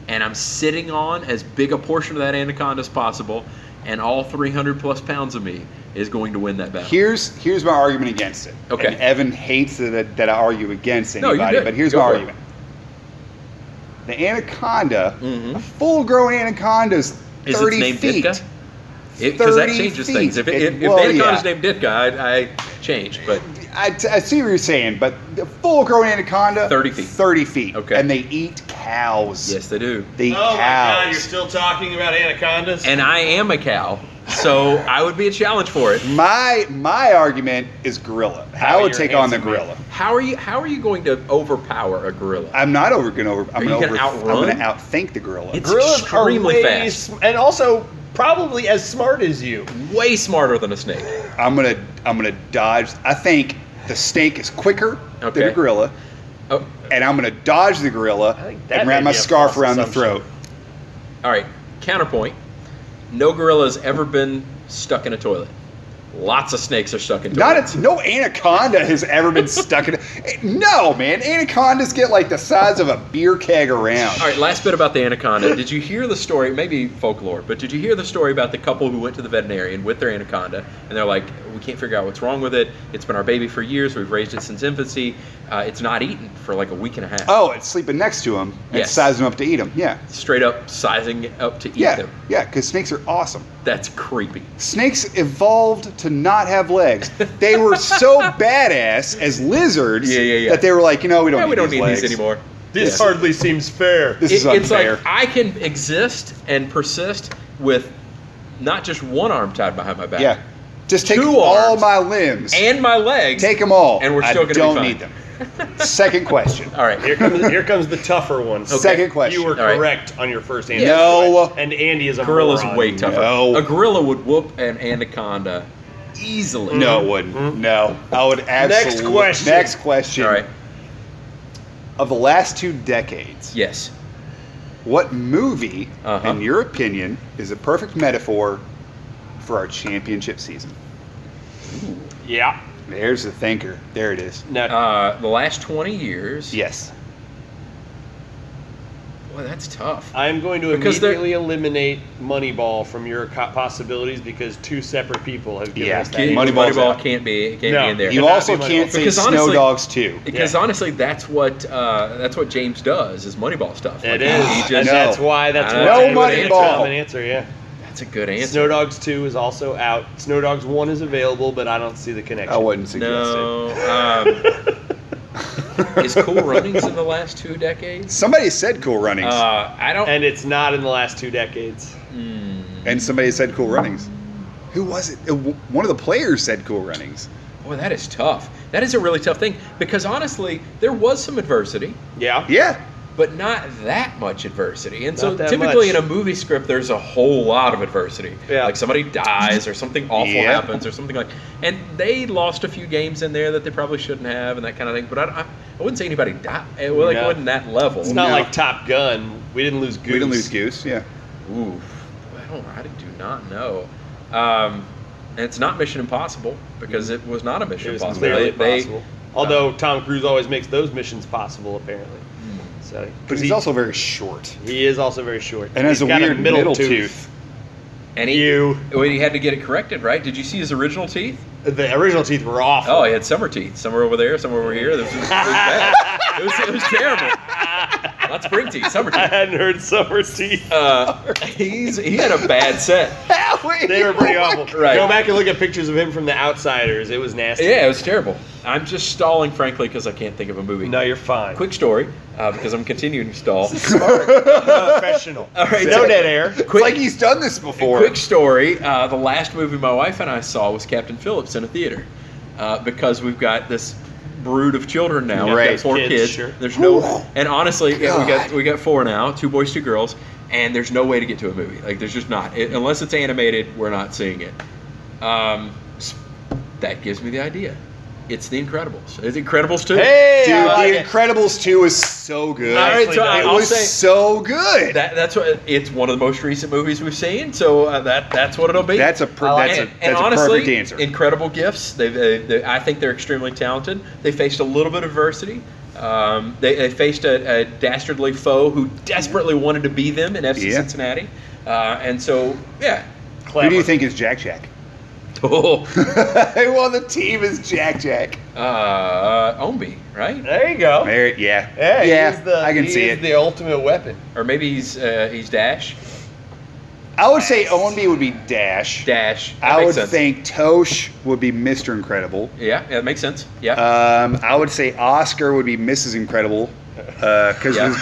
Speaker 3: and I'm sitting on as big a portion of that anaconda as possible, and all 300 plus pounds of me is going to win that battle.
Speaker 2: Here's here's my argument against it.
Speaker 3: Okay.
Speaker 2: And Evan hates that, that I argue against
Speaker 3: No, you're
Speaker 2: anybody,
Speaker 3: good.
Speaker 2: but here's
Speaker 3: Go
Speaker 2: my
Speaker 3: for it.
Speaker 2: argument. The anaconda,
Speaker 3: Mhm.
Speaker 2: a full-grown anaconda's
Speaker 3: is
Speaker 2: thirty
Speaker 3: its name
Speaker 2: feet.
Speaker 3: Ditka? Because that
Speaker 2: 30
Speaker 3: changes
Speaker 2: feet.
Speaker 3: things. If, it, if,
Speaker 2: It-
Speaker 3: if
Speaker 2: well,
Speaker 3: the anaconda's
Speaker 2: yeah.
Speaker 3: named Ditka, I, I change. But
Speaker 2: I, t- I see what you're saying, but the full-grown anaconda,
Speaker 3: 30 feet.
Speaker 2: thirty feet.
Speaker 3: Okay.
Speaker 2: And they eat cows.
Speaker 3: yes, they do.
Speaker 2: They eat
Speaker 1: Oh my
Speaker 2: cows.
Speaker 1: god, you're still talking about anacondas?
Speaker 3: And I am a cow, so I would be a challenge for it.
Speaker 2: my my argument is gorilla. I
Speaker 1: Oh,
Speaker 2: would
Speaker 1: you're
Speaker 2: take on the
Speaker 1: handsome,
Speaker 2: gorilla.
Speaker 3: How are you? How are you going to overpower a gorilla?
Speaker 2: I'm not over going to over. I'm
Speaker 3: you
Speaker 2: going to
Speaker 3: gonna
Speaker 2: over.
Speaker 3: outrun?
Speaker 2: I'm going to outthink the gorilla.
Speaker 3: It's
Speaker 1: Gorillas are
Speaker 3: extremely
Speaker 1: way
Speaker 3: fast.
Speaker 1: sm- and also probably as smart as you.
Speaker 3: Way smarter than a snake.
Speaker 2: I'm gonna I'm gonna dodge. I think the snake is quicker
Speaker 3: Okay.
Speaker 2: than the gorilla,
Speaker 3: Oh,
Speaker 2: and I'm gonna dodge the gorilla
Speaker 1: I think that
Speaker 2: and
Speaker 1: may
Speaker 2: wrap my
Speaker 1: be a
Speaker 2: scarf
Speaker 1: false
Speaker 2: around the
Speaker 1: assumption.
Speaker 2: throat.
Speaker 3: all right. Counterpoint: No gorilla has ever been stuck in a toilet. Lots of snakes are stuck in
Speaker 2: Not
Speaker 3: toilets.
Speaker 2: it's no anaconda has ever been stuck in. a- No man, anacondas get like the size of a beer keg around.
Speaker 3: All right, last bit about the anaconda. Did you hear the story? Maybe folklore, but did you hear the story about the couple who went to the veterinarian with their anaconda, and they're like, "We can't figure out what's wrong with it. It's been our baby for years. We've raised it since infancy. Uh, it's not eaten for like a week and a half.
Speaker 2: Oh, it's sleeping next to him and
Speaker 3: Yes.
Speaker 2: sizing him up to eat him. Yeah,
Speaker 3: Straight up sizing it up to eat
Speaker 2: yeah,
Speaker 3: them.
Speaker 2: yeah. Because snakes are awesome.
Speaker 3: That's creepy.
Speaker 2: Snakes evolved to not have legs. They were so badass as lizards
Speaker 3: Yeah, yeah, yeah.
Speaker 2: that they were like, you know, we don't
Speaker 3: yeah,
Speaker 2: need,
Speaker 3: we don't
Speaker 2: these,
Speaker 3: need
Speaker 2: legs.
Speaker 3: these anymore.
Speaker 1: This
Speaker 3: Yeah.
Speaker 1: hardly seems fair.
Speaker 2: This is
Speaker 3: It- it's
Speaker 2: unfair.
Speaker 3: like I can exist and persist with not just one arm tied behind my back.
Speaker 2: Yeah. Just take
Speaker 3: Two
Speaker 2: all
Speaker 3: arms.
Speaker 2: my limbs.
Speaker 3: And my legs.
Speaker 2: take them all.
Speaker 3: And we're still
Speaker 2: I
Speaker 3: gonna be
Speaker 2: don't
Speaker 3: fine.
Speaker 2: need them. Second question.
Speaker 3: All right.
Speaker 1: Here comes here comes the tougher one.
Speaker 2: Second question.
Speaker 1: You were
Speaker 3: All right.
Speaker 1: correct on your first answer.
Speaker 2: No.
Speaker 1: And Andy is a
Speaker 3: Gorilla's
Speaker 1: moron.
Speaker 3: way tougher.
Speaker 2: No.
Speaker 3: A gorilla would whoop an anaconda easily.
Speaker 2: No, it wouldn't. No, I would absolutely.
Speaker 1: question.
Speaker 2: Next question.
Speaker 3: All right.
Speaker 2: Of the last two decades,
Speaker 3: Yes.
Speaker 2: what movie,
Speaker 3: Uh-huh.
Speaker 2: in your opinion, is a perfect metaphor for our championship season?
Speaker 1: Yeah.
Speaker 2: There's the thinker. There it is.
Speaker 1: No.
Speaker 3: Uh, the last 20 years.
Speaker 2: Yes.
Speaker 3: Boy, that's tough.
Speaker 1: I'm going to
Speaker 3: Because they're-
Speaker 1: immediately eliminate Moneyball from your co- possibilities because two separate people have given
Speaker 2: Yeah.
Speaker 1: us that.
Speaker 3: Can't-
Speaker 2: Moneyball's
Speaker 3: Moneyball
Speaker 2: out.
Speaker 3: can't be can't
Speaker 1: No.
Speaker 3: be in there.
Speaker 2: You
Speaker 1: Cannot
Speaker 2: also
Speaker 1: be my
Speaker 2: can't
Speaker 1: fault.
Speaker 2: say
Speaker 3: Because
Speaker 2: Snow
Speaker 3: honestly-
Speaker 2: Dogs too.
Speaker 3: because
Speaker 1: Yeah.
Speaker 3: honestly, that's what uh, that's what James does is Moneyball stuff.
Speaker 1: It
Speaker 3: Like,
Speaker 1: is,
Speaker 3: he
Speaker 1: and
Speaker 3: just-
Speaker 2: No.
Speaker 1: that's why that's
Speaker 3: No
Speaker 1: why it's a good
Speaker 2: Moneyball.
Speaker 1: answer. Common answer, yeah.
Speaker 3: that's a good answer.
Speaker 1: Snow Dogs Two is also out. Snow Dogs One is available, but I don't see the connection.
Speaker 2: I wouldn't suggest
Speaker 3: No. Um, is Cool Runnings in the last two
Speaker 2: it.
Speaker 3: decades?
Speaker 2: Somebody said Cool Runnings,
Speaker 3: Uh, I don't.
Speaker 1: And it's not in the last two decades.
Speaker 3: Mm,
Speaker 2: and somebody said Cool Runnings. Who was it? Uh, w- One of the players said Cool Runnings.
Speaker 3: boy, that is tough. That is a really tough thing because honestly, there was some adversity,
Speaker 1: Yeah.
Speaker 2: Yeah.
Speaker 3: but not that much adversity. And so
Speaker 1: Not that
Speaker 3: typically
Speaker 1: much.
Speaker 3: in a movie script, there's a whole lot of adversity.
Speaker 1: Yeah.
Speaker 3: Like somebody dies or something awful
Speaker 2: Yeah.
Speaker 3: happens or something like. And they lost a few games in there that they probably shouldn't have and that kind of thing. But I, I, I wouldn't say anybody died. Well, like,
Speaker 1: No.
Speaker 3: it wasn't that level.
Speaker 1: It's not
Speaker 2: No.
Speaker 1: like Top Gun. We didn't lose Goose.
Speaker 2: We didn't lose Goose. Yeah.
Speaker 3: Ooh, I don't. I do not know. Um, and it's not Mission Impossible because it was not a
Speaker 1: Mm.
Speaker 3: Mission
Speaker 1: It was
Speaker 3: Impossible.
Speaker 1: clearly
Speaker 3: They- they-
Speaker 1: possible. Although Tom Cruise always makes those missions possible, apparently. So,
Speaker 2: But he's also very short.
Speaker 1: he is also very short.
Speaker 2: And has
Speaker 1: He's
Speaker 2: a
Speaker 1: got
Speaker 2: weird middle, tooth.
Speaker 3: and he,
Speaker 1: You,
Speaker 3: well, he had to get it corrected, right? Did you see his original teeth?
Speaker 1: the original teeth were off.
Speaker 3: Oh, he had summer teeth. Somewhere over there, somewhere over here. It was, it was bad. It was, it was terrible. Not spring teeth, summer
Speaker 1: I
Speaker 3: teeth.
Speaker 1: hadn't heard summer teeth.
Speaker 3: Uh, he's he had a bad set.
Speaker 1: They were pretty awful.
Speaker 3: Right.
Speaker 1: Go back and look at pictures of him from The Outsiders. It was nasty.
Speaker 3: Yeah, it was terrible. I'm just stalling, frankly, because I can't think of a movie.
Speaker 1: No, you're fine.
Speaker 3: Quick story, uh, because I'm continuing to stall.
Speaker 1: professional.
Speaker 3: All right,
Speaker 1: no
Speaker 3: so-
Speaker 1: dead air.
Speaker 2: It's like he's done this before.
Speaker 3: Quick story: uh, the last movie my wife and I saw was Captain Phillips in a theater, uh, because we've got this brood of children now. We've got
Speaker 2: Right.
Speaker 3: four
Speaker 1: Kids,
Speaker 3: kids.
Speaker 1: sure.
Speaker 3: There's no,
Speaker 2: Whew.
Speaker 3: and honestly, yeah, we got
Speaker 2: God.
Speaker 3: we got four now: two boys, two girls. And there's no way to get to a movie. Like there's just not, it, unless it's animated. We're not seeing it. Um, s- that gives me the idea. It's The Incredibles. It's Incredibles too.
Speaker 1: Hey,
Speaker 2: Dude,
Speaker 1: I like
Speaker 2: The
Speaker 1: it.
Speaker 2: Incredibles 2 is so good.
Speaker 3: All right, so I-
Speaker 2: it
Speaker 3: I'll
Speaker 2: was
Speaker 3: say
Speaker 2: so good.
Speaker 3: that, that's what it's one of the most recent movies we've seen. So uh, that that's what it'll be.
Speaker 2: that's a per,
Speaker 1: I like
Speaker 2: that's
Speaker 1: it.
Speaker 2: a,
Speaker 3: and
Speaker 2: that's
Speaker 3: honestly,
Speaker 2: a perfect answer.
Speaker 3: incredible gifts. They, they, they, I think they're extremely talented. They faced a little bit of adversity. Uh, Um, they, they faced a, a dastardly foe who desperately wanted to be them in FC
Speaker 2: Yeah.
Speaker 3: Cincinnati. Uh, and so, yeah.
Speaker 2: Who do you think is Jack Jack?
Speaker 3: Oh,
Speaker 2: well, the team is Jack Jack.
Speaker 3: uh, Ombi, right?
Speaker 1: There you go.
Speaker 2: There, yeah.
Speaker 1: Yeah,
Speaker 2: yeah.
Speaker 1: he's the,
Speaker 2: I can
Speaker 1: he
Speaker 2: see
Speaker 1: is
Speaker 2: it.
Speaker 1: the ultimate weapon.
Speaker 3: Or maybe he's uh, he's Dash.
Speaker 2: I would say Owenby would be Dash.
Speaker 3: Dash. That
Speaker 2: I
Speaker 3: makes
Speaker 2: would
Speaker 3: sense.
Speaker 2: think Tosh would be Mr. Incredible.
Speaker 3: Yeah, yeah, that makes sense. Yeah.
Speaker 2: Um, I would say Oscar would be Mrs. Incredible. uh, Because
Speaker 3: Yeah.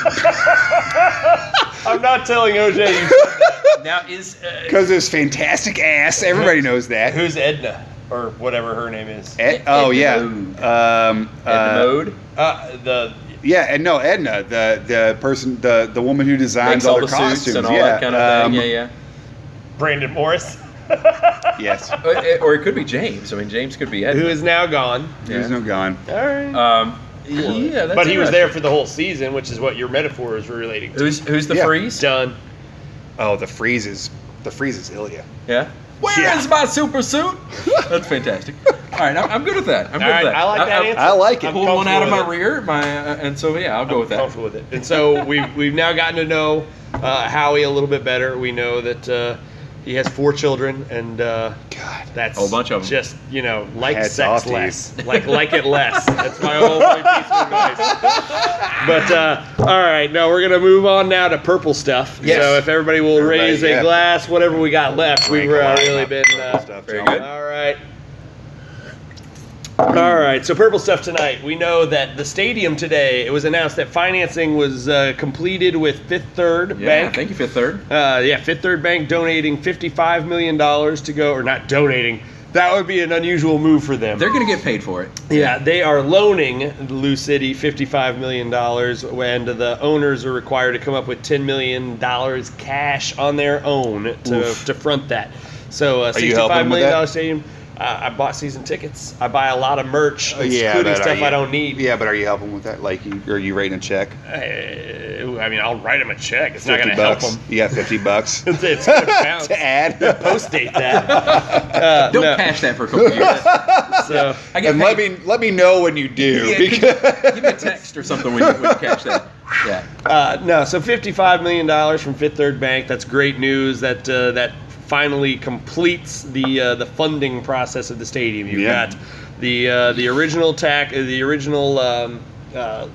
Speaker 1: I'm not telling OJ you-
Speaker 3: now is uh,
Speaker 2: because his fantastic ass. Everybody knows that.
Speaker 1: who's Edna or whatever her name is.
Speaker 2: Ed- oh yeah.
Speaker 3: Edna
Speaker 2: Um,
Speaker 3: Edna
Speaker 2: uh,
Speaker 3: Mode
Speaker 1: Uh, the
Speaker 2: Yeah, and no, Edna, the the person, the the woman who designs
Speaker 3: makes
Speaker 2: all
Speaker 3: all
Speaker 2: their
Speaker 3: the
Speaker 2: costumes,
Speaker 3: suits and all
Speaker 2: yeah,
Speaker 3: that kind of
Speaker 2: um,
Speaker 3: thing. Yeah, yeah.
Speaker 1: Brandon Morris,
Speaker 2: Yes,
Speaker 3: Or, it- or it could be James. I mean, James could be
Speaker 1: who
Speaker 3: Edna.
Speaker 1: is now gone.
Speaker 2: there's no gone.
Speaker 1: All right.
Speaker 3: Um, yeah, that's
Speaker 1: but he was
Speaker 3: interesting.
Speaker 1: there for the whole season, which is what your metaphor is relating to.
Speaker 3: Who's who's the
Speaker 2: Yeah.
Speaker 3: freeze?
Speaker 1: Done.
Speaker 2: Oh, the freeze is the freeze is Ilya.
Speaker 3: Yeah. Where is
Speaker 2: Yeah.
Speaker 3: my super suit? That's fantastic. All right, I'm, I'm good with that. I'm good
Speaker 1: All right,
Speaker 3: with that.
Speaker 1: I like that answer.
Speaker 2: I like it.
Speaker 1: I'm
Speaker 3: Pull one out of
Speaker 1: comfortable
Speaker 3: my
Speaker 1: with it.
Speaker 3: rear, my uh, and so yeah, I'll go with that.
Speaker 1: comfortable with it. And so we've we've now gotten to know uh, Howie a little bit better. We know that uh, he has four children, and uh,
Speaker 2: God,
Speaker 1: that's
Speaker 3: Whole bunch of 'em.
Speaker 1: Just you know, like
Speaker 2: Hats off
Speaker 1: sex
Speaker 2: to you.
Speaker 1: less, like like it less. That's my whole point piece of advice. But uh, all right, no, we're gonna move on now to purple stuff.
Speaker 3: Yes.
Speaker 1: So if everybody will
Speaker 2: Everybody,
Speaker 1: raise
Speaker 2: yeah.
Speaker 1: a glass, whatever we got left, we've
Speaker 2: Drink a
Speaker 1: uh,
Speaker 2: lot of
Speaker 1: really
Speaker 2: that
Speaker 1: been uh,
Speaker 2: stuff,
Speaker 3: very
Speaker 2: John.
Speaker 3: good.
Speaker 1: all right. All right. So purple stuff tonight. We know that the stadium today. It was announced that financing was uh, completed with Fifth Third
Speaker 3: Yeah,
Speaker 1: Bank.
Speaker 3: thank you, Fifth Third.
Speaker 1: Uh, yeah, Fifth Third Bank donating fifty-five million dollars to go, or not donating. That would be an unusual move for them.
Speaker 3: They're gonna get paid for it.
Speaker 1: yeah, they are loaning Lou City fifty-five million dollars, and the owners are required to come up with ten million dollars cash on their own to,
Speaker 2: Oof.
Speaker 1: to front that. So uh,
Speaker 2: Are you
Speaker 1: sixty-five
Speaker 2: helping with
Speaker 1: million
Speaker 2: that?
Speaker 1: dollar stadium. Uh, I bought season tickets. I buy a lot of merch,
Speaker 2: Uh, yeah,
Speaker 1: including
Speaker 2: but are
Speaker 1: stuff
Speaker 2: you-
Speaker 1: I don't need.
Speaker 2: Yeah, but are you helping with that? Like, you, are you writing a check?
Speaker 1: Uh, I mean, I'll write them a check. It's not going to help
Speaker 2: bucks.
Speaker 1: them.
Speaker 2: Yeah, fifty bucks to
Speaker 1: It's, it's going to bounce.
Speaker 2: add.
Speaker 1: Post date that. Uh,
Speaker 3: Don't
Speaker 1: no,
Speaker 3: cash that for a couple of years.
Speaker 1: So.
Speaker 3: I get
Speaker 2: and let
Speaker 3: paid.
Speaker 2: me let me know when you do
Speaker 3: Yeah,
Speaker 2: because
Speaker 3: Give me a text or something when you, when you catch that. Yeah.
Speaker 1: Uh, no, so fifty-five million dollars from Fifth Third Bank. That's great news. That uh, that finally completes the uh, the funding process of the stadium. You
Speaker 2: Yeah.
Speaker 1: have got the uh, the original tax, uh, the original um, uh,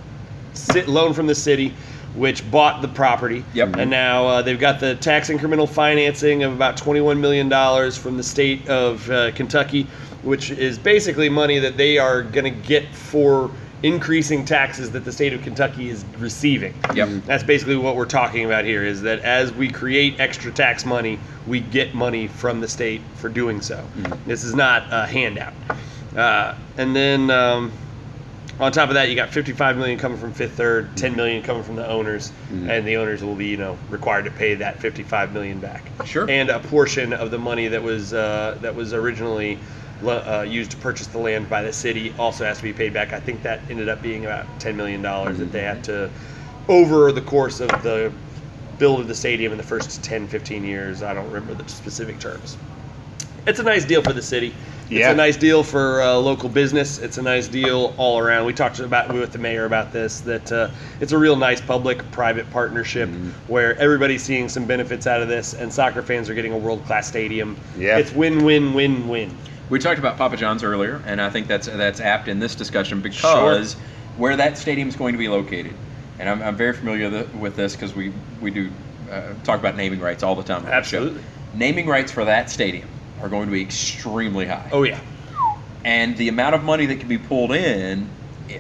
Speaker 1: sit loan from the city, which bought the property.
Speaker 3: Yep.
Speaker 1: And now uh, they've got the tax incremental financing of about twenty-one million dollars from the state of uh, Kentucky, which is basically money that they are going to get for increasing taxes that the state of Kentucky is receiving.
Speaker 3: Yep.
Speaker 1: That's basically what we're talking about here is that as we create extra tax money, we get money from the state for doing so. This is not a handout. Uh, and then um, on top of that, you got 55 million coming from Fifth Third, 10 million coming from the owners, and the owners will be, you know, required to pay that 55 million back.
Speaker 3: Sure.
Speaker 1: And a portion of the money that was uh, that was originally lo- uh, used to purchase the land by the city also has to be paid back. I think that ended up being about 10 million dollars that they had to over the course of the build of the stadium in the first 10, 15 years. I don't remember the specific terms. It's a nice deal for the city.
Speaker 2: Yeah.
Speaker 1: It's a nice deal for uh, local business. It's a nice deal all around. We talked about we with the mayor about this that uh, it's a real nice public-private partnership
Speaker 2: Mm-hmm.
Speaker 1: where everybody's seeing some benefits out of this, and soccer fans are getting a world-class stadium.
Speaker 2: Yeah.
Speaker 1: It's win-win-win-win.
Speaker 3: We talked about Papa John's earlier, and I think that's that's apt in this discussion because where that stadium's going to be located, and I'm, I'm very familiar th- with this because we we do uh, talk about naming rights all the time. on the show.
Speaker 1: Absolutely.
Speaker 3: naming rights for that stadium are going to be extremely high,
Speaker 1: Oh yeah.
Speaker 3: and the amount of money that can be pulled in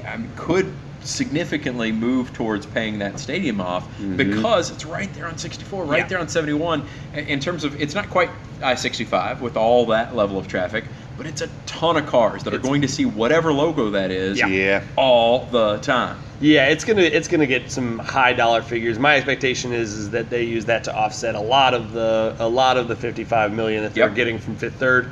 Speaker 3: I mean, could significantly move towards paying that stadium off because it's right there on 64 right
Speaker 1: Mm-hmm. Yeah.
Speaker 3: there on 71 I- in terms of it's not quite i-65 with all that level of traffic but it's a ton of cars that are
Speaker 1: It's-
Speaker 3: going to see whatever logo that is
Speaker 1: Yeah.
Speaker 2: yeah.
Speaker 3: all the time
Speaker 1: Yeah, it's gonna it's gonna get some high dollar figures. My expectation is is that they use that to offset a lot of the a lot of the fifty five million that they're
Speaker 3: Yep.
Speaker 1: getting from Fifth Third.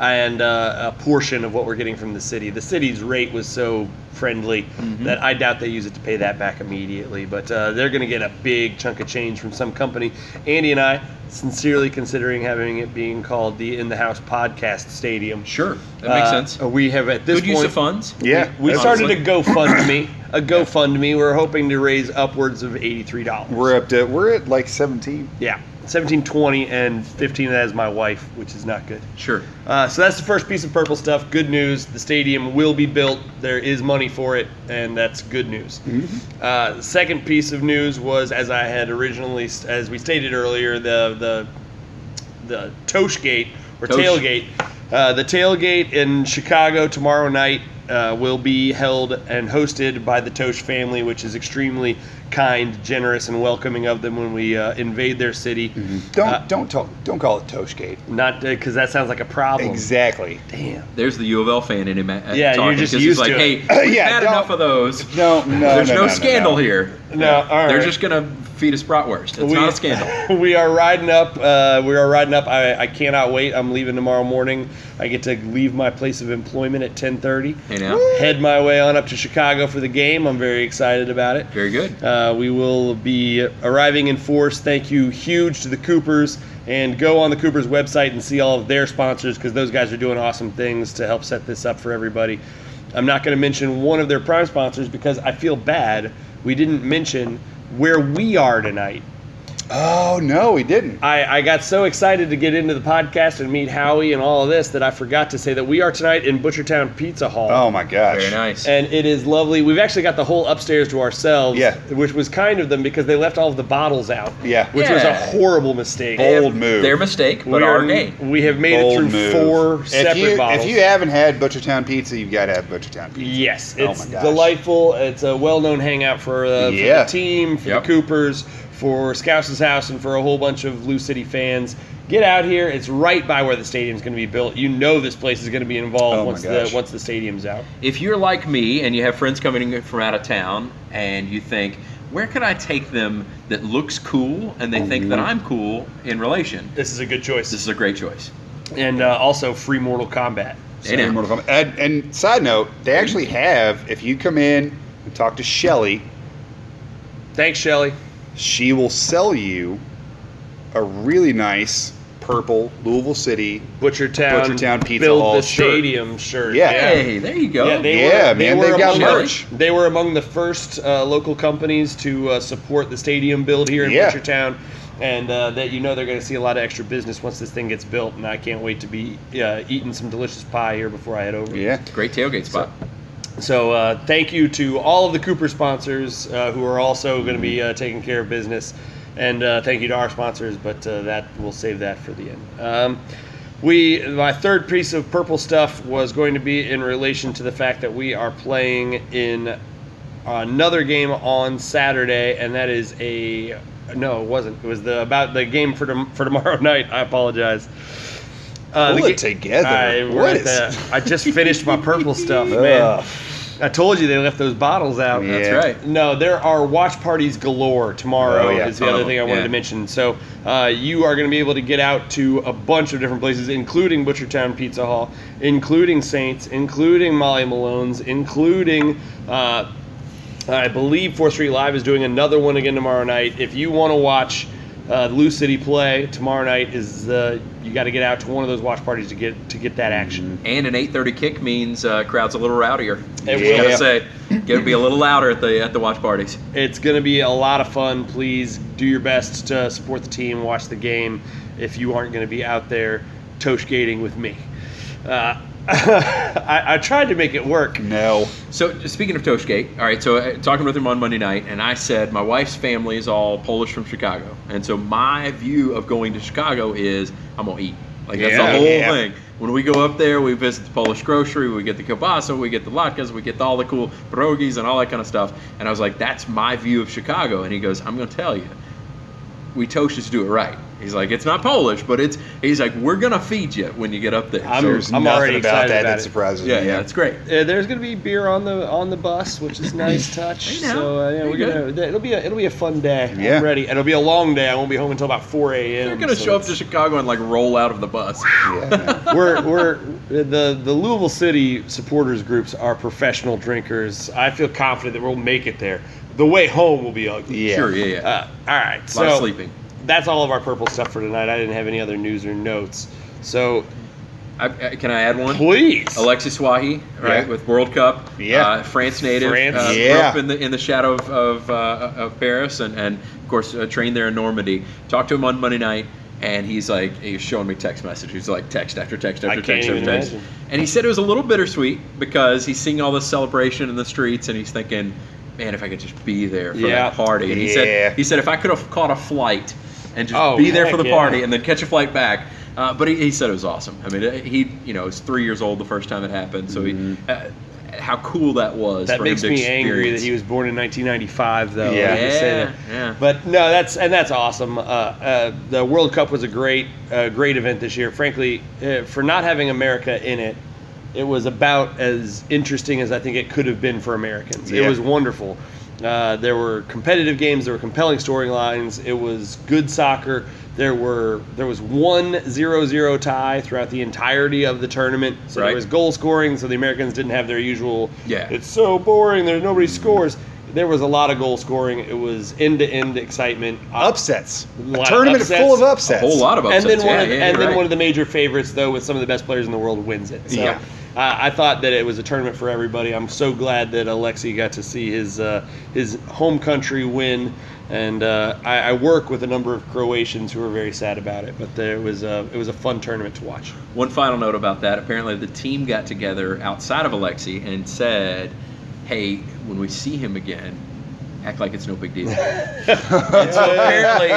Speaker 1: and uh, a portion of what we're getting from the city. The city's rate was so friendly
Speaker 3: Mm-hmm.
Speaker 1: that I doubt they use it to pay that back immediately. But uh, they're going to get a big chunk of change from some company. Andy and I sincerely considering having it being called the In the House Podcast Stadium.
Speaker 3: Sure, that
Speaker 1: Uh,
Speaker 3: makes sense.
Speaker 1: We have at this
Speaker 3: Good
Speaker 1: point
Speaker 3: use of funds.
Speaker 2: Yeah,
Speaker 1: we
Speaker 2: that's-
Speaker 1: started a GoFundMe. A GoFundMe. We're hoping to raise upwards of eighty-three dollars.
Speaker 2: We're up to we're at like 17.
Speaker 1: yeah, seventeen, twenty, and fifteen. Of that is my wife, which is not good.
Speaker 3: Sure.
Speaker 1: Uh, so that's the first piece of purple stuff. Good news. The stadium will be built. There is money for it, and that's good news.
Speaker 3: Mm-hmm.
Speaker 1: Uh, the second piece of news was, as I had originally, as we stated earlier, the the the Tosh Gate or
Speaker 3: Tosh.
Speaker 1: tailgate. Uh, the tailgate in Chicago tomorrow night uh, will be held and hosted by the Tosh family, which is extremely kind, generous, and welcoming of them when we uh, invade their city.
Speaker 3: Mm-hmm.
Speaker 2: Don't
Speaker 1: Uh,
Speaker 2: don't talk, don't call it Toshgate.
Speaker 1: not because that sounds like a problem.
Speaker 2: Exactly.
Speaker 1: Oh. Damn.
Speaker 3: There's the U of L fan in him. At,
Speaker 1: Yeah, you're
Speaker 3: talking,
Speaker 1: just
Speaker 3: 'cause
Speaker 1: used
Speaker 3: he's like,
Speaker 1: to it.
Speaker 3: Hey, we've
Speaker 2: Yeah,
Speaker 3: had
Speaker 2: don't-
Speaker 3: enough of those.
Speaker 2: No, no.
Speaker 3: There's
Speaker 2: no,
Speaker 3: no,
Speaker 2: no, no,
Speaker 3: scandal
Speaker 2: no.
Speaker 3: here.
Speaker 1: No, all
Speaker 3: They're
Speaker 1: right.
Speaker 3: just gonna feed us bratwurst. It's not a scandal.
Speaker 1: we are riding up. Uh, we are riding up. I, I cannot wait. I'm leaving tomorrow morning. I get to leave my place of employment at 10:30.
Speaker 3: Hey now,
Speaker 1: Head my way on up to Chicago for the game. I'm very excited about it.
Speaker 3: very good.
Speaker 1: Uh, we will be arriving in force. Thank you, huge, to the Coopers. And go on the Coopers website and see all of their sponsors because those guys are doing awesome things to help set this up for everybody. I'm not going to mention one of their prime sponsors because I feel bad we didn't mention where we are tonight.
Speaker 2: Oh no, we didn't.
Speaker 1: I, I got so excited to get into the podcast and meet Howie and all of this that I forgot to say that we are tonight in Butchertown Pizza Hall.
Speaker 2: Oh my gosh.
Speaker 3: Very nice.
Speaker 1: And it is lovely. We've actually got the whole upstairs to ourselves,
Speaker 2: Yeah.
Speaker 1: which was kind of them because they left all of the bottles out,
Speaker 2: Yeah.
Speaker 1: which was a
Speaker 3: Yeah.
Speaker 1: horrible mistake.
Speaker 2: Bold
Speaker 1: And
Speaker 2: move.
Speaker 3: Their mistake, but
Speaker 1: we,
Speaker 3: our
Speaker 1: are,
Speaker 3: game.
Speaker 1: we have made
Speaker 2: Bold
Speaker 1: it through
Speaker 2: move.
Speaker 1: four
Speaker 2: If
Speaker 1: separate
Speaker 2: you,
Speaker 1: bottles.
Speaker 2: If you haven't had Butchertown Pizza, you've got to have Butchertown Pizza.
Speaker 1: Yes,
Speaker 2: Oh
Speaker 1: it's
Speaker 2: my gosh.
Speaker 1: delightful. It's a well-known hangout for, uh,
Speaker 2: Yeah.
Speaker 1: for the team, for
Speaker 3: Yep.
Speaker 1: the Coopers, for Scouse's House, and for a whole bunch of Lou City fans. Get out here. It's right by where the stadium's going to be built. You know this place is going to be involved
Speaker 2: Oh my
Speaker 1: once the
Speaker 2: gosh.
Speaker 1: once the stadium's out.
Speaker 3: If you're like me and you have friends coming in from out of town and you think, where could I take them that looks cool and
Speaker 1: Oh,
Speaker 3: they think that I'm cool in relation?
Speaker 1: This is a good
Speaker 3: This
Speaker 1: choice,
Speaker 3: is a great choice.
Speaker 1: and uh, also free Mortal Kombat.
Speaker 3: Hey now.
Speaker 2: Mortal Kombat. And, and side note, they actually have. If you come in and talk to Shelly,
Speaker 1: Thanks, Shelly.
Speaker 2: she will sell you a really nice purple Louisville City.
Speaker 1: Butcher Town.
Speaker 2: Butchertown Pizza
Speaker 1: build
Speaker 2: Hall
Speaker 1: the
Speaker 2: shirt.
Speaker 1: stadium shirt.
Speaker 2: Yeah.
Speaker 3: Hey, there you go.
Speaker 1: Yeah, they
Speaker 2: Yeah,
Speaker 1: were, they
Speaker 2: man,
Speaker 1: were
Speaker 2: they've got
Speaker 1: among the-
Speaker 2: merch.
Speaker 1: they were among the first uh, local companies to uh, support the stadium build here in
Speaker 2: Yeah.
Speaker 1: Butchertown, and uh, that you know they're going to see a lot of extra business once this thing gets built. And I can't wait to be uh, eating some delicious pie here before I head over.
Speaker 2: Yeah.
Speaker 3: Great tailgate spot.
Speaker 1: So uh, thank you to all of the Cooper sponsors uh, who are also going to be uh, taking care of business, and uh, thank you to our sponsors. But uh, that we'll save that for the end. Um, we my third piece of purple stuff was going to be in relation to the fact that we are playing in another game on Saturday, and that is a no, it wasn't. It was the about the game for tom- for tomorrow night. I apologize. Uh,
Speaker 2: Pull
Speaker 1: the
Speaker 2: it together.
Speaker 1: I, we're
Speaker 2: What
Speaker 1: at the-
Speaker 2: is-
Speaker 1: I just finished my purple stuff, man.
Speaker 2: Ugh.
Speaker 1: I told you they left those bottles out.
Speaker 2: Yeah.
Speaker 3: That's right.
Speaker 1: No, there are watch parties galore tomorrow.
Speaker 2: Oh, yeah.
Speaker 1: Is the
Speaker 3: Ton
Speaker 1: other
Speaker 3: of
Speaker 1: thing I
Speaker 3: them,
Speaker 1: wanted
Speaker 3: yeah.
Speaker 1: to mention. So uh, you are going to be able to get out to a bunch of different places, including Butchertown Pizza Hall, including Saints, including Molly Malone's, including. Uh, I believe 4th Street Live is doing another one again tomorrow night. If you want to watch uh, Lou City play tomorrow night, is uh, you got to get out to one of those watch parties to get to get that action.
Speaker 3: And an 8:30 kick means uh, crowd's a little rowdier.
Speaker 1: It
Speaker 3: Just
Speaker 1: will.
Speaker 3: Gotta say, gonna be a little louder at the at the watch parties.
Speaker 1: It's going to be a lot of fun. Please do your best to support the team, watch the game. If you aren't going to be out there tosh gating with me, uh, I, I tried to make it work.
Speaker 2: No.
Speaker 3: So speaking of Toshgate, all right. So uh, talking with him on Monday night, and I said my wife's family is all Polish from Chicago, and so my view of going to Chicago is I'm gonna eat. Like that's
Speaker 2: Yeah.
Speaker 3: the whole
Speaker 2: Yeah.
Speaker 3: thing. When we go up there, we visit the Polish grocery, we get the kielbasa, we get the latkes, we get all the cool pierogies and all that kind of stuff. And I was like, that's my view of Chicago. And he goes, I'm gonna tell you, we Toshes do it right. He's like, it's not Polish, but it's. He's like, we're gonna feed you when you get up there.
Speaker 1: I'm-
Speaker 2: There's
Speaker 1: I'm
Speaker 2: nothing
Speaker 1: already
Speaker 2: about
Speaker 1: excited
Speaker 2: that
Speaker 1: about
Speaker 2: that
Speaker 1: it.
Speaker 2: surprises
Speaker 3: yeah,
Speaker 2: me.
Speaker 3: yeah, it's great.
Speaker 1: Uh, there's going to be beer on the on the bus, which is a nice touch.
Speaker 3: Hey, now.
Speaker 1: So uh, yeah,
Speaker 3: Pretty
Speaker 1: we're gonna th- it'll be a, it'll be a fun day.
Speaker 2: Yeah.
Speaker 1: I'm ready. And It'll be a long day. I won't be home until about 4 a.m.
Speaker 3: They're gonna
Speaker 1: so
Speaker 3: show up
Speaker 1: it's-
Speaker 3: to Chicago and like roll out of the bus.
Speaker 2: Yeah, no.
Speaker 1: we're we're the the Louisville City supporters groups are professional drinkers. I feel confident that we'll make it there. The way home will be ugly.
Speaker 2: Yeah.
Speaker 3: Sure, yeah, yeah.
Speaker 1: Uh, all right.
Speaker 3: a lot
Speaker 1: So
Speaker 3: of sleeping.
Speaker 1: that's all of our purple stuff for tonight. I didn't have any other news or notes. So
Speaker 3: I, I- can I add one?
Speaker 1: please,
Speaker 3: Alexis Swahi, right,
Speaker 2: Yeah.
Speaker 3: with World Cup.
Speaker 2: Yeah.
Speaker 3: Uh, France native.
Speaker 1: France.
Speaker 3: Uh, Grew
Speaker 2: Yeah.
Speaker 3: up in the, in the shadow of, of, uh, of Paris and, and, of course, uh, trained there in Normandy. Talked to him on Monday night, and he's like, he's showing me text messages. He's like, text after text after
Speaker 1: I
Speaker 3: text
Speaker 1: can't
Speaker 3: after
Speaker 1: even
Speaker 3: text.
Speaker 1: imagine.
Speaker 3: And he said it was a little bittersweet because he's seeing all this celebration in the streets, and he's thinking, man, if I could just be there for
Speaker 1: Yeah.
Speaker 3: that party. And he
Speaker 2: Yeah.
Speaker 3: said, he said, if I could have caught a flight and just
Speaker 1: Oh,
Speaker 3: be there for
Speaker 1: heck
Speaker 3: the
Speaker 1: yeah.
Speaker 3: party and then catch a flight back. Uh, but he, he said it was awesome. I mean, it- he you know was three years old the first time it happened, so he, uh, how cool that
Speaker 1: Mm-hmm.
Speaker 3: was.
Speaker 1: that
Speaker 3: for
Speaker 1: makes
Speaker 3: him to
Speaker 1: me angry that
Speaker 3: experience.
Speaker 1: he was born in 1995, though.
Speaker 2: Yeah.
Speaker 1: I hate to say
Speaker 3: Yeah,
Speaker 1: that.
Speaker 3: yeah.
Speaker 1: But no, that's and that's awesome. Uh, uh, the World Cup was a great, uh, great event this year. Frankly, uh, for not having America in it, it was about as interesting as I think it could have been for Americans. It
Speaker 2: Yeah.
Speaker 1: was wonderful. Uh, there were competitive games. There were compelling storylines. It was good soccer. There were there was one zero-zero tie throughout the entirety of the tournament. So
Speaker 3: Right.
Speaker 1: there was goal scoring. So the Americans didn't have their usual
Speaker 3: Yeah.
Speaker 1: it's so boring. There's nobody scores. There was a lot of goal scoring. It was end to end excitement.
Speaker 2: upsets.
Speaker 1: Lot
Speaker 2: A
Speaker 1: of
Speaker 2: tournament
Speaker 1: upsets.
Speaker 2: full of
Speaker 1: A
Speaker 2: upsets.
Speaker 3: a whole lot of
Speaker 1: and
Speaker 3: upsets.
Speaker 1: then one
Speaker 3: yeah,
Speaker 1: of the,
Speaker 3: yeah,
Speaker 1: and
Speaker 3: you're
Speaker 1: then
Speaker 3: right.
Speaker 1: one of the major favorites though, with some of the best players in the world, wins it. So,
Speaker 2: Yeah.
Speaker 1: Uh, I thought that it was a tournament for everybody. I'm so glad that Alexi got to see his uh, his home country win, and uh, I, I work with a number of Croatians who are very sad about it. But there was a, it was a fun tournament to watch.
Speaker 3: One final note about that. Apparently, the team got together outside of Alexi and said, "Hey, when we see him again, act like it's no big deal." and so apparently,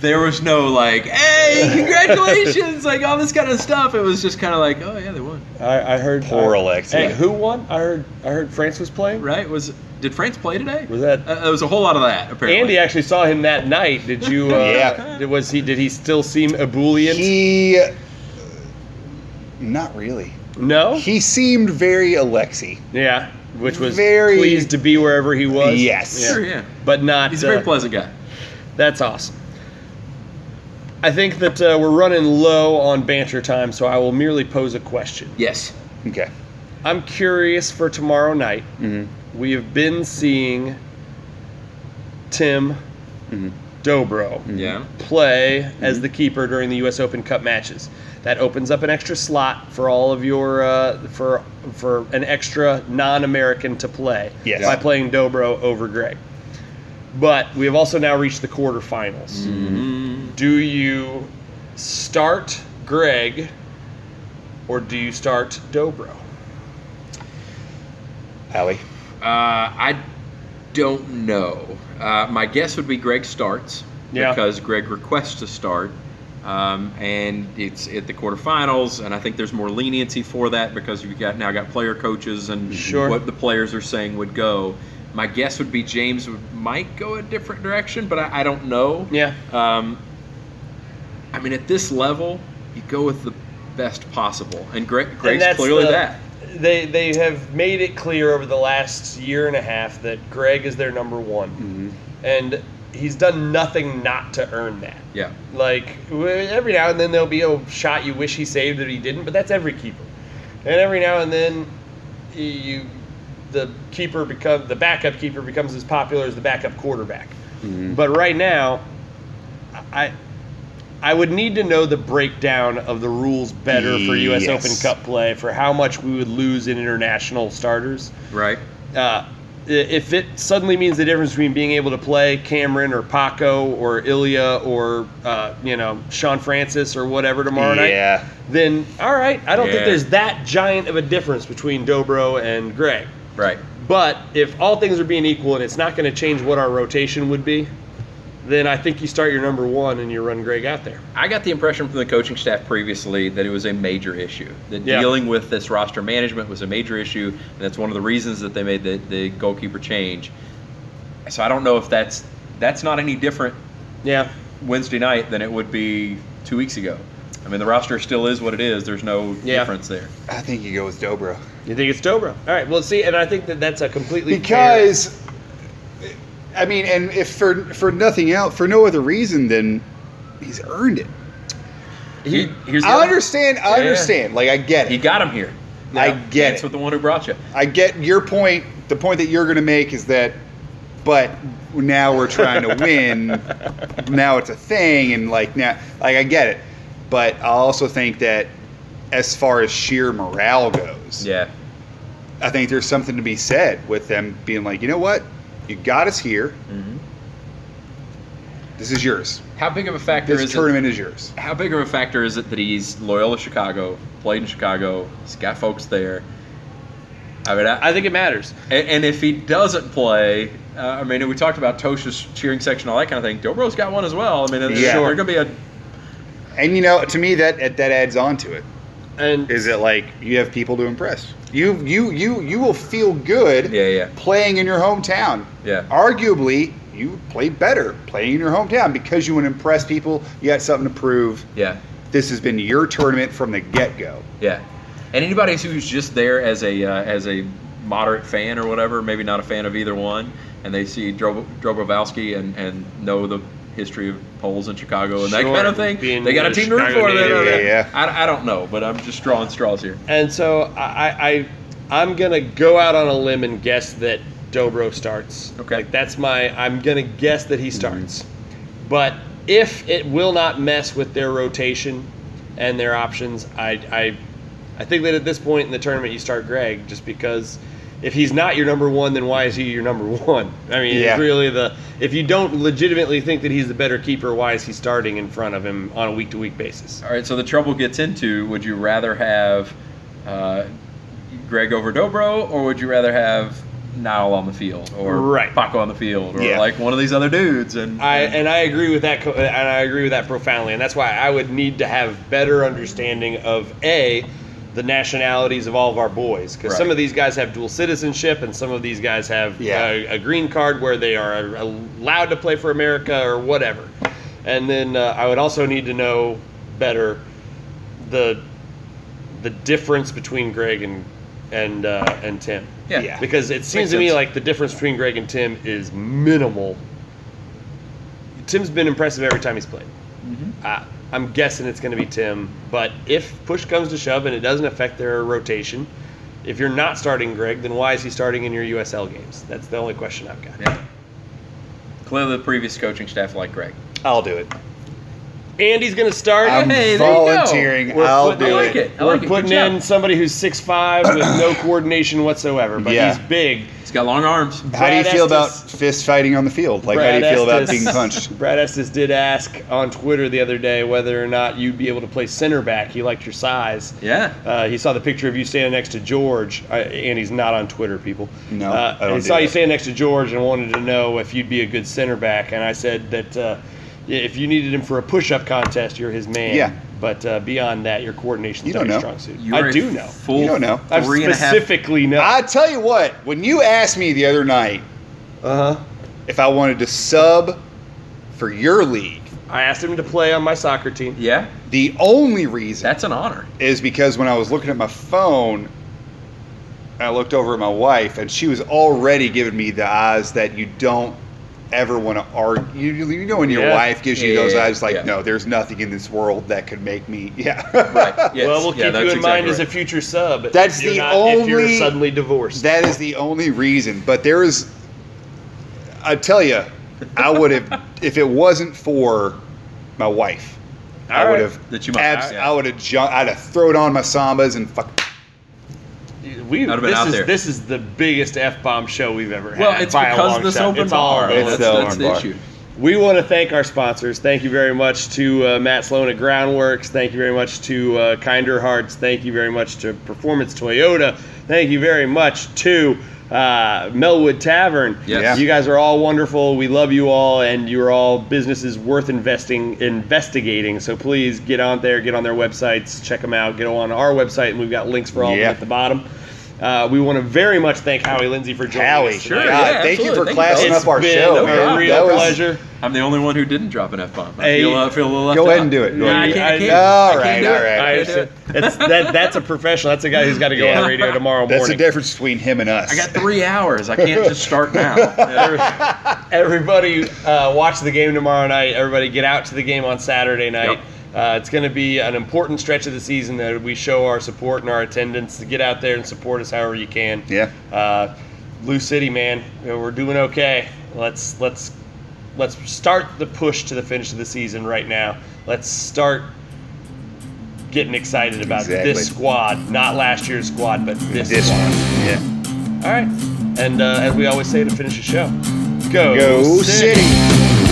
Speaker 3: there was no like, "Hey, congratulations!" like all this kind of stuff. It was just kind of like, "Oh yeah, they won."
Speaker 1: I, I heard
Speaker 2: Poor Alexi.
Speaker 1: Hey, who won? I heard I heard France was playing.
Speaker 3: Right? Was did France play today?
Speaker 1: Was that-
Speaker 3: Uh, there was a whole lot of that apparently.
Speaker 1: Andy actually saw him that night. Did you? Uh,
Speaker 2: Yeah.
Speaker 1: did- Was he? Did he still seem ebullient?
Speaker 2: He, uh, not really.
Speaker 1: no.
Speaker 2: He seemed very Alexi.
Speaker 1: yeah, which was
Speaker 2: Very-
Speaker 1: pleased to be wherever he was.
Speaker 2: Yes.
Speaker 1: Yeah.
Speaker 3: Sure, yeah.
Speaker 1: But not.
Speaker 3: He's a very
Speaker 1: uh,
Speaker 3: pleasant guy.
Speaker 1: That's awesome. I think that uh, we're running low on banter time, so I will merely pose a question.
Speaker 3: Yes.
Speaker 2: Okay.
Speaker 1: I'm curious for tomorrow night.
Speaker 2: Mhm.
Speaker 1: We have been seeing Tim
Speaker 2: Mhm.
Speaker 1: Dobro.
Speaker 3: Yeah.
Speaker 1: play as the keeper during the U.S. Open Cup matches. That opens up an extra slot for all of your uh, for for an extra non-American to play
Speaker 2: Yes.
Speaker 1: by playing Dobro over Gray. But we have also now reached the quarterfinals.
Speaker 3: Mm,
Speaker 1: Do you start Greg or do you start Dobro?
Speaker 2: Allie.
Speaker 3: uh, I don't know. Uh, my guess would be Greg starts
Speaker 1: Yeah.
Speaker 3: because Greg requests to start, um, and it's at the quarterfinals, and I think there's more leniency for that because you've got now got player coaches and
Speaker 1: Sure.
Speaker 3: what the players are saying would go. My guess would be James would- might go a different direction, but I, I don't know.
Speaker 1: Yeah.
Speaker 3: Um, I mean, at this level, you go with the best possible, and Greg,
Speaker 1: And
Speaker 3: Greg's clearly
Speaker 1: the-
Speaker 3: that.
Speaker 1: They, they have made it clear over the last year and a half that Greg is their number one.
Speaker 3: Mm-hmm.
Speaker 1: And he's done nothing not to earn that.
Speaker 3: Yeah,
Speaker 1: Like, w- every now and then there'll be a shot you wish he saved that he didn't, but that's every keeper. And every now and then y- you. The keeper become the backup keeper becomes as popular as the backup quarterback,
Speaker 2: Mm-hmm.
Speaker 1: but right now, I I would need to know the breakdown of the rules better for U.S.
Speaker 2: Yes.
Speaker 1: Open Cup play for how much we would lose in international starters.
Speaker 3: right.
Speaker 1: Uh, i- if it suddenly means the difference between being able to play Cameron or Paco or Ilya or uh, you know Sean Francis or whatever tomorrow night,
Speaker 2: yeah.
Speaker 1: then all right, I don't think
Speaker 3: Yeah.
Speaker 1: there's that giant of a difference between Dobro and Gray.
Speaker 3: Right.
Speaker 1: But if all things are being equal and it's not going to change what our rotation would be, then I think you start your number one and you run Greg out there.
Speaker 3: I got the impression from the coaching staff previously that it was a major issue. That
Speaker 1: Yeah.
Speaker 3: dealing with this roster management was a major issue, and that's one of the reasons that they made the, the goalkeeper change. So I don't know if that's that's not any different
Speaker 1: Yeah.
Speaker 3: Wednesday night than it would be two weeks ago. I mean, the roster still is what it is. There's no
Speaker 1: Yeah.
Speaker 3: difference there.
Speaker 2: I think you go with Dobro.
Speaker 1: You think it's Dobro? All right. Well, see, and I think that that's a completely fair-
Speaker 2: because I mean, and if for for nothing else, for no other reason than he's earned it.
Speaker 3: He, here's the
Speaker 2: I
Speaker 3: other-
Speaker 2: understand. I
Speaker 3: Yeah.
Speaker 2: understand. Like I get
Speaker 3: He
Speaker 2: it.
Speaker 3: got him here.
Speaker 2: I get
Speaker 3: That's
Speaker 2: it.
Speaker 3: what the one who brought you.
Speaker 2: I get your point. The point that you're going to make is that, but now we're trying to win. now it's a thing, and like now, like I get it. But I also think that, as far as sheer morale goes,
Speaker 3: Yeah.
Speaker 2: I think there's something to be said with them being like, you know what, you got us here.
Speaker 3: hmm
Speaker 2: This is yours.
Speaker 3: How big of a factor
Speaker 2: This
Speaker 3: is it?
Speaker 2: tournament is yours.
Speaker 3: How big of a factor is it that he's loyal to Chicago, played in Chicago, he's got folks there? I mean, I,
Speaker 1: I think it matters.
Speaker 3: and, and if he doesn't play, uh, I mean, we talked about Tosha's cheering section, all that kind of thing. Dobro's got one as well. I mean,
Speaker 2: Yeah.
Speaker 3: yeah. they're going to be a
Speaker 2: And you know, to me, that that adds on to it.
Speaker 1: And
Speaker 2: Is it like you have people to impress? You you you you will feel good
Speaker 3: yeah, yeah,
Speaker 2: playing in your hometown.
Speaker 3: yeah.
Speaker 2: Arguably, you play better playing in your hometown because you want to impress people. You got something to prove.
Speaker 3: Yeah,
Speaker 2: This has been your tournament from the get go.
Speaker 3: yeah. And anybody who's just there as a uh, as a moderate fan or whatever, maybe not a fan of either one, and they see Drob- Drobrovowski and and know the history of polls in Chicago and that
Speaker 1: Sure,
Speaker 3: kind of thing,
Speaker 1: being
Speaker 3: they got a
Speaker 1: a
Speaker 3: team to root
Speaker 1: Chicago
Speaker 3: for. They
Speaker 1: native,
Speaker 3: know that.
Speaker 2: yeah, yeah.
Speaker 3: I, I don't know, but I'm just drawing straws here.
Speaker 1: and so I, I I'm gonna go out on a limb and guess that Dobro starts.
Speaker 3: Okay.
Speaker 1: Like that's my I'm gonna guess that he starts. But if it will not mess with their rotation and their options, I I I think that at this point in the tournament you start Greg just because if he's not your number one, then why is he your number one? I mean,
Speaker 2: Yeah.
Speaker 1: it's really the if you don't legitimately think that he's the better keeper, why is he starting in front of him on a week to week basis?
Speaker 3: All right, so the trouble gets into: Would you rather have uh, Greg over Dobro, or would you rather have Nile on the field, or
Speaker 1: Right.
Speaker 3: Paco on the field, or
Speaker 2: Yeah.
Speaker 3: like one of these other dudes? And
Speaker 1: I
Speaker 3: and-
Speaker 1: and I agree with that, co- and I agree with that profoundly, and that's why I would need to have better understanding of a the nationalities of all of our boys because some
Speaker 3: Right.
Speaker 1: of these guys have dual citizenship and some of these guys have uh,
Speaker 2: Yeah.
Speaker 1: a, a green card where they are allowed to play for America or whatever. And then uh, I would also need to know better the the difference between Greg and and uh, and Tim.
Speaker 3: yeah.
Speaker 2: yeah.
Speaker 1: Because it seems to me
Speaker 3: sense.
Speaker 1: like the difference between Greg and Tim is minimal. Tim's been impressive every time he's played.
Speaker 3: Mhm.
Speaker 1: I, I'm guessing it's going to be Tim, but if push comes to shove and it doesn't affect their rotation, if you're not starting Greg, then why is he starting in your USL games? That's the only question I've got.
Speaker 3: Yeah. Clearly, the previous coaching staff like Greg.
Speaker 2: I'll do it.
Speaker 1: Andy's going to start.
Speaker 2: I'm
Speaker 3: hey, there you go.
Speaker 2: volunteering.
Speaker 1: We're
Speaker 2: I'll
Speaker 1: putting-
Speaker 2: do
Speaker 3: I like
Speaker 2: it.
Speaker 3: it. I
Speaker 1: We're
Speaker 3: like it. Good
Speaker 1: putting
Speaker 3: job.
Speaker 1: in somebody who's 6'5 with no coordination whatsoever, but
Speaker 2: Yeah.
Speaker 1: he's big.
Speaker 3: He's got long arms.
Speaker 2: How do you
Speaker 1: Brad
Speaker 2: feel about
Speaker 1: Estes-
Speaker 2: fist fighting on the field? Like, how do you feel about being punched?
Speaker 1: Brad Estes did ask on Twitter the other day whether or not you'd be able to play center back. He liked your size.
Speaker 3: Yeah.
Speaker 1: Uh, he saw the picture of you standing next to George, uh, and he's not on Twitter, people.
Speaker 2: No,
Speaker 1: uh,
Speaker 2: I don't
Speaker 1: he
Speaker 2: do
Speaker 1: saw you
Speaker 2: that.
Speaker 1: standing next to George and wanted to know if you'd be a good center back. And I said that uh, yeah, if you needed him for a push-up contest, you're his man.
Speaker 2: Yeah.
Speaker 1: But uh, beyond that, your coordination's
Speaker 2: You
Speaker 1: not
Speaker 2: don't
Speaker 1: your
Speaker 2: know.
Speaker 1: strong suit.
Speaker 3: You are
Speaker 1: I
Speaker 3: a
Speaker 1: do know.
Speaker 3: Full
Speaker 2: You don't know.
Speaker 1: I
Speaker 3: three and a half-
Speaker 1: specifically know.
Speaker 2: I tell you what. When you asked me the other night
Speaker 1: uh huh.
Speaker 2: if I wanted to sub for your league,
Speaker 1: I asked him to play on my soccer team.
Speaker 3: Yeah,
Speaker 2: the only reason
Speaker 3: that's an honor.
Speaker 2: is because when I was looking at my phone, I looked over at my wife, and she was already giving me the eyes that you don't ever want to argue. You, you know when your
Speaker 1: Yeah.
Speaker 2: wife gives you
Speaker 3: Yeah,
Speaker 2: those
Speaker 3: yeah,
Speaker 2: eyes, like,
Speaker 3: yeah.
Speaker 2: no, there's nothing in this world that could make me. Yeah.
Speaker 3: Right. Yes.
Speaker 1: well, we'll
Speaker 3: Yeah,
Speaker 1: keep you in
Speaker 3: that's
Speaker 1: mind
Speaker 3: exactly
Speaker 1: as a
Speaker 3: right.
Speaker 1: future sub.
Speaker 2: That's
Speaker 1: if you're
Speaker 2: the
Speaker 1: not, If you're
Speaker 2: only-
Speaker 1: suddenly divorced.
Speaker 2: That is the only reason. But there is, I tell you, I would have, if it wasn't for my wife, I
Speaker 1: All right.
Speaker 2: would have.
Speaker 3: That you might-
Speaker 2: abs-
Speaker 3: yeah.
Speaker 2: I would have jumped. I'd have thrown on my sambas and fuck.
Speaker 1: we,
Speaker 3: I'd have
Speaker 1: this,
Speaker 3: been out
Speaker 1: is,
Speaker 3: there.
Speaker 1: this is the biggest f bomb show we've ever
Speaker 3: Well,
Speaker 1: had.
Speaker 3: it's
Speaker 1: by a
Speaker 3: because
Speaker 1: long
Speaker 3: of this
Speaker 1: shot.
Speaker 3: open
Speaker 1: it's all
Speaker 3: bar.
Speaker 1: over.
Speaker 2: It's
Speaker 3: that's,
Speaker 2: the
Speaker 3: that's
Speaker 2: open
Speaker 3: the
Speaker 2: bar.
Speaker 3: issue.
Speaker 1: We want to thank our sponsors. Thank you very much to uh, Matt Sloan at Groundworks. Thank you very much to uh, Kinder Hearts. Thank you very much to Performance Toyota. Thank you very much to uh, Melwood Tavern.
Speaker 3: Yes.
Speaker 2: Yeah.
Speaker 1: You guys are all wonderful. We love you all, and you're all businesses worth investing, investigating. So please get on there, get on their websites, check them out, get on our website, and we've got links for all of
Speaker 2: Yeah.
Speaker 1: them at the bottom. Uh, Uh, we want to very much thank Howie Lindsay for joining
Speaker 2: Howie,
Speaker 1: us.
Speaker 2: sure.
Speaker 1: tonight.
Speaker 2: God,
Speaker 3: Yeah,
Speaker 2: thank you
Speaker 3: absolutely.
Speaker 2: for
Speaker 3: Thank you,
Speaker 2: classing
Speaker 3: fellas.
Speaker 2: up our
Speaker 1: It's been
Speaker 2: show.
Speaker 1: a
Speaker 2: man.
Speaker 1: real
Speaker 2: That was-
Speaker 1: pleasure.
Speaker 3: I'm the only one who didn't drop an F bomb. I,
Speaker 1: Hey,
Speaker 3: feel, I feel a little left
Speaker 2: Go ahead
Speaker 3: out.
Speaker 2: and do it.
Speaker 3: No, I can't. I
Speaker 1: I-
Speaker 3: can't.
Speaker 2: all
Speaker 3: I
Speaker 2: right,
Speaker 3: can't do
Speaker 2: all
Speaker 3: it.
Speaker 2: right.
Speaker 3: I
Speaker 1: I
Speaker 3: can't do it.
Speaker 1: that's, that, that's a professional. That's a guy who's got to go on the radio tomorrow
Speaker 2: That's the
Speaker 1: morning.
Speaker 2: difference between him and us.
Speaker 3: I got three hours. I can't just start now.
Speaker 1: Everybody uh, watch the game tomorrow night. Everybody get out to the game on Saturday night. Uh, it's going to be an important stretch of the season that we show our support and our attendance to get out there and support us however you can.
Speaker 2: Yeah.
Speaker 1: Uh, Lou City, man, you know, we're doing okay. Let's let's let's start the push to the finish of the season right now. Let's start getting excited about
Speaker 2: Exactly.
Speaker 1: this squad, not last year's squad, but this,
Speaker 2: this
Speaker 1: squad.
Speaker 2: one. Yeah.
Speaker 1: All right. And uh, as we always say to finish the show, go,
Speaker 2: Go City.